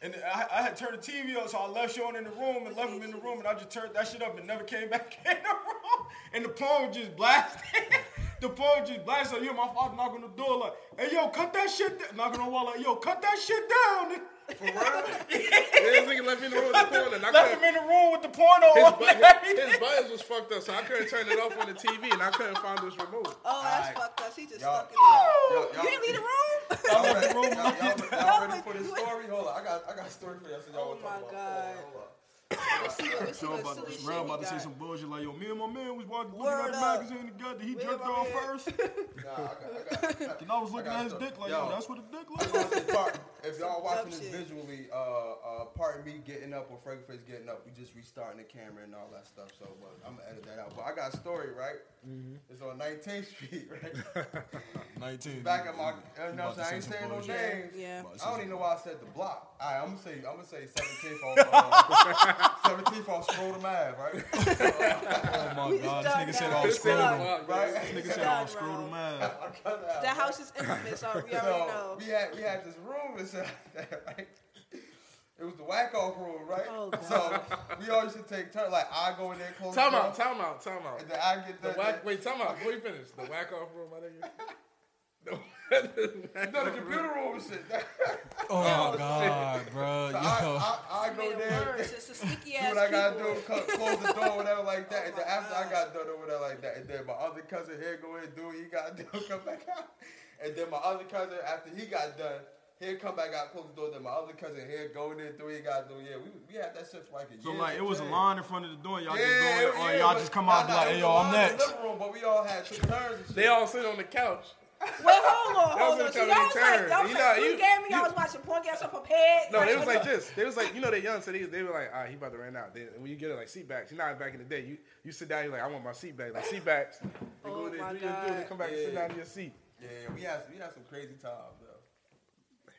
[SPEAKER 2] And I, I had turned the TV up, so I left Sean in the room and left him in the room, and I just turned that shit up and never came back in the room. And the porn was just blasted. the porn was just blasted. So you hear my father knocking on the door like, "Hey, yo, cut that shit down." Knocking on the wall like, "Yo, cut that shit down."
[SPEAKER 1] for real. Yeah, this nigga left me in the room with the corner. And I
[SPEAKER 2] Left
[SPEAKER 1] couldn't-
[SPEAKER 2] him in the room with the porno
[SPEAKER 1] his,
[SPEAKER 2] on. and
[SPEAKER 1] bu-
[SPEAKER 2] everything.
[SPEAKER 1] his buttons was fucked up, so I couldn't turn it off on the TV, and I couldn't find this remote.
[SPEAKER 3] Oh, that's
[SPEAKER 4] Alright.
[SPEAKER 3] fucked up. She just
[SPEAKER 4] Y'all-
[SPEAKER 3] stuck in there.
[SPEAKER 4] Y'all-
[SPEAKER 3] You didn't leave the room?
[SPEAKER 4] Y'all, y'all, ready- y'all, y'all, y'all ready for this story? Hold on, I got I got a story for y'all. So y'all
[SPEAKER 3] Oh
[SPEAKER 4] wanna talk
[SPEAKER 3] my
[SPEAKER 4] about
[SPEAKER 3] God.
[SPEAKER 4] porn. Hold on.
[SPEAKER 3] Let's see what- let's see
[SPEAKER 6] Bro, about
[SPEAKER 3] what silly
[SPEAKER 6] to,
[SPEAKER 3] shit
[SPEAKER 6] bro, about
[SPEAKER 3] we
[SPEAKER 6] to say
[SPEAKER 3] got.
[SPEAKER 6] some bullshit like, yo, me and my man was watching looking
[SPEAKER 3] Word
[SPEAKER 6] at the
[SPEAKER 3] up.
[SPEAKER 6] magazine together. He
[SPEAKER 3] Me and
[SPEAKER 6] jerked
[SPEAKER 3] my
[SPEAKER 6] off
[SPEAKER 3] man.
[SPEAKER 6] first,
[SPEAKER 4] Nah, I got, I got,
[SPEAKER 6] and I was looking
[SPEAKER 4] got
[SPEAKER 6] at his
[SPEAKER 4] stuff.
[SPEAKER 6] dick like,
[SPEAKER 4] Yo.
[SPEAKER 6] yo, that's what the dick
[SPEAKER 4] I
[SPEAKER 6] looked like.
[SPEAKER 4] want to part- if y'all watching
[SPEAKER 3] Dumb
[SPEAKER 4] this
[SPEAKER 3] shit.
[SPEAKER 4] visually, uh, uh, part me getting up or Frank Face getting up, we just restarting the camera and all that stuff. So, but I'm gonna edit that out. But I got a story, right?
[SPEAKER 3] Mm-hmm.
[SPEAKER 4] It's on 19th Street, right?
[SPEAKER 6] 19.
[SPEAKER 4] Back at my, you know what I'm saying? I ain't saying no
[SPEAKER 3] bullshit.
[SPEAKER 4] names.
[SPEAKER 3] Yeah.
[SPEAKER 4] I don't even know why I said the block. All right, I'm gonna say, I'm gonna say 17th off, uh, 17th off Scrotum Ave, right?
[SPEAKER 6] Oh my
[SPEAKER 3] We
[SPEAKER 6] god, this
[SPEAKER 3] just
[SPEAKER 6] nigga said
[SPEAKER 2] Oh,
[SPEAKER 3] done
[SPEAKER 6] all
[SPEAKER 3] that.
[SPEAKER 6] scrotum.
[SPEAKER 4] Right?
[SPEAKER 6] This nigga said all
[SPEAKER 3] Done,
[SPEAKER 6] scrotum
[SPEAKER 3] bro.
[SPEAKER 6] ass.
[SPEAKER 4] I cut it out,
[SPEAKER 3] That
[SPEAKER 4] right?
[SPEAKER 3] house is infamous. so We already
[SPEAKER 4] So
[SPEAKER 3] know.
[SPEAKER 4] we had we had this room and shit like that, right? It was the whack off room, right?
[SPEAKER 3] Oh, God.
[SPEAKER 4] so we always should take turns. Like I go in there close.
[SPEAKER 1] Time
[SPEAKER 4] the door,
[SPEAKER 1] out, time out, time out.
[SPEAKER 4] And then I get
[SPEAKER 1] The
[SPEAKER 4] the,
[SPEAKER 1] whack, wait, time out. Before you finish, the whack off room, I think you. The,
[SPEAKER 4] no, the computer room and shit.
[SPEAKER 6] Oh
[SPEAKER 3] my
[SPEAKER 6] my god, bro.
[SPEAKER 4] I, I,
[SPEAKER 3] Made
[SPEAKER 4] I go
[SPEAKER 3] it
[SPEAKER 4] there.
[SPEAKER 3] worse. It's a sticky
[SPEAKER 4] Do
[SPEAKER 3] ass
[SPEAKER 4] what I gotta
[SPEAKER 3] keyboard.
[SPEAKER 4] do, cl- close the door, whatever, like that. and then
[SPEAKER 3] Oh, my
[SPEAKER 4] after I
[SPEAKER 3] God.
[SPEAKER 4] got done or whatever, like that. And then my other cousin here go in, do what he got to do, come back out. And then my other cousin, after he got done, He'll come back out, close the door. Then my other cousin here go in there, do what he got to do. Yeah, we, we had that shit for like a
[SPEAKER 2] So
[SPEAKER 4] year.
[SPEAKER 2] like it was a
[SPEAKER 4] Yeah.
[SPEAKER 2] line in front of the door. Y'all
[SPEAKER 4] Yeah,
[SPEAKER 2] just go in, or
[SPEAKER 4] yeah,
[SPEAKER 2] y'all
[SPEAKER 4] but-
[SPEAKER 2] just come out and be
[SPEAKER 4] nah, nah,
[SPEAKER 2] like,
[SPEAKER 4] it
[SPEAKER 2] "Hey
[SPEAKER 4] was
[SPEAKER 2] yo,
[SPEAKER 4] a line
[SPEAKER 2] I'm
[SPEAKER 4] in the
[SPEAKER 2] next."
[SPEAKER 4] living room, but we all had two turns and shit.
[SPEAKER 1] They all sitting on the couch.
[SPEAKER 3] Wait, hold on,
[SPEAKER 1] That was
[SPEAKER 3] hold
[SPEAKER 1] gonna
[SPEAKER 3] on. So
[SPEAKER 1] come in
[SPEAKER 3] y'all was like,
[SPEAKER 1] turn.
[SPEAKER 3] y'all was
[SPEAKER 1] You
[SPEAKER 3] like,
[SPEAKER 1] know,
[SPEAKER 3] you
[SPEAKER 1] you-
[SPEAKER 3] gave me.
[SPEAKER 1] you-
[SPEAKER 3] I was watching podcast. I'm prepared.
[SPEAKER 1] No,
[SPEAKER 3] Like,
[SPEAKER 1] they was
[SPEAKER 3] hold
[SPEAKER 1] like
[SPEAKER 3] up.
[SPEAKER 1] this. They was like, you know, they young, so they, they were like, ah, he about to run out. They, when you get it, like seat backs. You know, how back in the day, you, you sit down, you're like, I want my seat back. Like seat backs. You
[SPEAKER 3] Oh,
[SPEAKER 1] go there,
[SPEAKER 3] my
[SPEAKER 1] do your do,
[SPEAKER 3] God.
[SPEAKER 1] they come back and sit
[SPEAKER 4] Yeah.
[SPEAKER 1] down in your seat.
[SPEAKER 4] Yeah, yeah, we had we had some crazy times though.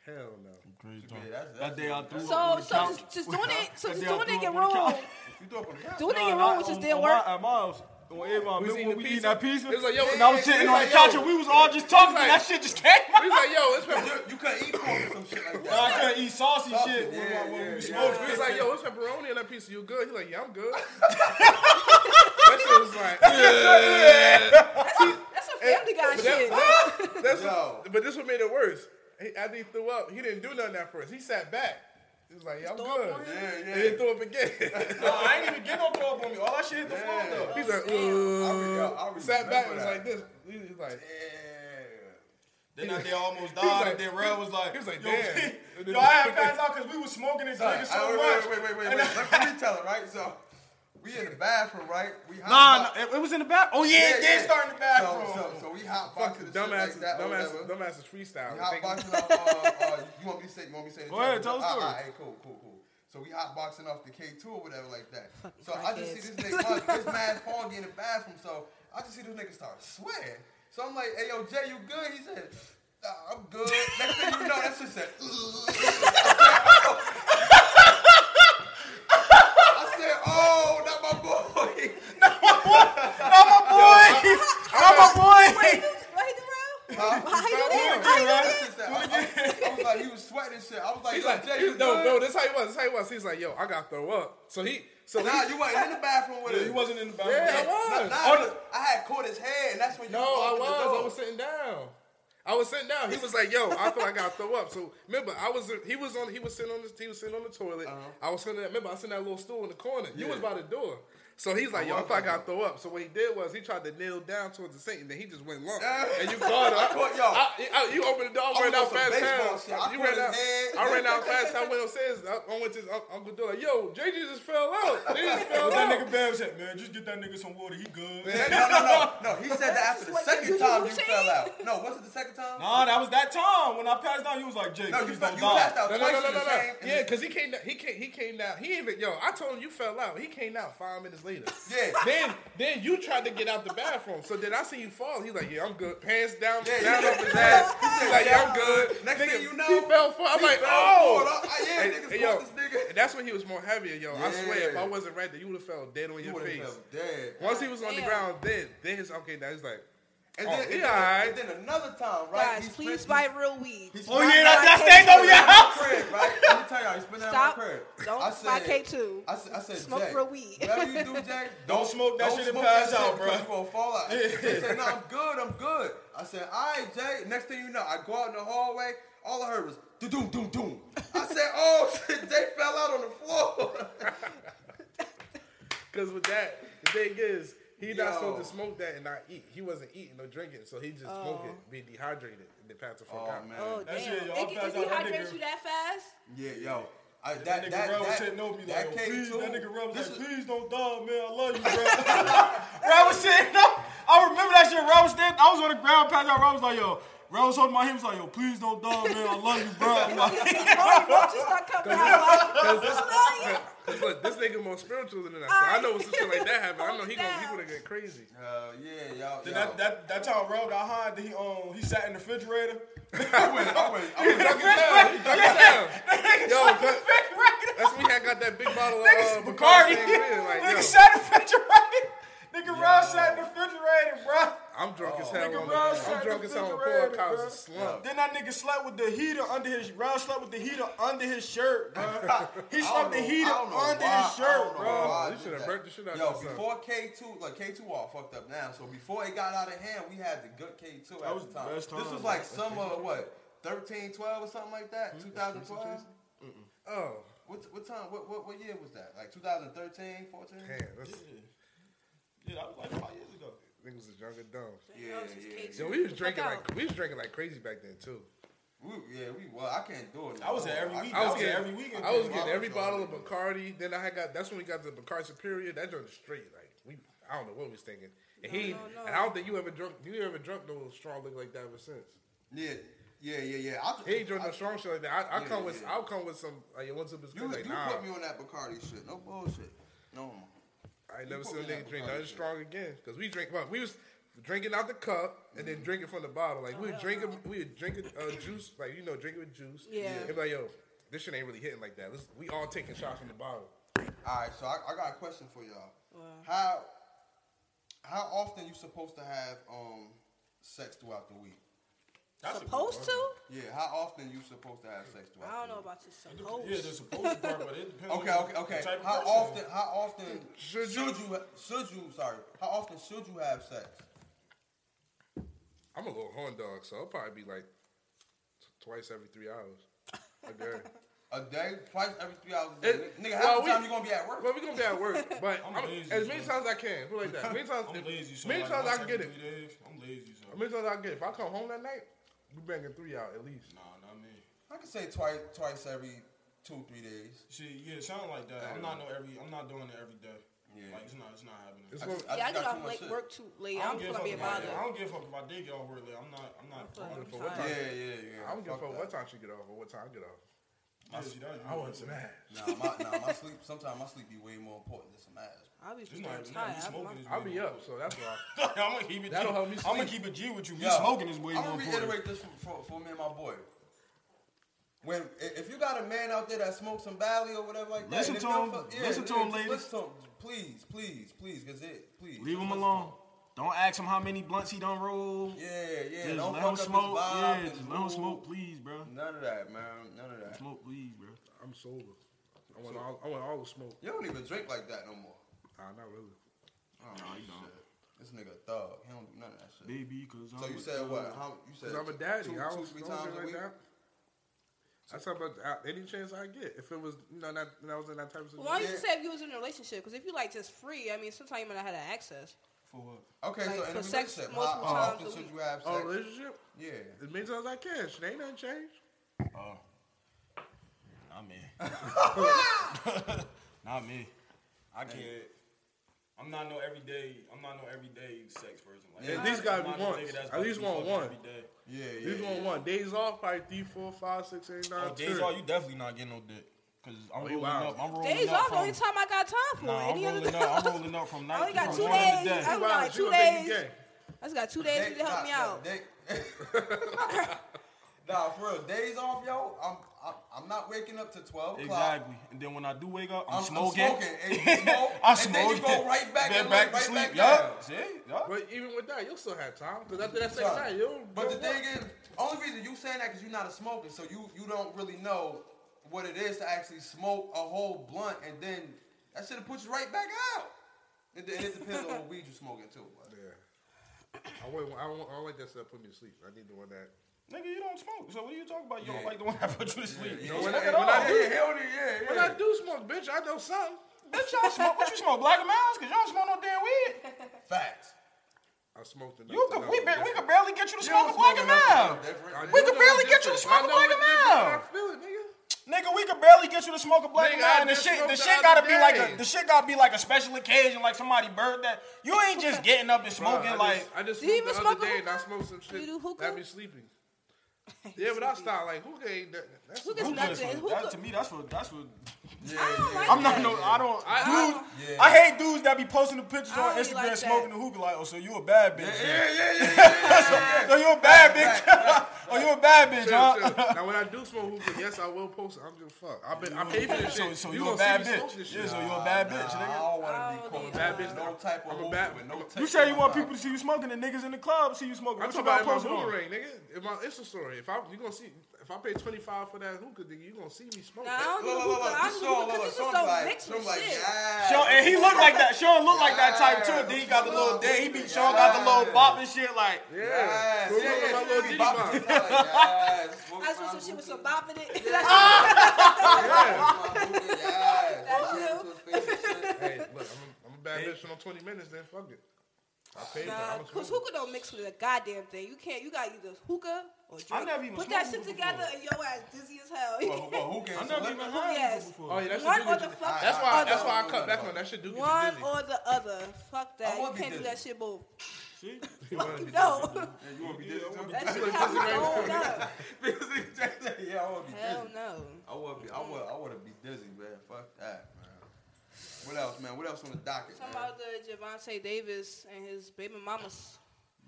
[SPEAKER 1] Hell no.
[SPEAKER 4] Yeah, that's, that's
[SPEAKER 2] That day I threw up on
[SPEAKER 3] So,
[SPEAKER 2] the
[SPEAKER 3] so
[SPEAKER 2] couch.
[SPEAKER 3] just, just doing it. So just
[SPEAKER 2] Yeah,
[SPEAKER 3] doing
[SPEAKER 2] I
[SPEAKER 3] it in
[SPEAKER 2] threw
[SPEAKER 3] your
[SPEAKER 2] up on
[SPEAKER 3] room.
[SPEAKER 2] the couch.
[SPEAKER 4] you do it on the couch.
[SPEAKER 3] Doing it in your
[SPEAKER 2] Nah,
[SPEAKER 3] room just
[SPEAKER 2] on-
[SPEAKER 3] didn't
[SPEAKER 2] on
[SPEAKER 3] work.
[SPEAKER 2] My, at my house,
[SPEAKER 1] was
[SPEAKER 2] when everybody remember
[SPEAKER 1] eating
[SPEAKER 2] when we
[SPEAKER 1] the pizza.
[SPEAKER 2] eating that pizza,
[SPEAKER 1] It was like, yo,
[SPEAKER 2] and I was
[SPEAKER 1] it-
[SPEAKER 2] sitting
[SPEAKER 1] it
[SPEAKER 2] on
[SPEAKER 1] was
[SPEAKER 2] the
[SPEAKER 1] like,
[SPEAKER 2] couch
[SPEAKER 1] yo.
[SPEAKER 2] and we was all just
[SPEAKER 1] It
[SPEAKER 2] talking,
[SPEAKER 1] was
[SPEAKER 2] and
[SPEAKER 1] like-
[SPEAKER 2] that shit just came.
[SPEAKER 1] We
[SPEAKER 2] Out.
[SPEAKER 1] was like, yo, it's pepperoni.
[SPEAKER 4] You, you couldn't eat corn or some shit like
[SPEAKER 2] Nah, I
[SPEAKER 4] that.
[SPEAKER 2] couldn't eat saucy
[SPEAKER 4] Sausage,
[SPEAKER 2] shit
[SPEAKER 4] yeah,
[SPEAKER 2] when, when
[SPEAKER 4] yeah,
[SPEAKER 2] we
[SPEAKER 4] yeah.
[SPEAKER 2] was
[SPEAKER 1] He
[SPEAKER 2] smoking.
[SPEAKER 1] was like, yo, it's pepperoni in that piece. You good? He like, yeah, I'm good. that shit was like,
[SPEAKER 3] That's a family guy
[SPEAKER 1] But that-
[SPEAKER 3] shit.
[SPEAKER 1] that- that's
[SPEAKER 4] Yo.
[SPEAKER 1] what, but this what made it worse. He, after he threw up, he didn't do nothing at first. He sat back. He was like, yeah, I'm
[SPEAKER 3] throw up
[SPEAKER 1] good.
[SPEAKER 3] on him?
[SPEAKER 4] Yeah, yeah.
[SPEAKER 1] And he threw up again.
[SPEAKER 2] Nah, I ain't even get no throw up on me. All that shit hit the floor
[SPEAKER 4] Yeah.
[SPEAKER 2] though.
[SPEAKER 1] He's like,
[SPEAKER 3] damn.
[SPEAKER 4] I re- yo,
[SPEAKER 1] ooh.
[SPEAKER 4] I remember
[SPEAKER 1] "Uh, Sat back and was
[SPEAKER 4] that.
[SPEAKER 1] like this. He was like,
[SPEAKER 4] Yeah.
[SPEAKER 2] Then that day I almost
[SPEAKER 1] was
[SPEAKER 2] died.
[SPEAKER 1] like-
[SPEAKER 2] and then Red was like,
[SPEAKER 1] he was like,
[SPEAKER 2] yo,
[SPEAKER 1] damn.
[SPEAKER 2] yo, I had passed out because we was smoking and drinking so
[SPEAKER 4] All
[SPEAKER 2] much.
[SPEAKER 4] right, wait, wait, wait, wait, wait, wait. Let- Let me tell it right. So we in the bathroom, right? We hop
[SPEAKER 2] Nah,
[SPEAKER 4] box-
[SPEAKER 2] nah, it- it was in the back. Oh yeah, it did start in the bathroom.
[SPEAKER 4] So, so, so we hot
[SPEAKER 1] fuck
[SPEAKER 4] boxing the shit like
[SPEAKER 1] dumbasses,
[SPEAKER 4] that. or
[SPEAKER 1] dumbasses,
[SPEAKER 4] whatever.
[SPEAKER 1] dumbasses freestyle.
[SPEAKER 4] We
[SPEAKER 1] Think-
[SPEAKER 4] hot boxing off. Uh, uh, you want me to say? You want me to say? the
[SPEAKER 2] Go ahead,
[SPEAKER 4] title?
[SPEAKER 2] tell the
[SPEAKER 4] Ah,
[SPEAKER 2] story.
[SPEAKER 4] ah, hey, cool, cool, cool. So we hot boxing off the K two or whatever like that.
[SPEAKER 3] Fucking
[SPEAKER 4] So I just see this
[SPEAKER 3] crackheads.
[SPEAKER 4] nigga, Fonz- this mad Fonzie in the bathroom. So I just see this nigga start sweating. So I'm like, hey yo, Jay, you good? He said, nah, I'm good. Next thing you know, that shit said. I said, oh, not my boy.
[SPEAKER 3] Wait, wait, the real?
[SPEAKER 4] Huh?
[SPEAKER 3] How you do that? How you do
[SPEAKER 4] That
[SPEAKER 3] that?
[SPEAKER 4] shit said- I, I, I was like, he was sweating and shit. I was like,
[SPEAKER 1] He's
[SPEAKER 4] yo,
[SPEAKER 1] like,
[SPEAKER 4] Jay, you
[SPEAKER 1] no, no,
[SPEAKER 4] good?
[SPEAKER 1] this how he was. This how he was. He's like, yo, I got throw up. So he, so
[SPEAKER 4] Nah,
[SPEAKER 1] he,
[SPEAKER 4] you wasn't in the bathroom with
[SPEAKER 2] Yeah,
[SPEAKER 4] us.
[SPEAKER 2] you wasn't in the bathroom.
[SPEAKER 1] yeah, I
[SPEAKER 4] Nah,
[SPEAKER 1] was.
[SPEAKER 4] nah,
[SPEAKER 2] Oh,
[SPEAKER 4] cause I had caught his head, and that's when you
[SPEAKER 1] No, I
[SPEAKER 4] opened the
[SPEAKER 1] was. I
[SPEAKER 4] door.
[SPEAKER 1] was sitting down. I was sitting down. He was like, "Yo, I feel like I gotta throw up." So remember, I was he was on he was sitting on the he was sitting on the toilet.
[SPEAKER 4] Uh-huh.
[SPEAKER 1] I was sitting. At, remember, I was sitting at that little stool in the corner. You was by the door. So he's like, "Yo, I feel like I gotta throw up." So what he did was he tried to kneel down towards the sink, and then he just went long.
[SPEAKER 4] Yeah.
[SPEAKER 1] And you caught
[SPEAKER 4] I
[SPEAKER 1] up.
[SPEAKER 4] caught y'all.
[SPEAKER 1] I, I, you opened the door. I,
[SPEAKER 4] I
[SPEAKER 1] ran out
[SPEAKER 4] was on some
[SPEAKER 1] fast.
[SPEAKER 4] baseball
[SPEAKER 1] town.
[SPEAKER 4] shit.
[SPEAKER 1] you
[SPEAKER 4] I caught
[SPEAKER 1] ran out.
[SPEAKER 4] his head.
[SPEAKER 1] I ran out fast. I went upstairs. I, I went to his un- uncle door. Like, "Yo, JJ just fell out. They just fell
[SPEAKER 2] But that
[SPEAKER 1] out."
[SPEAKER 2] nigga Bam said, man, just get that nigga some water. He good.
[SPEAKER 4] No, no, no, no. He said that after the
[SPEAKER 3] What,
[SPEAKER 4] second
[SPEAKER 3] you
[SPEAKER 4] time you
[SPEAKER 3] routine?
[SPEAKER 4] fell out. No, was it the second time?
[SPEAKER 2] Nah, that was that time when I passed out. You was like, Jake,
[SPEAKER 4] No, you,
[SPEAKER 2] please
[SPEAKER 4] fell,
[SPEAKER 2] don't
[SPEAKER 4] you
[SPEAKER 2] die.
[SPEAKER 4] passed out
[SPEAKER 1] No, no,
[SPEAKER 4] twice
[SPEAKER 1] no, no,
[SPEAKER 4] in the
[SPEAKER 1] no, no.
[SPEAKER 4] same. in the-
[SPEAKER 1] Yeah, because he came. down- He came. He came down. He even yo. I told him you fell out. He came out five minutes later.
[SPEAKER 4] Yeah.
[SPEAKER 1] Then then you tried to get out the bathroom. So then I see you fall. He's like, yeah, I'm good. Pants down,
[SPEAKER 4] Yeah,
[SPEAKER 1] down
[SPEAKER 4] yeah.
[SPEAKER 1] up his ass. He's like, yeah, I'm good.
[SPEAKER 4] Next
[SPEAKER 1] Nigga,
[SPEAKER 4] thing you know,
[SPEAKER 1] he fell for. I'm
[SPEAKER 4] he
[SPEAKER 1] like,
[SPEAKER 4] fell
[SPEAKER 1] oh.
[SPEAKER 4] forward. I- yeah,
[SPEAKER 1] And-
[SPEAKER 4] niggas
[SPEAKER 1] and yo,
[SPEAKER 4] caught this nigga.
[SPEAKER 1] and that's when he was more heavier, yo. I swear, if
[SPEAKER 4] Yeah.
[SPEAKER 1] I wasn't right there, you would have fell dead on
[SPEAKER 4] You
[SPEAKER 1] your
[SPEAKER 4] would've
[SPEAKER 1] face.
[SPEAKER 4] fell dead.
[SPEAKER 1] Once he was on the
[SPEAKER 3] Damn.
[SPEAKER 1] ground, then then his okay. Now he's like,
[SPEAKER 4] And
[SPEAKER 1] Oh,
[SPEAKER 4] then, and,
[SPEAKER 1] he
[SPEAKER 4] then,
[SPEAKER 1] alright.
[SPEAKER 4] and then another time, right?
[SPEAKER 3] Guys,
[SPEAKER 4] he
[SPEAKER 3] please
[SPEAKER 4] spent-
[SPEAKER 3] buy real weed.
[SPEAKER 4] he spent-
[SPEAKER 2] Oh, yeah, that, that
[SPEAKER 3] Nah,
[SPEAKER 2] stays over your house.
[SPEAKER 4] crib, right? Let me tell y'all, he spent that
[SPEAKER 3] Stop.
[SPEAKER 4] in my crib.
[SPEAKER 3] Don't
[SPEAKER 4] I
[SPEAKER 3] buy
[SPEAKER 4] said,
[SPEAKER 3] K2.
[SPEAKER 4] I said, I said,
[SPEAKER 3] Smoke
[SPEAKER 4] Jay,
[SPEAKER 3] real weed.
[SPEAKER 4] Whatever you do, Jay,
[SPEAKER 2] Don't smoke that shit and
[SPEAKER 4] smoke
[SPEAKER 2] pass
[SPEAKER 4] that shit
[SPEAKER 2] out,
[SPEAKER 4] because
[SPEAKER 2] bruh.
[SPEAKER 4] You gonna fall out. I said, no, I'm good, I'm good. I said, all right, Jay. Next thing you know, I go out in the hallway. All I heard was doom, doom, doom, doom. I said, oh shit, Jay fell out on the floor.
[SPEAKER 2] Oh,
[SPEAKER 1] Because with that, the thing is, he
[SPEAKER 4] Yo.
[SPEAKER 1] not supposed to smoke that and not eat. He wasn't eating or drinking, so he just
[SPEAKER 2] Oh.
[SPEAKER 1] smoked it, be dehydrated, and then pass the fuck
[SPEAKER 4] Oh,
[SPEAKER 1] out.
[SPEAKER 4] man.
[SPEAKER 3] Oh, damn.
[SPEAKER 2] That shit, yo, I
[SPEAKER 3] It
[SPEAKER 2] passed
[SPEAKER 3] can
[SPEAKER 2] out, that
[SPEAKER 3] dehydrate
[SPEAKER 2] nigga-
[SPEAKER 3] you that fast?
[SPEAKER 4] yeah, yo. I, that,
[SPEAKER 2] That
[SPEAKER 4] that,
[SPEAKER 2] nigga
[SPEAKER 4] that,
[SPEAKER 2] Red was
[SPEAKER 4] that,
[SPEAKER 2] sitting over me like,
[SPEAKER 4] that
[SPEAKER 2] yo,
[SPEAKER 4] came
[SPEAKER 2] please,
[SPEAKER 4] too.
[SPEAKER 2] that nigga Red was
[SPEAKER 4] This
[SPEAKER 2] like,
[SPEAKER 4] is-
[SPEAKER 2] please don't die, man. I love you, bro. Red was sitting up. I remember that shit. Red was standing. I was on the ground, passed out. Red was like, yo. Red was holding my hand. He was like, yo, please don't die, man. I love you, bro. I'm like,
[SPEAKER 3] Oh, your roaches start coming out. Like,
[SPEAKER 1] Cause this,
[SPEAKER 3] oh, yeah.
[SPEAKER 1] cause look, this nigga more spiritual than that. So I know when some shit like that happen. I know he gonna he
[SPEAKER 3] Down.
[SPEAKER 1] gonna get crazy.
[SPEAKER 4] Uh, yeah, y'all.
[SPEAKER 2] Then
[SPEAKER 4] y'all.
[SPEAKER 2] that, that, that's how Rob got high. Then he, um, he sat in the refrigerator.
[SPEAKER 4] I went, I went, I went,
[SPEAKER 1] Duck it down, duck it down. Yo, that- that's when he had got that big bottle of uh, Bacardi.
[SPEAKER 2] Bacardi.
[SPEAKER 1] and Like,
[SPEAKER 2] Nigga
[SPEAKER 1] yo,
[SPEAKER 2] sat in the refrigerator. Nigga Rob sat in the refrigerator, bro.
[SPEAKER 1] I'm drunk
[SPEAKER 4] Oh.
[SPEAKER 1] as hell.
[SPEAKER 2] Nigga
[SPEAKER 1] on
[SPEAKER 2] Ralph
[SPEAKER 1] the,
[SPEAKER 2] sat
[SPEAKER 1] I'm
[SPEAKER 2] in
[SPEAKER 1] drunk
[SPEAKER 2] the
[SPEAKER 1] as hell on
[SPEAKER 2] refrigerator,
[SPEAKER 1] pork house
[SPEAKER 2] bro.
[SPEAKER 1] and slump.
[SPEAKER 2] Then that nigga slept with the heater under his. Rob slept with the heater under his shirt, bro. He
[SPEAKER 4] I don't
[SPEAKER 2] slept the
[SPEAKER 4] know-
[SPEAKER 2] heater
[SPEAKER 4] I don't know
[SPEAKER 2] under
[SPEAKER 4] why-
[SPEAKER 2] his
[SPEAKER 4] I don't
[SPEAKER 2] shirt,
[SPEAKER 4] know why
[SPEAKER 2] bro.
[SPEAKER 4] I
[SPEAKER 1] You
[SPEAKER 4] did
[SPEAKER 1] should've
[SPEAKER 4] that.
[SPEAKER 1] burnt the shit out
[SPEAKER 4] Yo,
[SPEAKER 1] yourself.
[SPEAKER 4] before K2, like K2 all fucked up now. So before it got out of hand, we had the good K2 at
[SPEAKER 2] was
[SPEAKER 4] the
[SPEAKER 2] the
[SPEAKER 4] time.
[SPEAKER 2] best
[SPEAKER 4] This
[SPEAKER 2] time,
[SPEAKER 4] was
[SPEAKER 2] bro.
[SPEAKER 4] like summer, what, 13, 12 or something like
[SPEAKER 1] Hmm?
[SPEAKER 4] that? 2012?
[SPEAKER 1] Oh,
[SPEAKER 4] What, what time, what, what, what year was that? Like 2013, 14?
[SPEAKER 1] damn, that's
[SPEAKER 2] Yeah, that was like five years ago.
[SPEAKER 1] niggas was drunk and dumb.
[SPEAKER 4] Yeah,
[SPEAKER 3] Roaches,
[SPEAKER 4] yeah,
[SPEAKER 3] K2.
[SPEAKER 1] Yo, we was drinking
[SPEAKER 3] out.
[SPEAKER 1] like we was drinking like crazy back then too.
[SPEAKER 4] We, yeah, we well, I can't do it.
[SPEAKER 2] I was at every
[SPEAKER 4] I-
[SPEAKER 2] week.
[SPEAKER 4] I,
[SPEAKER 2] I
[SPEAKER 1] was
[SPEAKER 2] was at
[SPEAKER 1] getting-
[SPEAKER 2] every weekend.
[SPEAKER 1] I was
[SPEAKER 2] thing.
[SPEAKER 1] getting
[SPEAKER 4] Wow.
[SPEAKER 1] every bottle of Bacardi. Then I got that's when we got the Bacardi Superior. That joint is straight. Like we, I don't know what we was thinking. And he,
[SPEAKER 3] No, no, no.
[SPEAKER 1] and I don't think you ever drunk. You ever drunk no strong liquor like that ever since.
[SPEAKER 4] yeah, yeah, yeah, yeah. I,
[SPEAKER 1] He ain't drunk
[SPEAKER 4] I-
[SPEAKER 1] no strong shit like that. I, I
[SPEAKER 4] Yeah,
[SPEAKER 1] come with,
[SPEAKER 4] yeah.
[SPEAKER 1] I'll come with some. Like, yo, what's up, it's
[SPEAKER 4] You,
[SPEAKER 1] good? Like,
[SPEAKER 4] you
[SPEAKER 1] nah,
[SPEAKER 4] put me on that Bacardi shit. No bullshit. No.
[SPEAKER 1] I ain't never
[SPEAKER 4] you
[SPEAKER 1] seen a
[SPEAKER 4] put me on
[SPEAKER 1] nigga drink
[SPEAKER 4] Bacardi
[SPEAKER 1] nothing
[SPEAKER 4] shit.
[SPEAKER 1] strong again. Cause we drink, well, we was drinking out the cup and
[SPEAKER 3] Mm-hmm.
[SPEAKER 1] then drinking from the bottle. Like
[SPEAKER 3] Oh,
[SPEAKER 1] we were drinking, we were drinking uh, juice. Like you know, drinking with juice.
[SPEAKER 3] Yeah.
[SPEAKER 1] And be like yo, this shit ain't really hitting like that. Let's, we all taking shots from the bottle.
[SPEAKER 4] All right, so I, I got a question for y'all.
[SPEAKER 3] Wow.
[SPEAKER 4] How how often you supposed to have um sex throughout the week?
[SPEAKER 3] supposed to?
[SPEAKER 4] Yeah, how often you supposed to have sex
[SPEAKER 3] I don't
[SPEAKER 4] throughout? the
[SPEAKER 3] know
[SPEAKER 4] week?
[SPEAKER 3] about you
[SPEAKER 2] Yeah,
[SPEAKER 3] supposed.
[SPEAKER 2] the supposed part, but it depends.
[SPEAKER 4] Okay,
[SPEAKER 2] on
[SPEAKER 4] okay,
[SPEAKER 2] the
[SPEAKER 4] okay.
[SPEAKER 2] type of
[SPEAKER 4] How
[SPEAKER 2] person.
[SPEAKER 4] often? How often
[SPEAKER 1] Should
[SPEAKER 4] should
[SPEAKER 1] you-
[SPEAKER 4] you? Should you? Sorry. How often should you have sex?
[SPEAKER 1] I'm a little horn dog, so I'll probably be like t- twice every three hours. Okay.
[SPEAKER 4] A day, twice every three hours. A day.
[SPEAKER 1] It-
[SPEAKER 4] Nigga, half
[SPEAKER 1] well,
[SPEAKER 4] the
[SPEAKER 1] we-
[SPEAKER 4] time you gonna be at work.
[SPEAKER 1] well, we gonna be at work, but
[SPEAKER 2] I'm
[SPEAKER 1] I'm
[SPEAKER 2] lazy,
[SPEAKER 1] as many
[SPEAKER 2] so-
[SPEAKER 1] times as I can. Put it like that. Many times,
[SPEAKER 2] I'm lazy, so
[SPEAKER 1] many
[SPEAKER 2] like
[SPEAKER 1] times I
[SPEAKER 2] once
[SPEAKER 1] can get
[SPEAKER 2] every
[SPEAKER 1] it.
[SPEAKER 2] three days, I'm lazy, so
[SPEAKER 1] Many times I can get it. If I come home that night, we banging three out at least.
[SPEAKER 2] nah, not me.
[SPEAKER 4] I could say twice, twice every two, three days.
[SPEAKER 2] See, yeah, it sound like that. I'm not no every. I'm not doing it every day.
[SPEAKER 4] Yeah.
[SPEAKER 2] Like it's not. It's not happening.
[SPEAKER 1] It's
[SPEAKER 4] I
[SPEAKER 1] gonna-
[SPEAKER 4] just-
[SPEAKER 3] Yeah, I get
[SPEAKER 4] just got too
[SPEAKER 3] off
[SPEAKER 4] much
[SPEAKER 3] late
[SPEAKER 4] shit.
[SPEAKER 3] work too late. I'm
[SPEAKER 2] I don't
[SPEAKER 3] feel
[SPEAKER 2] give a
[SPEAKER 3] like
[SPEAKER 2] fuck
[SPEAKER 3] being
[SPEAKER 2] about
[SPEAKER 3] bothered.
[SPEAKER 2] it. I don't give a fuck if I did get off work late. I'm not. I'm not.
[SPEAKER 3] I'm
[SPEAKER 2] I'm
[SPEAKER 3] fucking
[SPEAKER 1] for what
[SPEAKER 4] Yeah,
[SPEAKER 1] time?
[SPEAKER 3] tired.
[SPEAKER 4] yeah, yeah.
[SPEAKER 1] I don't give a
[SPEAKER 4] Fuck
[SPEAKER 1] fuck what
[SPEAKER 4] that.
[SPEAKER 1] time she get off or what time I get off.
[SPEAKER 2] busy, that's
[SPEAKER 1] I
[SPEAKER 2] you.
[SPEAKER 1] want some ass.
[SPEAKER 4] Nah, my, nah, my sleep. Sometimes my sleep be way more important than some ass.
[SPEAKER 3] I'll be
[SPEAKER 2] It's
[SPEAKER 3] just
[SPEAKER 2] not,
[SPEAKER 3] damn
[SPEAKER 2] it's not,
[SPEAKER 3] tired.
[SPEAKER 2] me
[SPEAKER 3] I'm-
[SPEAKER 2] smoking
[SPEAKER 3] I'm-
[SPEAKER 2] is
[SPEAKER 1] I'll
[SPEAKER 2] way
[SPEAKER 1] be
[SPEAKER 2] more-
[SPEAKER 1] up, so that's why.
[SPEAKER 2] I'm gonna keep it.
[SPEAKER 1] That'll
[SPEAKER 2] G.
[SPEAKER 1] help me
[SPEAKER 2] I'm gonna
[SPEAKER 1] sleep.
[SPEAKER 2] keep it G with you. Me
[SPEAKER 4] Yo,
[SPEAKER 2] smoking is way
[SPEAKER 4] I'm
[SPEAKER 2] more
[SPEAKER 4] gonna
[SPEAKER 2] important.
[SPEAKER 4] reiterate this for, for, for me and my boy. When i- if you got a man out there that smokes some Bally or whatever like that,
[SPEAKER 2] Listen
[SPEAKER 4] if
[SPEAKER 2] to
[SPEAKER 4] y'all
[SPEAKER 2] him.
[SPEAKER 4] fuck-
[SPEAKER 2] Listen to him,
[SPEAKER 4] just
[SPEAKER 2] ladies.
[SPEAKER 4] Listen to him, please, please, please, cause it, please.
[SPEAKER 2] Leave
[SPEAKER 4] just
[SPEAKER 2] him
[SPEAKER 4] listen to
[SPEAKER 2] alone. Don't ask him how many blunts he done rolled.
[SPEAKER 4] Yeah, yeah.
[SPEAKER 2] Just
[SPEAKER 4] don't fuck
[SPEAKER 2] let him
[SPEAKER 4] up his
[SPEAKER 2] smoke.
[SPEAKER 4] vibe
[SPEAKER 2] Yeah,
[SPEAKER 4] and
[SPEAKER 2] just let him
[SPEAKER 4] mood.
[SPEAKER 2] smoke, please, bro.
[SPEAKER 4] None of that, man. None of that.
[SPEAKER 2] Smoke, please, bro.
[SPEAKER 1] I'm sober. I want all. I want all the smoke.
[SPEAKER 4] You don't even drink like that no more.
[SPEAKER 1] Nah, not really.
[SPEAKER 4] Oh, no, you don't. This nigga a thug. He don't do none of that shit.
[SPEAKER 2] Baby, cause I'm
[SPEAKER 4] So you
[SPEAKER 2] a
[SPEAKER 4] said
[SPEAKER 2] thug.
[SPEAKER 4] what? How you said?
[SPEAKER 1] Cause I'm a daddy.
[SPEAKER 4] Two,
[SPEAKER 1] I
[SPEAKER 4] two,
[SPEAKER 1] don't
[SPEAKER 4] three
[SPEAKER 1] don't
[SPEAKER 4] times
[SPEAKER 1] drink
[SPEAKER 4] a
[SPEAKER 1] like
[SPEAKER 4] week.
[SPEAKER 1] that. That's about uh, any chance I get. If it was, you know, not, and I was in that type of situation.
[SPEAKER 3] Well, Why you
[SPEAKER 4] Yeah.
[SPEAKER 3] say if you was in a relationship? Because if you like just free, I mean, sometimes you might not have the access.
[SPEAKER 2] For what?
[SPEAKER 4] Okay,
[SPEAKER 3] Like,
[SPEAKER 4] so in
[SPEAKER 3] for
[SPEAKER 4] a
[SPEAKER 3] sex,
[SPEAKER 4] relationship, how
[SPEAKER 3] multiple
[SPEAKER 4] how
[SPEAKER 3] times
[SPEAKER 4] often
[SPEAKER 3] a
[SPEAKER 4] should
[SPEAKER 3] week.
[SPEAKER 4] you have
[SPEAKER 1] Oh,
[SPEAKER 4] sex?
[SPEAKER 1] relationship?
[SPEAKER 4] Yeah.
[SPEAKER 1] As many times as I can. Shit ain't nothing changed.
[SPEAKER 2] Uh, Not me. not me. I can't. I'm not no everyday. I'm not no everyday sex person. Like,
[SPEAKER 1] At
[SPEAKER 2] I'm
[SPEAKER 1] least gotta
[SPEAKER 2] not
[SPEAKER 1] be
[SPEAKER 2] the
[SPEAKER 1] once.
[SPEAKER 2] nigga that's
[SPEAKER 1] At
[SPEAKER 2] about
[SPEAKER 1] least
[SPEAKER 2] to be
[SPEAKER 1] want
[SPEAKER 2] fucking
[SPEAKER 1] one.
[SPEAKER 2] every day.
[SPEAKER 4] Yeah, yeah.
[SPEAKER 1] He's going
[SPEAKER 4] yeah.
[SPEAKER 1] one. Days off, probably three, four, five, six, eight, nine,
[SPEAKER 2] Oh, days
[SPEAKER 1] ten.
[SPEAKER 2] off, you definitely not getting no dick. Cause
[SPEAKER 4] Oh,
[SPEAKER 2] I'm
[SPEAKER 1] you
[SPEAKER 2] rolling
[SPEAKER 1] wild.
[SPEAKER 2] up. I'm rolling
[SPEAKER 3] Days
[SPEAKER 2] up
[SPEAKER 3] off, the
[SPEAKER 2] from.
[SPEAKER 3] only time I got time for
[SPEAKER 2] Nah,
[SPEAKER 3] it.
[SPEAKER 2] I'm
[SPEAKER 3] Any other
[SPEAKER 2] rolling
[SPEAKER 3] time,
[SPEAKER 2] up. I'm rolling up from night.
[SPEAKER 3] I only got
[SPEAKER 2] from
[SPEAKER 3] two Oh,
[SPEAKER 2] morning to
[SPEAKER 3] days.
[SPEAKER 2] day.
[SPEAKER 3] I
[SPEAKER 1] You
[SPEAKER 3] only got
[SPEAKER 1] wild. She
[SPEAKER 3] two
[SPEAKER 1] gonna make you
[SPEAKER 3] days.
[SPEAKER 1] gay.
[SPEAKER 3] I just got two days for you to help me out.
[SPEAKER 4] Day, nah, for real. Days off, yo. I'm, I'm I'm not waking up to twelve o'clock.
[SPEAKER 2] Exactly. And then when I do wake up, I'm,
[SPEAKER 4] I'm, I'm
[SPEAKER 2] smoking.
[SPEAKER 4] smoking. And you smoke,
[SPEAKER 2] I
[SPEAKER 4] and
[SPEAKER 2] smoke.
[SPEAKER 4] then you go right back
[SPEAKER 2] Then
[SPEAKER 4] and
[SPEAKER 2] back
[SPEAKER 4] back
[SPEAKER 2] to
[SPEAKER 4] right back
[SPEAKER 2] sleep.
[SPEAKER 4] down.
[SPEAKER 2] yup. See? Yup.
[SPEAKER 1] But even with that, you'll still have time. Because after that second
[SPEAKER 4] Son,
[SPEAKER 1] night, you'll.
[SPEAKER 4] But the
[SPEAKER 1] you'll
[SPEAKER 4] thing
[SPEAKER 1] work.
[SPEAKER 4] is, only reason you saying that because you're not a smoker, so you you don't really know what it is to actually smoke a whole blunt, and then that shit put you right back out. And then it depends on what weed you smoking too. But.
[SPEAKER 1] Yeah. I want. I want. I don't like that stuff. Put me to sleep. I need the one that.
[SPEAKER 2] Nigga, you don't smoke. So what are you talking about? You don't
[SPEAKER 4] Yeah.
[SPEAKER 2] like the one that put you to sleep.
[SPEAKER 4] yeah.
[SPEAKER 2] You don't
[SPEAKER 1] When
[SPEAKER 2] smoke
[SPEAKER 1] I-
[SPEAKER 2] at
[SPEAKER 1] when I
[SPEAKER 2] all.
[SPEAKER 1] do-
[SPEAKER 4] Yeah, hell yeah, yeah.
[SPEAKER 1] When I do smoke, bitch, I know something.
[SPEAKER 2] Bitch, y'all smoke. What you smoke? Black and Miles? Cause y'all don't smoke no damn weed.
[SPEAKER 4] Facts.
[SPEAKER 1] I smoked enough. to
[SPEAKER 2] You could,
[SPEAKER 1] know
[SPEAKER 2] we,
[SPEAKER 1] the
[SPEAKER 2] ba-
[SPEAKER 1] difference.
[SPEAKER 2] we could barely get you to
[SPEAKER 4] You
[SPEAKER 2] smoke
[SPEAKER 4] don't
[SPEAKER 2] a
[SPEAKER 4] smoke
[SPEAKER 2] Black and
[SPEAKER 4] enough
[SPEAKER 2] Miles.
[SPEAKER 4] shit different.
[SPEAKER 1] I do
[SPEAKER 4] We
[SPEAKER 1] know
[SPEAKER 2] could
[SPEAKER 1] the
[SPEAKER 2] barely get you to
[SPEAKER 1] difference.
[SPEAKER 2] smoke
[SPEAKER 1] I
[SPEAKER 2] a
[SPEAKER 1] know
[SPEAKER 2] black
[SPEAKER 1] the
[SPEAKER 2] and
[SPEAKER 1] difference.
[SPEAKER 2] mild.
[SPEAKER 1] I feel it, nigga.
[SPEAKER 2] Nigga, we could barely get you to smoke a black
[SPEAKER 1] Nigga,
[SPEAKER 2] and
[SPEAKER 1] I
[SPEAKER 2] mild. The
[SPEAKER 1] just
[SPEAKER 2] shit, the
[SPEAKER 1] smoked the
[SPEAKER 2] shit
[SPEAKER 1] other
[SPEAKER 2] gotta be like
[SPEAKER 1] day.
[SPEAKER 2] a, the shit gotta be like a special occasion, like somebody bird that. You ain't just getting up and
[SPEAKER 1] Bruh,
[SPEAKER 2] smoking
[SPEAKER 1] I
[SPEAKER 2] like.
[SPEAKER 1] just, I just
[SPEAKER 3] Do you
[SPEAKER 1] smoked the
[SPEAKER 3] even smoke
[SPEAKER 1] other
[SPEAKER 3] a
[SPEAKER 1] day and I
[SPEAKER 3] hookah?
[SPEAKER 1] smoked some shit.
[SPEAKER 3] You do hookah?
[SPEAKER 1] Had me sleeping. Yeah, but I stopped like hookah ain't that, that's
[SPEAKER 3] Hookah's
[SPEAKER 2] Who
[SPEAKER 3] not
[SPEAKER 2] just-
[SPEAKER 3] good. Who
[SPEAKER 2] that,
[SPEAKER 3] could-
[SPEAKER 2] to me, that's what that's what.
[SPEAKER 3] I don't like
[SPEAKER 2] I'm not
[SPEAKER 3] that.
[SPEAKER 2] no. I don't.
[SPEAKER 1] I-
[SPEAKER 2] dudes,
[SPEAKER 4] I- Yeah.
[SPEAKER 2] I hate dudes that be posting the pictures
[SPEAKER 3] I
[SPEAKER 2] on
[SPEAKER 3] don't be
[SPEAKER 2] Instagram
[SPEAKER 3] like that.
[SPEAKER 2] smoking the hookah. Like, oh, so you a bad bitch?
[SPEAKER 4] Yeah, yeah, yeah, yeah, yeah,
[SPEAKER 2] So you a bad bitch? oh, you a bad bitch,
[SPEAKER 1] Chill,
[SPEAKER 2] huh?
[SPEAKER 1] chill. now when I do smoke hookah, yes, I will post it. I'm giving a fuck. I been, I paid for this
[SPEAKER 2] So,
[SPEAKER 1] shit.
[SPEAKER 2] so
[SPEAKER 1] you
[SPEAKER 2] you a
[SPEAKER 1] gonna
[SPEAKER 2] bad
[SPEAKER 1] see me smoke
[SPEAKER 2] bitch?
[SPEAKER 1] this
[SPEAKER 2] Yeah,
[SPEAKER 1] shit?
[SPEAKER 2] so you a bad bitch,
[SPEAKER 4] Nah,
[SPEAKER 2] nigga.
[SPEAKER 4] I don't want to
[SPEAKER 3] Oh,
[SPEAKER 4] be called
[SPEAKER 3] yeah.
[SPEAKER 1] Bad bitch.
[SPEAKER 4] No type of
[SPEAKER 1] I'm a
[SPEAKER 4] hookah
[SPEAKER 1] bad-
[SPEAKER 4] with no
[SPEAKER 1] I'm a-
[SPEAKER 4] taste
[SPEAKER 2] You say
[SPEAKER 4] in
[SPEAKER 2] you
[SPEAKER 4] my
[SPEAKER 2] want
[SPEAKER 4] mouth.
[SPEAKER 2] people to see you smoking, and niggas in the club see you smoking.
[SPEAKER 1] I'm
[SPEAKER 2] What you
[SPEAKER 1] talking
[SPEAKER 2] gonna
[SPEAKER 1] about in my
[SPEAKER 2] post it
[SPEAKER 1] boomerang,
[SPEAKER 2] on?
[SPEAKER 1] ring, nigga. In my Insta story, if I you gonna see if I pay twenty five for that hookah, nigga, you gonna see me smoke.
[SPEAKER 3] Nah, I don't do
[SPEAKER 4] Look, look,
[SPEAKER 3] hookah.
[SPEAKER 4] look,
[SPEAKER 3] I
[SPEAKER 4] look,
[SPEAKER 3] do
[SPEAKER 4] Sean,
[SPEAKER 3] hookah
[SPEAKER 4] look,
[SPEAKER 3] 'cause it
[SPEAKER 4] look,
[SPEAKER 3] just
[SPEAKER 4] Sean
[SPEAKER 3] don't
[SPEAKER 4] like-
[SPEAKER 3] mix
[SPEAKER 4] Sean
[SPEAKER 3] with
[SPEAKER 4] like,
[SPEAKER 3] shit.
[SPEAKER 4] yeah.
[SPEAKER 2] Sean, and he look like that. Sean look like that type too. Then he got the little, then he be Sean got the little bop and shit. Like,
[SPEAKER 1] Yeah,
[SPEAKER 4] Yes,
[SPEAKER 1] go
[SPEAKER 4] yeah,
[SPEAKER 1] look at
[SPEAKER 4] yeah,
[SPEAKER 1] my little
[SPEAKER 4] yeah,
[SPEAKER 1] Diddy
[SPEAKER 4] bop-
[SPEAKER 1] bomb.
[SPEAKER 4] yes, smoke
[SPEAKER 3] I just want
[SPEAKER 4] my
[SPEAKER 3] some shit with some
[SPEAKER 4] hookah.
[SPEAKER 3] bop in it.
[SPEAKER 1] Yeah.
[SPEAKER 3] That's
[SPEAKER 4] Yes.
[SPEAKER 3] That's
[SPEAKER 4] That shit into his face and shit.
[SPEAKER 1] hey, look, I'm a, I'm a bad bitch for no twenty minutes. Then fuck it. I paid for it.
[SPEAKER 3] Nah,
[SPEAKER 1] I was
[SPEAKER 3] cause hookah don't mix with a goddamn thing. You can't. You got either hookah or drink.
[SPEAKER 2] never even
[SPEAKER 3] Put that
[SPEAKER 2] smoked
[SPEAKER 3] shit
[SPEAKER 2] hookah
[SPEAKER 3] together and your ass dizzy as hell. You
[SPEAKER 4] Well, well, who gave
[SPEAKER 2] I
[SPEAKER 4] some
[SPEAKER 2] never
[SPEAKER 4] liquor?
[SPEAKER 2] even heard
[SPEAKER 3] Yes.
[SPEAKER 2] yes. before.
[SPEAKER 1] Oh yeah, that's
[SPEAKER 3] One
[SPEAKER 1] what do
[SPEAKER 3] or the
[SPEAKER 1] get you-
[SPEAKER 3] fuck
[SPEAKER 1] That's why.
[SPEAKER 3] or
[SPEAKER 1] That's
[SPEAKER 3] the-
[SPEAKER 1] why I cut back on that shit. Do get
[SPEAKER 3] One
[SPEAKER 1] you
[SPEAKER 3] or the other. Fuck that.
[SPEAKER 4] I
[SPEAKER 3] You
[SPEAKER 4] wanna be
[SPEAKER 3] can't do
[SPEAKER 4] dizzy.
[SPEAKER 3] that shit both.
[SPEAKER 2] See?
[SPEAKER 1] dizzy.
[SPEAKER 3] Fuck no.
[SPEAKER 4] Yeah, you want to be dizzy too?
[SPEAKER 3] That shit have me rolled up.
[SPEAKER 4] Because he just said, yeah, I want to be
[SPEAKER 3] Hell
[SPEAKER 4] dizzy.
[SPEAKER 3] no.
[SPEAKER 4] I want to be, I want, I want to be dizzy, man. Fuck that, man. What else, man? What else on the docket,
[SPEAKER 3] Talking
[SPEAKER 4] man?
[SPEAKER 3] about the Javante Davis and his baby mama's.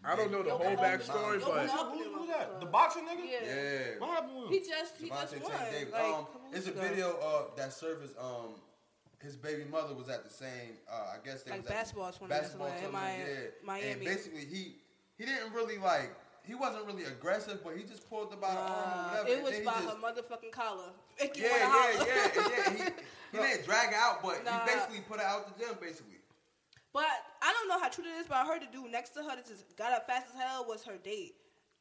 [SPEAKER 1] I don't know the
[SPEAKER 3] Yo,
[SPEAKER 1] whole
[SPEAKER 3] but-
[SPEAKER 1] backstory,
[SPEAKER 3] yo,
[SPEAKER 1] but
[SPEAKER 2] Who, who, who that? The boxing nigga?
[SPEAKER 3] Yeah.
[SPEAKER 4] Yeah.
[SPEAKER 2] What happened with him?
[SPEAKER 3] He just he just
[SPEAKER 4] Devontae Tank
[SPEAKER 3] won.
[SPEAKER 4] Davis.
[SPEAKER 3] Like,
[SPEAKER 4] um,
[SPEAKER 3] couple
[SPEAKER 4] it's a
[SPEAKER 3] weeks ago.
[SPEAKER 4] video uh, that surfaced. Um, his baby mother was at the same. Uh, I guess they
[SPEAKER 3] Like
[SPEAKER 4] was at the
[SPEAKER 3] basketball tournament or
[SPEAKER 4] basketball
[SPEAKER 3] something in
[SPEAKER 4] tournament,
[SPEAKER 3] Mi-
[SPEAKER 4] yeah.
[SPEAKER 3] Miami.
[SPEAKER 4] And basically, he he didn't really like. He wasn't really aggressive, but he just pulled the bottom arm or
[SPEAKER 3] Uh,
[SPEAKER 4] um, whatever.
[SPEAKER 3] it
[SPEAKER 4] and
[SPEAKER 3] was
[SPEAKER 4] then he
[SPEAKER 3] by
[SPEAKER 4] just-
[SPEAKER 3] her motherfucking collar. Make you
[SPEAKER 4] Yeah,
[SPEAKER 3] wanna
[SPEAKER 4] yeah,
[SPEAKER 3] holler.
[SPEAKER 4] yeah, yeah. He, he didn't drag her out, but
[SPEAKER 3] Nah.
[SPEAKER 4] he basically put her out the gym, basically.
[SPEAKER 3] But I don't know how true it is, but I heard the dude next to her that just got up fast as hell was her date.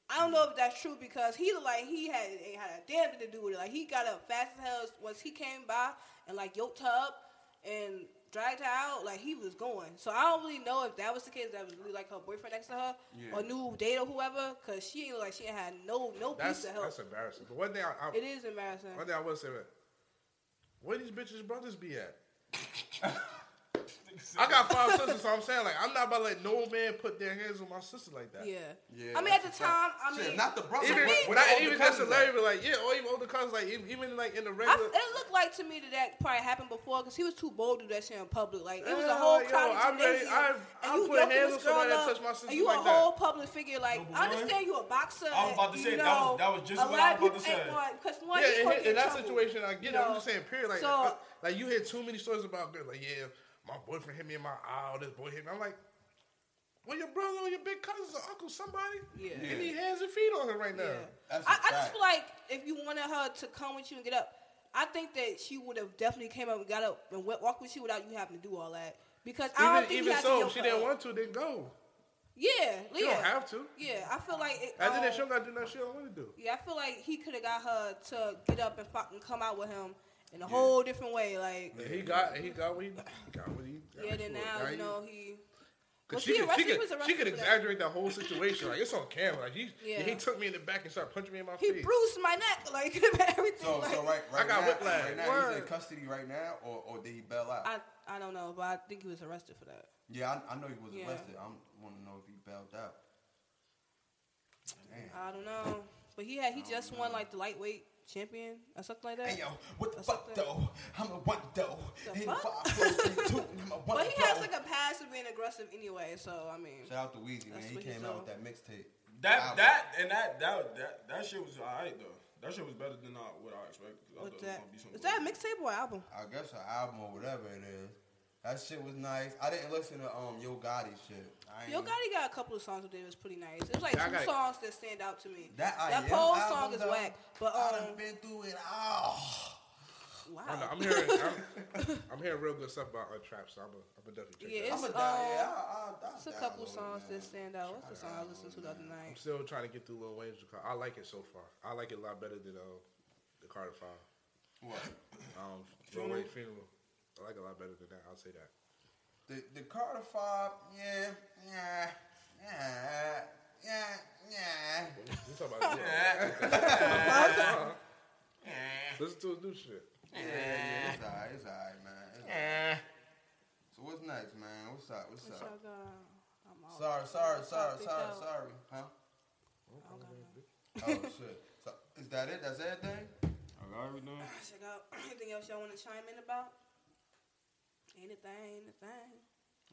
[SPEAKER 3] I don't know if that's true because he looked like he had ain't had a damn thing to do with it. Like he got up fast as hell once he came by and like yoked her up and dragged her out. Like he was going. So I don't really know if that was the case. That was really like her boyfriend next to her
[SPEAKER 4] Yeah.
[SPEAKER 3] or new date or whoever. Cause she ain't look like she ain't had no no
[SPEAKER 1] that's
[SPEAKER 3] piece of help.
[SPEAKER 1] that's embarrassing. But one thing I, I
[SPEAKER 3] it is embarrassing.
[SPEAKER 1] one thing I will say, man, where these bitches brothers be at? I got five sisters, so I'm saying like I'm not about to let no man put their hands on my sister like that.
[SPEAKER 3] Yeah.
[SPEAKER 4] Yeah,
[SPEAKER 3] I mean, at the
[SPEAKER 4] that's a
[SPEAKER 3] time, I
[SPEAKER 4] Shit,
[SPEAKER 3] mean,
[SPEAKER 4] not the brother.
[SPEAKER 1] Even,
[SPEAKER 4] but, but
[SPEAKER 1] not
[SPEAKER 4] the older
[SPEAKER 1] even just
[SPEAKER 4] cousin,
[SPEAKER 1] the lady, but like yeah, or even older cousins, like even, even like in the
[SPEAKER 3] I,
[SPEAKER 1] regular.
[SPEAKER 3] it looked like to me that that probably happened before because he was too bold to do that shit in public. Like it was a
[SPEAKER 1] Yeah,
[SPEAKER 3] whole
[SPEAKER 1] yo,
[SPEAKER 3] crowd
[SPEAKER 1] I'm
[SPEAKER 3] of
[SPEAKER 1] ready-
[SPEAKER 3] gymnasium,
[SPEAKER 1] I-
[SPEAKER 3] and
[SPEAKER 1] I
[SPEAKER 3] you
[SPEAKER 1] put a
[SPEAKER 3] yoking
[SPEAKER 1] hand
[SPEAKER 3] this
[SPEAKER 1] on somebody
[SPEAKER 3] girl
[SPEAKER 1] that
[SPEAKER 3] up,
[SPEAKER 1] touched my sister
[SPEAKER 3] and you
[SPEAKER 1] like
[SPEAKER 3] a
[SPEAKER 1] that.
[SPEAKER 3] whole public figure. Like
[SPEAKER 2] Number
[SPEAKER 3] I
[SPEAKER 2] one.
[SPEAKER 3] understand you a boxer.
[SPEAKER 2] I was about to
[SPEAKER 3] and,
[SPEAKER 2] say,
[SPEAKER 3] you
[SPEAKER 2] that was-
[SPEAKER 3] know,
[SPEAKER 2] that was just
[SPEAKER 3] a
[SPEAKER 2] what I
[SPEAKER 3] lot of
[SPEAKER 2] was about to
[SPEAKER 3] people ain't
[SPEAKER 2] say.
[SPEAKER 3] going- 'cause one,
[SPEAKER 1] yeah,
[SPEAKER 3] he gonna
[SPEAKER 1] in,
[SPEAKER 3] get
[SPEAKER 1] in that
[SPEAKER 3] trouble,
[SPEAKER 1] situation, I get it.
[SPEAKER 3] you
[SPEAKER 1] I'm
[SPEAKER 3] know?
[SPEAKER 1] just saying, period. Like, uh,
[SPEAKER 3] So-
[SPEAKER 1] I- like you hear too many stories about girls. Like, yeah, my boyfriend hit me in my eye. Or this boy hit me. I'm like, well, your brother or your big cousins or uncle, somebody.
[SPEAKER 3] Yeah.
[SPEAKER 1] They need hands and feet on her right now.
[SPEAKER 3] Yeah.
[SPEAKER 4] That's a
[SPEAKER 3] I, I just
[SPEAKER 4] fact.
[SPEAKER 3] feel like if you wanted her to come with you and get up, I think that she would have definitely came up and got up and wa- walked with you without you having to do all that. Because I don't
[SPEAKER 1] Even,
[SPEAKER 3] think
[SPEAKER 1] even
[SPEAKER 3] you have to
[SPEAKER 1] so,
[SPEAKER 3] yoke
[SPEAKER 1] if she
[SPEAKER 3] her
[SPEAKER 1] didn't
[SPEAKER 3] up.
[SPEAKER 1] want to, then go.
[SPEAKER 3] Yeah,
[SPEAKER 1] You
[SPEAKER 3] yeah.
[SPEAKER 1] don't have to.
[SPEAKER 3] Yeah, I feel like it,
[SPEAKER 1] After
[SPEAKER 3] um,
[SPEAKER 1] that, she don't got to do nothing she don't want to do.
[SPEAKER 3] Yeah, I feel like he could have got her to get up and fucking come out with him in a whole different way. Like,
[SPEAKER 1] And he got, he got what he, he got what he. got
[SPEAKER 3] yeah,
[SPEAKER 1] what
[SPEAKER 3] then
[SPEAKER 1] he
[SPEAKER 3] now,
[SPEAKER 1] got.
[SPEAKER 3] you know, he.
[SPEAKER 1] Cause
[SPEAKER 3] Was
[SPEAKER 1] she
[SPEAKER 3] he
[SPEAKER 1] could,
[SPEAKER 3] arrested?
[SPEAKER 1] she
[SPEAKER 3] He
[SPEAKER 1] could,
[SPEAKER 3] was
[SPEAKER 1] she
[SPEAKER 3] arrested
[SPEAKER 1] could
[SPEAKER 3] for that.
[SPEAKER 1] exaggerate that whole situation. Like it's on camera. Like he,
[SPEAKER 3] Yeah.
[SPEAKER 1] he took me in the back and started punching me in my
[SPEAKER 3] He
[SPEAKER 1] face.
[SPEAKER 3] bruised my neck, like, everything.
[SPEAKER 4] So,
[SPEAKER 3] like,
[SPEAKER 4] so right, right
[SPEAKER 1] I got
[SPEAKER 4] now,
[SPEAKER 1] whiplash.
[SPEAKER 4] right now he's in
[SPEAKER 3] Word.
[SPEAKER 4] custody right now, or, or did he bail out?
[SPEAKER 3] I, I don't know, but I think he was arrested for that.
[SPEAKER 4] yeah, I, I know he was
[SPEAKER 3] Yeah.
[SPEAKER 4] arrested. I want to know if he bailed out. Damn.
[SPEAKER 3] I don't know. But he had, he just won, like, the lightweight champion or something like that.
[SPEAKER 4] Hey yo, what the
[SPEAKER 3] That's
[SPEAKER 4] fuck
[SPEAKER 3] something.
[SPEAKER 4] though? I'm a one though.
[SPEAKER 3] The
[SPEAKER 4] Hit
[SPEAKER 3] fuck?
[SPEAKER 4] five, four, three, two, and I'm a one
[SPEAKER 3] but he has,
[SPEAKER 4] though.
[SPEAKER 3] like, a past of being aggressive anyway, so, I mean.
[SPEAKER 4] Shout out to Weezy, man.
[SPEAKER 3] That's
[SPEAKER 4] He
[SPEAKER 3] what he
[SPEAKER 4] came out with
[SPEAKER 3] do.
[SPEAKER 4] that mixtape.
[SPEAKER 2] That
[SPEAKER 4] Album.
[SPEAKER 2] that and that that that that shit was alright though. That shit was better than I, what I expected. 'cause I thought
[SPEAKER 3] What's
[SPEAKER 2] it was
[SPEAKER 3] that?
[SPEAKER 2] gonna be some
[SPEAKER 3] Is that a mixtape or album?
[SPEAKER 4] I guess an album or whatever it is. That shit was nice. I didn't listen to um Yo Gotti shit. I ain't-
[SPEAKER 3] Yo Gotti got a couple of songs with it was pretty nice. It was like
[SPEAKER 1] Yeah, I
[SPEAKER 3] two
[SPEAKER 1] got it.
[SPEAKER 3] songs that stand out to me.
[SPEAKER 4] That I
[SPEAKER 3] that
[SPEAKER 4] Am
[SPEAKER 3] pole
[SPEAKER 4] album,
[SPEAKER 3] song is
[SPEAKER 4] though,
[SPEAKER 3] whack, but
[SPEAKER 4] I
[SPEAKER 3] um,
[SPEAKER 4] done been through it all.
[SPEAKER 3] wow.
[SPEAKER 1] I know, I'm hearing, I'm, I'm hearing real good stuff about uh, trap, so I'm gonna, I'm gonna definitely check that. out.
[SPEAKER 3] Yeah, it's,
[SPEAKER 4] I'm a
[SPEAKER 3] um,
[SPEAKER 4] down, yeah, I, I, I
[SPEAKER 3] it's a couple
[SPEAKER 4] downloaded it,
[SPEAKER 3] songs
[SPEAKER 4] man.
[SPEAKER 3] that stand out. What's the song I listened to the other
[SPEAKER 1] I'm
[SPEAKER 3] night?
[SPEAKER 1] still trying to get through Lil Wayne's because I like it so far. I like it a lot better than uh, the Carter Five.
[SPEAKER 4] What?
[SPEAKER 1] Um, Lil Wayne's funeral. I like it a lot better than that. I'll say that.
[SPEAKER 4] The the Carter Five, yeah, yeah, yeah, yeah, yeah.
[SPEAKER 1] But we, we talking about listen to his new shit.
[SPEAKER 4] Yeah, yeah, it's alright, it's alright, man. It's alright. So what's next, man? What's up? What's
[SPEAKER 3] What y'all
[SPEAKER 4] up?
[SPEAKER 3] got? I'm all-
[SPEAKER 4] Sorry,
[SPEAKER 3] I'm
[SPEAKER 4] sorry, sorry,
[SPEAKER 3] topic
[SPEAKER 4] sorry,
[SPEAKER 3] out.
[SPEAKER 4] sorry. Huh?
[SPEAKER 3] I don't got nothing.
[SPEAKER 4] Oh shit. So, is that it? That's everything?
[SPEAKER 2] I got everything.
[SPEAKER 3] Check out anything else y'all want to chime in about? Anything, anything.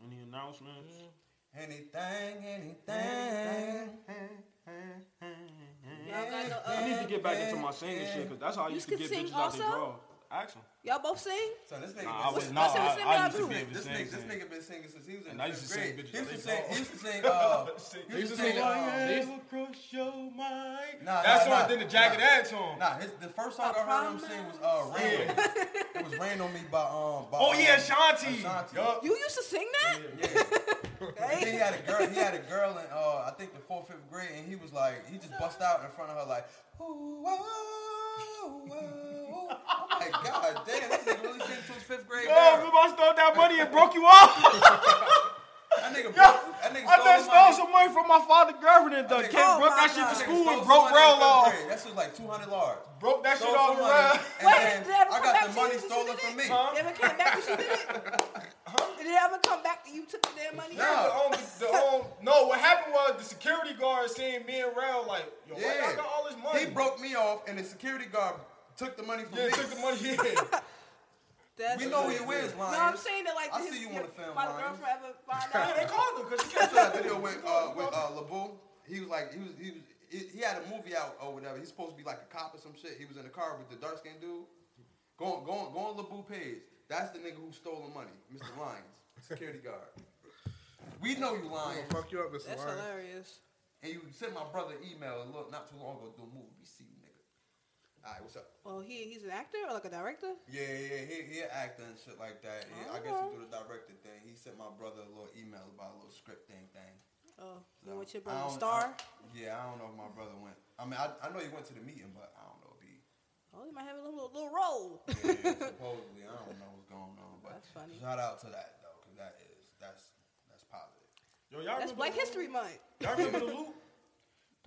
[SPEAKER 2] Any announcements?
[SPEAKER 4] Anything, anything.
[SPEAKER 3] Y'all got no,
[SPEAKER 2] I need to
[SPEAKER 3] uh,
[SPEAKER 2] get back into my singing shit because that's how I
[SPEAKER 3] You
[SPEAKER 2] used to
[SPEAKER 3] can
[SPEAKER 2] get
[SPEAKER 3] sing
[SPEAKER 2] bitches out their
[SPEAKER 3] also?
[SPEAKER 2] draw. Ask 'em.
[SPEAKER 3] y'all both sing?
[SPEAKER 4] So this nigga,
[SPEAKER 2] Nah, I
[SPEAKER 4] been
[SPEAKER 2] was
[SPEAKER 4] singing-
[SPEAKER 2] not.
[SPEAKER 3] what's
[SPEAKER 2] I,
[SPEAKER 3] the
[SPEAKER 2] I
[SPEAKER 3] name of
[SPEAKER 2] used to be
[SPEAKER 3] the
[SPEAKER 2] able to
[SPEAKER 4] This
[SPEAKER 2] sing.
[SPEAKER 4] nigga, this
[SPEAKER 2] sing.
[SPEAKER 4] nigga been singing since he was in
[SPEAKER 2] And I used
[SPEAKER 4] fifth
[SPEAKER 2] to sing
[SPEAKER 4] grade. He
[SPEAKER 2] bitches
[SPEAKER 4] used
[SPEAKER 2] like
[SPEAKER 4] to
[SPEAKER 2] they
[SPEAKER 4] sing.
[SPEAKER 2] fall.
[SPEAKER 4] He used to sing. Uh, he used to sing. Uh,
[SPEAKER 1] These-
[SPEAKER 2] across your mind.
[SPEAKER 4] Nah,
[SPEAKER 2] That's
[SPEAKER 4] nah, nah,
[SPEAKER 2] nah, then the jagged
[SPEAKER 4] nah.
[SPEAKER 2] ass song.
[SPEAKER 4] Nah, his, the first song I,
[SPEAKER 3] I
[SPEAKER 4] heard him sing was uh, "Rain." it was "Rain on Me" by um. By,
[SPEAKER 2] Oh
[SPEAKER 4] um,
[SPEAKER 2] yeah, Shanti.
[SPEAKER 4] Ashanti.
[SPEAKER 2] Yup.
[SPEAKER 3] You used to sing that?
[SPEAKER 4] Yeah.
[SPEAKER 3] Hey.
[SPEAKER 4] Then he had a girl. He had a girl in uh, I think the fourth, fifth grade, and he was like, he just bust out in front of her like, ooh, whoa, whoa. I'm like, God damn, this nigga really sing to his fifth grade.
[SPEAKER 2] Yo,
[SPEAKER 4] girl.
[SPEAKER 2] remember I stole that money and broke you off?
[SPEAKER 4] That nigga, broke, that nigga
[SPEAKER 2] I
[SPEAKER 4] stole
[SPEAKER 2] thought
[SPEAKER 6] money from my father
[SPEAKER 2] uh,
[SPEAKER 6] girlfriend done.
[SPEAKER 4] I think-
[SPEAKER 6] Kid
[SPEAKER 3] Oh
[SPEAKER 6] broke that
[SPEAKER 3] my
[SPEAKER 6] shit to
[SPEAKER 3] God.
[SPEAKER 6] school
[SPEAKER 4] Stole
[SPEAKER 6] and broke
[SPEAKER 4] some money in
[SPEAKER 6] rail
[SPEAKER 4] fifth
[SPEAKER 6] law.
[SPEAKER 4] grade. That's just like 200 large.
[SPEAKER 2] Broke that shit
[SPEAKER 4] Stole
[SPEAKER 2] off
[SPEAKER 4] some
[SPEAKER 2] the
[SPEAKER 4] money.
[SPEAKER 2] rail.
[SPEAKER 4] And
[SPEAKER 3] Wait,
[SPEAKER 4] then
[SPEAKER 3] did it ever
[SPEAKER 4] I
[SPEAKER 3] come
[SPEAKER 4] got
[SPEAKER 3] back to
[SPEAKER 4] the
[SPEAKER 3] you that
[SPEAKER 4] money
[SPEAKER 3] you
[SPEAKER 4] stolen
[SPEAKER 3] did
[SPEAKER 4] from
[SPEAKER 3] it?
[SPEAKER 4] me.
[SPEAKER 3] They ever came back and you did it? Did it ever come back that you took their money?
[SPEAKER 4] Nah.
[SPEAKER 2] The, um, the, um, no, what happened was the security guard seeing me and Rail like, yo, why
[SPEAKER 4] Yeah.
[SPEAKER 2] y'all got all this money?
[SPEAKER 4] He broke me off, and the security guard took the money from me.
[SPEAKER 2] Yeah, took the money. Yeah.
[SPEAKER 3] That's
[SPEAKER 4] we know who you is,
[SPEAKER 3] No,
[SPEAKER 4] Lion.
[SPEAKER 3] I'm saying that like
[SPEAKER 4] I
[SPEAKER 3] his,
[SPEAKER 4] see you on
[SPEAKER 3] your,
[SPEAKER 4] the film,
[SPEAKER 3] my
[SPEAKER 4] Lion.
[SPEAKER 3] girlfriend ever found
[SPEAKER 2] yeah, they
[SPEAKER 3] out.
[SPEAKER 2] called him because
[SPEAKER 4] I
[SPEAKER 2] he kept
[SPEAKER 4] saw that video with uh, with uh, LeBou. He was like, he was, he was, he, he had a movie out or whatever. He's supposed to be like a cop or some shit. He was in the car with the dark skinned dude. Go on, go on, go on, LeBou Page. That's the nigga who stole the money, Mr. Lyons, security guard. We know you lying,
[SPEAKER 1] Fuck you up, Mr.
[SPEAKER 3] That's
[SPEAKER 1] Lion.
[SPEAKER 3] hilarious.
[SPEAKER 4] and you sent my brother an email a little, not too long ago. Do a movie, see you, nigga. All right, what's up?
[SPEAKER 3] Well, Oh, he he's an actor or like a director.
[SPEAKER 4] Yeah, yeah, he he an actor and shit like that. Yeah, I guess
[SPEAKER 3] Okay.
[SPEAKER 4] he do the director thing. He sent my brother a little email about a little script thing thing.
[SPEAKER 3] Oh,
[SPEAKER 4] So,
[SPEAKER 3] what's your
[SPEAKER 4] I
[SPEAKER 3] brother?
[SPEAKER 4] don't-
[SPEAKER 3] Star.
[SPEAKER 4] I- yeah, I don't know if my brother went. I mean, I, I know he went to the meeting, but I don't know if he.
[SPEAKER 3] Oh, he might have a little little role.
[SPEAKER 4] Yeah, supposedly, I don't know what's going on. But
[SPEAKER 3] That's funny.
[SPEAKER 4] shout out to that though, because that is that's that's positive.
[SPEAKER 2] Yo, y'all
[SPEAKER 3] That's
[SPEAKER 2] remember
[SPEAKER 3] Black
[SPEAKER 2] the-
[SPEAKER 3] History Month.
[SPEAKER 2] Y'all remember the loot?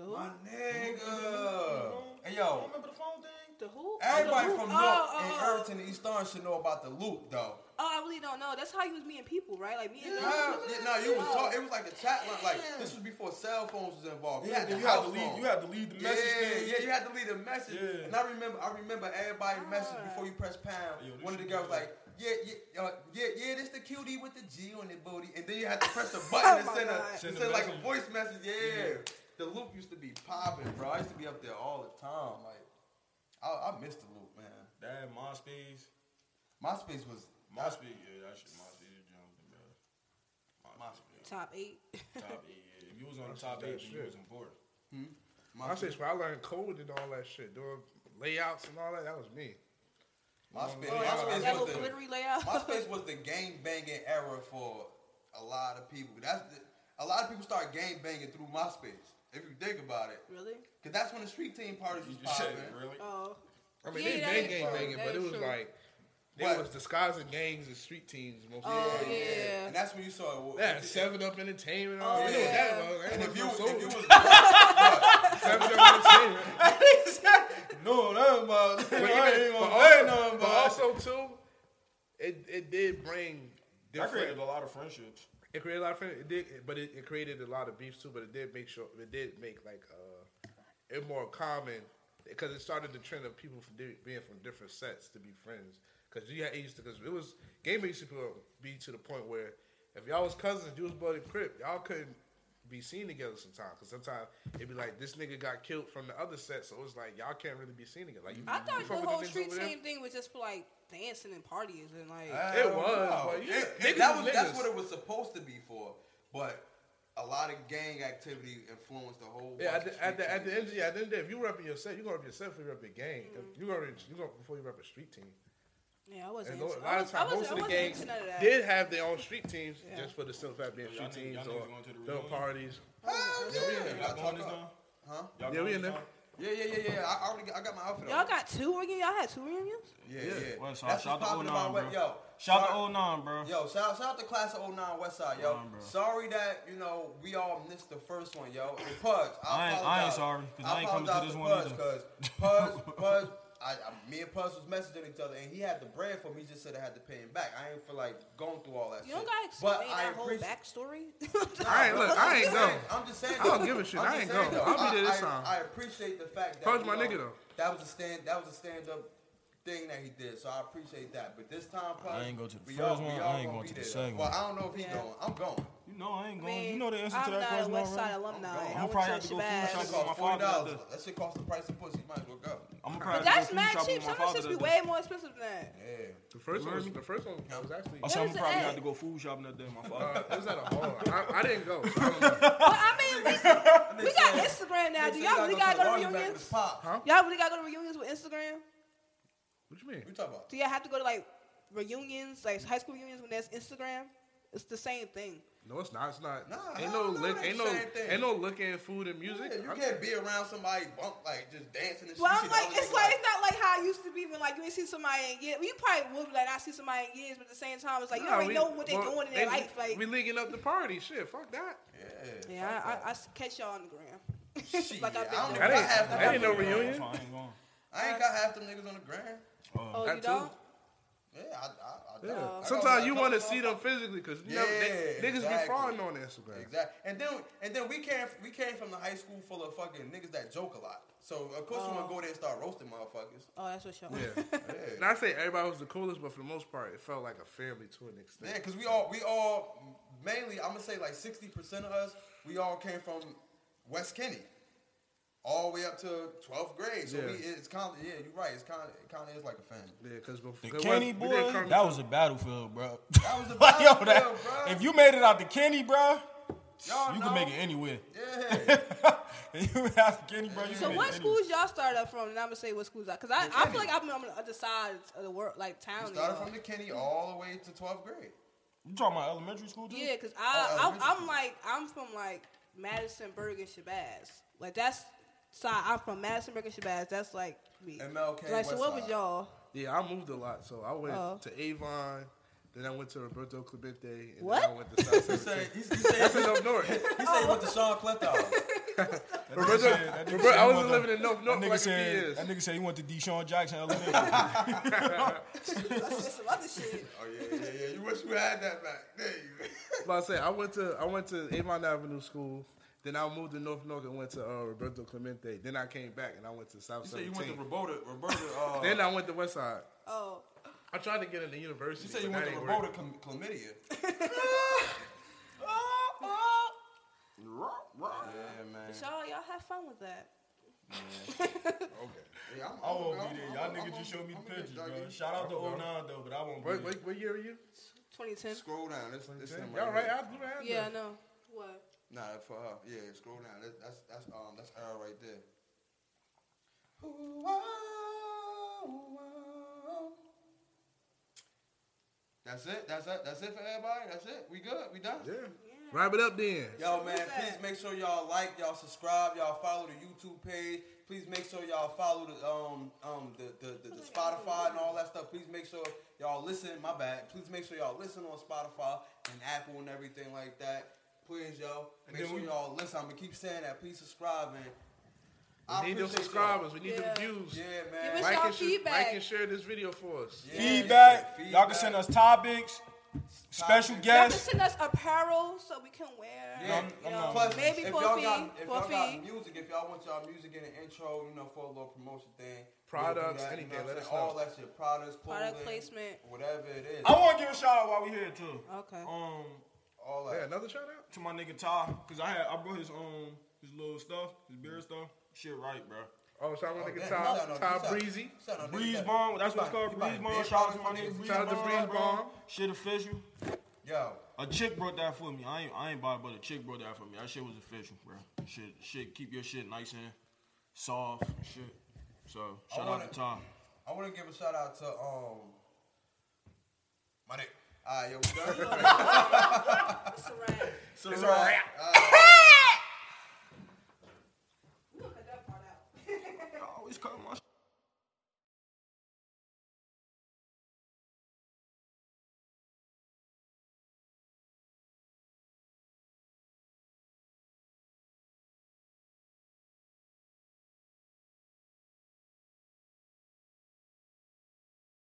[SPEAKER 3] The who?
[SPEAKER 4] My
[SPEAKER 2] Mhm.
[SPEAKER 4] nigga, Uh, hey
[SPEAKER 2] Y'all
[SPEAKER 4] yo.
[SPEAKER 2] remember the phone thing?
[SPEAKER 3] The who?
[SPEAKER 4] Everybody
[SPEAKER 3] The who?
[SPEAKER 4] from North
[SPEAKER 3] oh, oh,
[SPEAKER 4] and
[SPEAKER 3] oh.
[SPEAKER 4] Irvington and East Orange should know about the loop though.
[SPEAKER 3] Oh, I really don't know. That's how you was meeting people, right? Like me and Oh.
[SPEAKER 4] Yeah,
[SPEAKER 3] them.
[SPEAKER 4] yeah, no, you was talk, it was like a chat line. Like this was before cell phones was involved. You had Oh, the
[SPEAKER 2] you had
[SPEAKER 4] house
[SPEAKER 2] to leave.
[SPEAKER 4] phone.
[SPEAKER 2] You had to leave the
[SPEAKER 4] Yeah,
[SPEAKER 2] message. thing.
[SPEAKER 4] yeah, you had to leave a message.
[SPEAKER 2] Yeah.
[SPEAKER 4] And I remember, I remember everybody
[SPEAKER 3] Ah.
[SPEAKER 4] messaged before you press pound.
[SPEAKER 2] Yo, this
[SPEAKER 4] One of the
[SPEAKER 2] shit
[SPEAKER 4] girls
[SPEAKER 2] good.
[SPEAKER 4] like, yeah, yeah, uh, yeah, yeah, this the cutie with the G on it, booty. And then you had to press a
[SPEAKER 3] Oh my
[SPEAKER 4] button and send a,
[SPEAKER 3] God.
[SPEAKER 2] Send
[SPEAKER 4] send,
[SPEAKER 2] a
[SPEAKER 4] like a
[SPEAKER 2] message.
[SPEAKER 4] voice message. Yeah. the loop used to be popping, bro. I used to be up there all the time. Like, I, I missed the loop, man.
[SPEAKER 2] That MySpace.
[SPEAKER 4] MySpace was
[SPEAKER 2] MySpace. Yeah, that shit. MySpace. is junk, man. MySpace.
[SPEAKER 3] Top eight.
[SPEAKER 2] Top eight. Yeah. If you was on the top eight, then you was on board.
[SPEAKER 1] I say, when I learned code and all that shit, doing layouts and all that, that was me.
[SPEAKER 4] MySpace.
[SPEAKER 3] that
[SPEAKER 4] MySpace
[SPEAKER 3] little
[SPEAKER 4] Oh, was the
[SPEAKER 3] glittery layout.
[SPEAKER 4] MySpace was the game banging era for a lot of people. That's the, a lot of people start game banging through MySpace. If you think about it,
[SPEAKER 3] really?
[SPEAKER 4] because that's when the street team parties was
[SPEAKER 2] You said
[SPEAKER 4] popping.
[SPEAKER 2] really?
[SPEAKER 3] Oh.
[SPEAKER 1] I mean,
[SPEAKER 3] Yeah, that
[SPEAKER 1] they
[SPEAKER 3] is
[SPEAKER 1] bang gang
[SPEAKER 3] true.
[SPEAKER 1] banging,
[SPEAKER 3] That
[SPEAKER 1] but it
[SPEAKER 3] is
[SPEAKER 1] was
[SPEAKER 3] true.
[SPEAKER 1] like they
[SPEAKER 4] But-
[SPEAKER 1] was disguising gangs and street teams most of
[SPEAKER 3] Oh,
[SPEAKER 1] the time.
[SPEAKER 3] yeah.
[SPEAKER 4] and that's when you saw. Well,
[SPEAKER 1] They had Seven Up Entertainment. All
[SPEAKER 3] Oh,
[SPEAKER 1] that. Yeah.
[SPEAKER 3] yeah.
[SPEAKER 1] And
[SPEAKER 4] And if you, if you was,
[SPEAKER 1] Seven Up Entertainment.
[SPEAKER 2] no, that was.
[SPEAKER 1] But,
[SPEAKER 2] I ain't
[SPEAKER 1] even,
[SPEAKER 2] gonna
[SPEAKER 1] but,
[SPEAKER 2] say
[SPEAKER 1] also,
[SPEAKER 2] nothing
[SPEAKER 1] but
[SPEAKER 2] about it.
[SPEAKER 1] also too, it it did bring
[SPEAKER 2] I created
[SPEAKER 1] different.
[SPEAKER 2] a lot of friendships.
[SPEAKER 1] It created a lot of friends. It did, but it, it created a lot of beefs too. But it did make sure it did make like uh, it more common because it started the trend of people from di- being from different sets to be friends. Because you had it used to because it was game used to be to the point where if y'all was cousins, you was blood and crip, y'all couldn't be seen together sometimes. Because sometimes it'd be like this nigga got killed from the other set, so it's like y'all can't really be seen together. Like you,
[SPEAKER 3] I
[SPEAKER 1] you
[SPEAKER 3] thought
[SPEAKER 1] fuck
[SPEAKER 3] the
[SPEAKER 1] with
[SPEAKER 3] whole
[SPEAKER 1] niggas
[SPEAKER 3] street
[SPEAKER 1] over there?
[SPEAKER 3] team thing was just for like dancing and parties and like.
[SPEAKER 4] Uh,
[SPEAKER 1] It was, but yeah,
[SPEAKER 4] It-
[SPEAKER 1] niggas
[SPEAKER 4] it- that
[SPEAKER 1] was
[SPEAKER 4] was that's
[SPEAKER 1] niggas.
[SPEAKER 4] what it was supposed to be for. But a lot of gang activity influenced the whole.
[SPEAKER 1] Yeah,
[SPEAKER 4] bunch
[SPEAKER 1] at
[SPEAKER 4] of
[SPEAKER 1] the, at
[SPEAKER 4] street
[SPEAKER 1] the, at the
[SPEAKER 4] teams.
[SPEAKER 1] end of the, at the end of the day, if you were up in your set, you're gonna rep your set before you rep your gang. If You gonna you gonna before you rep a street team.
[SPEAKER 3] yeah, I wasn't.
[SPEAKER 1] And a lot
[SPEAKER 3] into- I
[SPEAKER 1] of
[SPEAKER 3] was- I
[SPEAKER 1] times, most
[SPEAKER 3] wasn't-
[SPEAKER 1] of
[SPEAKER 3] I
[SPEAKER 1] the
[SPEAKER 3] wasn't
[SPEAKER 1] gangs
[SPEAKER 3] into none of that.
[SPEAKER 1] did have their own street teams
[SPEAKER 3] Yeah.
[SPEAKER 1] just for the simple fact being street
[SPEAKER 2] Y'all niggas-
[SPEAKER 1] teams
[SPEAKER 2] y'all niggas going to the
[SPEAKER 1] or throw
[SPEAKER 2] reunion?
[SPEAKER 1] parties. Oh,
[SPEAKER 4] Hell Oh, yeah, Yeah, I
[SPEAKER 2] Y'all going this
[SPEAKER 4] talk
[SPEAKER 2] time?
[SPEAKER 4] up. Huh?
[SPEAKER 2] Y'all
[SPEAKER 1] Yeah,
[SPEAKER 2] going
[SPEAKER 1] we in
[SPEAKER 2] this
[SPEAKER 1] there.
[SPEAKER 2] time?
[SPEAKER 4] Yeah, yeah, yeah, yeah. I already I got my outfit.
[SPEAKER 3] Y'all
[SPEAKER 4] on.
[SPEAKER 3] got two reunions. Y'all had two reunions.
[SPEAKER 4] Yeah, yeah.
[SPEAKER 2] Well,
[SPEAKER 4] That's
[SPEAKER 2] shout-
[SPEAKER 4] what's
[SPEAKER 2] shout to
[SPEAKER 4] popping
[SPEAKER 2] 09,
[SPEAKER 4] about
[SPEAKER 2] bro.
[SPEAKER 4] what, yo.
[SPEAKER 2] Shout
[SPEAKER 4] sorry-
[SPEAKER 2] out to 09, bro.
[SPEAKER 4] Yo, shout, shout out to class of 09 Westside, yo.
[SPEAKER 2] Nah, bro.
[SPEAKER 4] sorry that, you know, we all missed the first one, yo. And Pugs, I,
[SPEAKER 2] I ain't- I ain't
[SPEAKER 4] apologize.
[SPEAKER 2] sorry, 'cause I ain't coming to this one
[SPEAKER 4] Because Pugs, Pugs, I, I, me and Pugs was messaging each other, and he had the bread for me. He just said I had to pay him back. I ain't feel like going through all that
[SPEAKER 3] You
[SPEAKER 4] shit.
[SPEAKER 3] don't gotta
[SPEAKER 4] but
[SPEAKER 3] explain
[SPEAKER 4] I
[SPEAKER 3] that whole
[SPEAKER 4] appreciate-
[SPEAKER 3] backstory.
[SPEAKER 1] I ain't-
[SPEAKER 4] bro,
[SPEAKER 1] look, I
[SPEAKER 4] I'm
[SPEAKER 1] ain't
[SPEAKER 4] just saying-
[SPEAKER 1] go.
[SPEAKER 4] I'm just saying.
[SPEAKER 1] I don't
[SPEAKER 4] though.
[SPEAKER 1] give a shit.
[SPEAKER 4] I'm
[SPEAKER 1] I
[SPEAKER 4] just
[SPEAKER 1] ain't
[SPEAKER 4] saying,
[SPEAKER 1] go.
[SPEAKER 4] though,
[SPEAKER 1] I'll be there
[SPEAKER 4] I-
[SPEAKER 1] this
[SPEAKER 4] I-
[SPEAKER 1] time.
[SPEAKER 4] I appreciate the fact that
[SPEAKER 1] Pudge
[SPEAKER 4] you
[SPEAKER 1] my
[SPEAKER 4] know,
[SPEAKER 1] nigga, though.
[SPEAKER 4] That was a stand. That was a stand up thing that he did. So I appreciate that. But this time, Pudge,
[SPEAKER 2] I ain't go to the
[SPEAKER 4] we
[SPEAKER 2] first
[SPEAKER 4] all- we
[SPEAKER 2] one,
[SPEAKER 4] all
[SPEAKER 2] I ain't
[SPEAKER 4] gonna
[SPEAKER 2] going
[SPEAKER 4] be
[SPEAKER 2] to the
[SPEAKER 4] there.
[SPEAKER 2] second
[SPEAKER 4] Well,
[SPEAKER 2] one.
[SPEAKER 4] I don't know if he's
[SPEAKER 3] Yeah.
[SPEAKER 4] going. I'm going.
[SPEAKER 2] You know I
[SPEAKER 3] I
[SPEAKER 2] ain't going.
[SPEAKER 3] mean,
[SPEAKER 2] you know the answer
[SPEAKER 3] I'm
[SPEAKER 2] to that
[SPEAKER 3] not a
[SPEAKER 2] question
[SPEAKER 3] West Side
[SPEAKER 2] already.
[SPEAKER 3] alumni.
[SPEAKER 4] I'm
[SPEAKER 3] I
[SPEAKER 2] probably
[SPEAKER 3] went
[SPEAKER 2] have
[SPEAKER 3] to
[SPEAKER 2] to go food
[SPEAKER 3] Shabazz.
[SPEAKER 2] shop
[SPEAKER 4] That
[SPEAKER 2] That's
[SPEAKER 4] shit
[SPEAKER 2] what my
[SPEAKER 4] cost forty
[SPEAKER 2] father
[SPEAKER 4] dollars.
[SPEAKER 2] did.
[SPEAKER 4] That shit cost the price of pussy. You might as well go.
[SPEAKER 3] But
[SPEAKER 2] I'm gonna probably have
[SPEAKER 3] that's
[SPEAKER 2] to go food
[SPEAKER 3] mad
[SPEAKER 2] shop
[SPEAKER 3] cheap.
[SPEAKER 2] with my
[SPEAKER 3] Some of
[SPEAKER 2] father.
[SPEAKER 3] this shit be
[SPEAKER 2] that day.
[SPEAKER 3] way more expensive than that.
[SPEAKER 4] Yeah.
[SPEAKER 1] The first one, was,
[SPEAKER 2] Really?
[SPEAKER 1] the first one was actually
[SPEAKER 3] What
[SPEAKER 2] I said I'm
[SPEAKER 3] is
[SPEAKER 2] gonna probably
[SPEAKER 3] that?
[SPEAKER 2] have to go food shopping that day. My
[SPEAKER 1] uh,
[SPEAKER 2] father.
[SPEAKER 1] it was at a hall. I, I didn't go. So I don't know.
[SPEAKER 3] But I mean, we, we got Instagram now. Do y'all really gotta go to reunions?
[SPEAKER 4] Huh?
[SPEAKER 3] Y'all really gotta go to reunions with Instagram?
[SPEAKER 1] What you mean?
[SPEAKER 4] We talk about.
[SPEAKER 3] Do y'all have to go to like reunions, like high school reunions when there's Instagram? It's the same thing.
[SPEAKER 1] No, it's not. It's not.
[SPEAKER 4] Nah,
[SPEAKER 1] ain't no,
[SPEAKER 4] hell no,
[SPEAKER 1] lick,
[SPEAKER 4] it ain't
[SPEAKER 1] ain't no,
[SPEAKER 4] the same thing.
[SPEAKER 1] ain't no looking at food and music.
[SPEAKER 4] Yeah, you
[SPEAKER 1] I'm-
[SPEAKER 4] can't be around somebody bump like just dancing and shit.
[SPEAKER 3] Well,
[SPEAKER 4] You
[SPEAKER 3] I'm
[SPEAKER 4] should
[SPEAKER 3] like,
[SPEAKER 4] only
[SPEAKER 3] it's
[SPEAKER 4] be
[SPEAKER 3] like, it's not like how I used to be when like you ain't see somebody in years. Well, you probably would be like, I see somebody in years, but at the same time, it's like you
[SPEAKER 1] Nah,
[SPEAKER 3] already
[SPEAKER 1] we-
[SPEAKER 3] know what they're
[SPEAKER 1] well,
[SPEAKER 3] doing in
[SPEAKER 1] they-
[SPEAKER 3] their life. Like,
[SPEAKER 1] we linking up the party. Shit, fuck that.
[SPEAKER 4] yeah,
[SPEAKER 3] yeah,
[SPEAKER 4] fuck
[SPEAKER 3] I,
[SPEAKER 4] that.
[SPEAKER 3] I, I s- catch y'all on the gram.
[SPEAKER 4] Shit,
[SPEAKER 3] like I've been
[SPEAKER 4] I don't
[SPEAKER 3] doing.
[SPEAKER 4] know
[SPEAKER 1] That
[SPEAKER 4] if I
[SPEAKER 1] ain't-
[SPEAKER 4] have
[SPEAKER 1] that
[SPEAKER 4] them
[SPEAKER 1] ain't no
[SPEAKER 4] niggas on the gram.
[SPEAKER 1] reunion.
[SPEAKER 2] That's why I ain't going.
[SPEAKER 4] I ain't got half them niggas on the gram.
[SPEAKER 3] Oh,
[SPEAKER 1] That
[SPEAKER 3] you
[SPEAKER 1] too.
[SPEAKER 3] don't?
[SPEAKER 4] Yeah, I, I, I
[SPEAKER 1] Yeah.
[SPEAKER 4] don't. I got
[SPEAKER 1] Sometimes you
[SPEAKER 4] like a
[SPEAKER 1] want to
[SPEAKER 4] couple
[SPEAKER 1] see them physically because you know they,
[SPEAKER 4] Yeah,
[SPEAKER 1] niggas
[SPEAKER 4] exactly.
[SPEAKER 1] be frowned on Instagram.
[SPEAKER 4] Exactly. And then and then we came we came from the high school full of fucking niggas that joke a lot. So of course you wanna go there and start roasting motherfuckers.
[SPEAKER 3] Oh, that's what y'all.
[SPEAKER 1] Yeah.
[SPEAKER 4] Yeah.
[SPEAKER 1] And I say everybody was the coolest, but for the most part, it felt like a family to an extent.
[SPEAKER 4] Yeah, because we all we all mainly I'm gonna say like sixty percent of us, we all came from West Kenny. All the way up to twelfth grade. So
[SPEAKER 1] Yeah.
[SPEAKER 4] we it's kinda yeah, you're right, it's kinda it kinda is like a family.
[SPEAKER 1] Yeah, because
[SPEAKER 2] The Kenny
[SPEAKER 1] we
[SPEAKER 2] boy,
[SPEAKER 1] didn't come
[SPEAKER 2] that was a battlefield, bro.
[SPEAKER 4] That was a
[SPEAKER 2] like, yo, that,
[SPEAKER 4] battlefield, bruh.
[SPEAKER 2] if you made it out the Kenny, bro,
[SPEAKER 4] Y'all
[SPEAKER 2] you
[SPEAKER 4] know.
[SPEAKER 2] can make it anywhere.
[SPEAKER 4] Yeah.
[SPEAKER 2] you made it out the Kenny, bro. You
[SPEAKER 3] So
[SPEAKER 2] can make
[SPEAKER 3] what
[SPEAKER 2] it
[SPEAKER 3] schools y'all started up from? And I'm gonna say what schools I, cause I, I feel like I'm on the other side of the world, like town.
[SPEAKER 4] We
[SPEAKER 3] and
[SPEAKER 4] started
[SPEAKER 3] all.
[SPEAKER 4] from the Kenny all the way to twelfth grade.
[SPEAKER 2] You talking about elementary school, too?
[SPEAKER 3] Yeah, cause I,
[SPEAKER 4] Oh,
[SPEAKER 3] I I'm like I'm from like Madisonburg and Shabazz. Like that's side. I'm from Madisonburg and Shabazz. That's like me.
[SPEAKER 4] MLK,
[SPEAKER 3] Like so, what
[SPEAKER 4] Westside.
[SPEAKER 3] was y'all?
[SPEAKER 1] Yeah, I moved a lot, so I went
[SPEAKER 3] Oh.
[SPEAKER 1] to Avon, then I went to Roberto Clemente, and
[SPEAKER 3] What?
[SPEAKER 1] then I went to South
[SPEAKER 4] He
[SPEAKER 1] San
[SPEAKER 4] said
[SPEAKER 1] Francisco.
[SPEAKER 4] he, he said
[SPEAKER 1] That's in North North.
[SPEAKER 4] he said he went to Sean Clifton.
[SPEAKER 1] Roberto,
[SPEAKER 2] said- that nigga
[SPEAKER 1] Roberto- I
[SPEAKER 2] said
[SPEAKER 1] was
[SPEAKER 2] mother-
[SPEAKER 1] living in North
[SPEAKER 2] That
[SPEAKER 1] North for like a
[SPEAKER 2] nigga,
[SPEAKER 1] few
[SPEAKER 2] said,
[SPEAKER 1] years.
[SPEAKER 2] that nigga said he went to Deshaun Jackson Elementary.
[SPEAKER 3] That's some other shit.
[SPEAKER 4] Oh yeah, yeah, yeah. You wish you had that back. There you
[SPEAKER 1] That's what I said. I went to I went to Avon Avenue School. Then I moved to North North and went to uh, Roberto Clemente. Then I came back and I went to South
[SPEAKER 4] So you
[SPEAKER 1] Seventeen.
[SPEAKER 4] went to Roberta, Roberta. Uh,
[SPEAKER 1] then I went to West Side.
[SPEAKER 3] Oh,
[SPEAKER 1] I tried to get into university.
[SPEAKER 4] you said you
[SPEAKER 1] but
[SPEAKER 4] went
[SPEAKER 1] that
[SPEAKER 4] to
[SPEAKER 1] ain't
[SPEAKER 4] Roberta
[SPEAKER 1] work.
[SPEAKER 4] chlam- chlamydia. yeah, man.
[SPEAKER 3] but y'all y'all have fun with that.
[SPEAKER 4] Yeah, I'm,
[SPEAKER 2] I
[SPEAKER 4] I'm-
[SPEAKER 2] won't
[SPEAKER 4] I'm-
[SPEAKER 2] be there.
[SPEAKER 4] I'm-
[SPEAKER 2] Y'all
[SPEAKER 4] I'm-
[SPEAKER 2] niggas just
[SPEAKER 4] I'm-
[SPEAKER 2] showed me
[SPEAKER 4] I'm
[SPEAKER 2] the
[SPEAKER 4] gonna
[SPEAKER 2] pictures,
[SPEAKER 4] get
[SPEAKER 2] bro.
[SPEAKER 4] doggy.
[SPEAKER 2] Shout out to 09, though, but I won't
[SPEAKER 1] What,
[SPEAKER 2] be
[SPEAKER 1] what, what year are you?
[SPEAKER 3] 2010.
[SPEAKER 4] Scroll down. It's, it's them
[SPEAKER 1] Y'all right
[SPEAKER 4] here.
[SPEAKER 1] out blue out
[SPEAKER 3] Yeah, I
[SPEAKER 1] there.
[SPEAKER 3] know. What?
[SPEAKER 4] Nah, for her. Yeah, scroll down. That's that's, that's um that's Earl right there. Ooh, ah, ooh, ah. That's it. That's it. That's it for everybody. That's it. We good. We done.
[SPEAKER 1] Yeah.
[SPEAKER 3] Yeah.
[SPEAKER 1] Wrap it up then.
[SPEAKER 4] Yo,
[SPEAKER 3] So who's
[SPEAKER 4] man,
[SPEAKER 3] that?
[SPEAKER 4] please make sure y'all like, y'all subscribe, y'all follow the YouTube page. Please make sure y'all follow the um um the the, the, the Spotify and all that stuff. Please make sure y'all listen. My bad. Please make sure y'all listen on Spotify and Apple and everything like that. Please, yo. Make sure y'all listen. I'm gonna keep saying that. Please subscribe and I
[SPEAKER 1] We need them
[SPEAKER 4] appreciate
[SPEAKER 1] subscribers. We need
[SPEAKER 3] Yeah.
[SPEAKER 1] them views.
[SPEAKER 4] Y'all. Yeah,
[SPEAKER 3] Give
[SPEAKER 4] man.
[SPEAKER 3] us
[SPEAKER 1] Like,
[SPEAKER 3] y'all
[SPEAKER 1] and sh-
[SPEAKER 3] feedback.
[SPEAKER 1] like and share this video for us.
[SPEAKER 4] Yeah, yeah,
[SPEAKER 2] feedback. Y'all can
[SPEAKER 4] feedback.
[SPEAKER 2] send us topics, special
[SPEAKER 4] Topics.
[SPEAKER 3] Y'all can
[SPEAKER 2] guests.
[SPEAKER 3] send us apparel so we can wear.
[SPEAKER 4] Yeah,
[SPEAKER 2] I'm-
[SPEAKER 3] you
[SPEAKER 2] I'm
[SPEAKER 3] know,
[SPEAKER 2] not-
[SPEAKER 4] Plus,
[SPEAKER 3] maybe
[SPEAKER 4] if
[SPEAKER 3] for
[SPEAKER 4] y'all
[SPEAKER 3] a fee.
[SPEAKER 4] got if
[SPEAKER 3] for a
[SPEAKER 4] y'all
[SPEAKER 3] fee.
[SPEAKER 4] got music, if y'all want y'all music in the intro, you know, for a little promotion thing, we'll do
[SPEAKER 1] Products,
[SPEAKER 4] that, you
[SPEAKER 1] anything,
[SPEAKER 4] know what I'm
[SPEAKER 1] let us
[SPEAKER 4] saying? all
[SPEAKER 1] know.
[SPEAKER 4] that shit, products, clothing,
[SPEAKER 3] Product placement.
[SPEAKER 4] whatever it is,
[SPEAKER 2] I want to give a shout out while we here, too.
[SPEAKER 3] Okay.
[SPEAKER 2] Um,
[SPEAKER 4] all
[SPEAKER 1] Yeah,
[SPEAKER 4] that.
[SPEAKER 1] another shout out?
[SPEAKER 2] To my nigga Ty, because I had I brought his um his little stuff, his beer stuff. Shit right, bro.
[SPEAKER 1] Oh, shout out to
[SPEAKER 4] Damn,
[SPEAKER 1] nigga
[SPEAKER 4] shout out
[SPEAKER 1] Ty,
[SPEAKER 4] to-
[SPEAKER 1] Ty
[SPEAKER 4] shout out-
[SPEAKER 1] Breezy.
[SPEAKER 4] shout out to
[SPEAKER 2] Breeze
[SPEAKER 4] niggas.
[SPEAKER 2] Bomb, that's what's
[SPEAKER 4] You
[SPEAKER 2] called
[SPEAKER 4] buy-
[SPEAKER 2] Breeze
[SPEAKER 4] you buy
[SPEAKER 2] Bomb.
[SPEAKER 4] big
[SPEAKER 2] Shout out to my
[SPEAKER 4] products
[SPEAKER 2] nigga
[SPEAKER 4] from
[SPEAKER 2] Breeze
[SPEAKER 4] niggas.
[SPEAKER 1] Shout out to Breeze
[SPEAKER 2] Bomb. bro.
[SPEAKER 1] Bomb.
[SPEAKER 2] Shit official.
[SPEAKER 4] Yo,
[SPEAKER 2] A chick brought that for me. I ain't I ain't buy it, but a chick brought that for me. That shit was official, bro. Shit, shit, keep your shit nice and soft and shit. So shout
[SPEAKER 4] wanna-
[SPEAKER 2] out to Ty.
[SPEAKER 4] I want to give a shout out to um my nigga. All right, yo, we done.
[SPEAKER 3] It's a wrap.
[SPEAKER 4] It's a wrap. Uh,
[SPEAKER 3] We'll cut that part out.
[SPEAKER 2] Always cover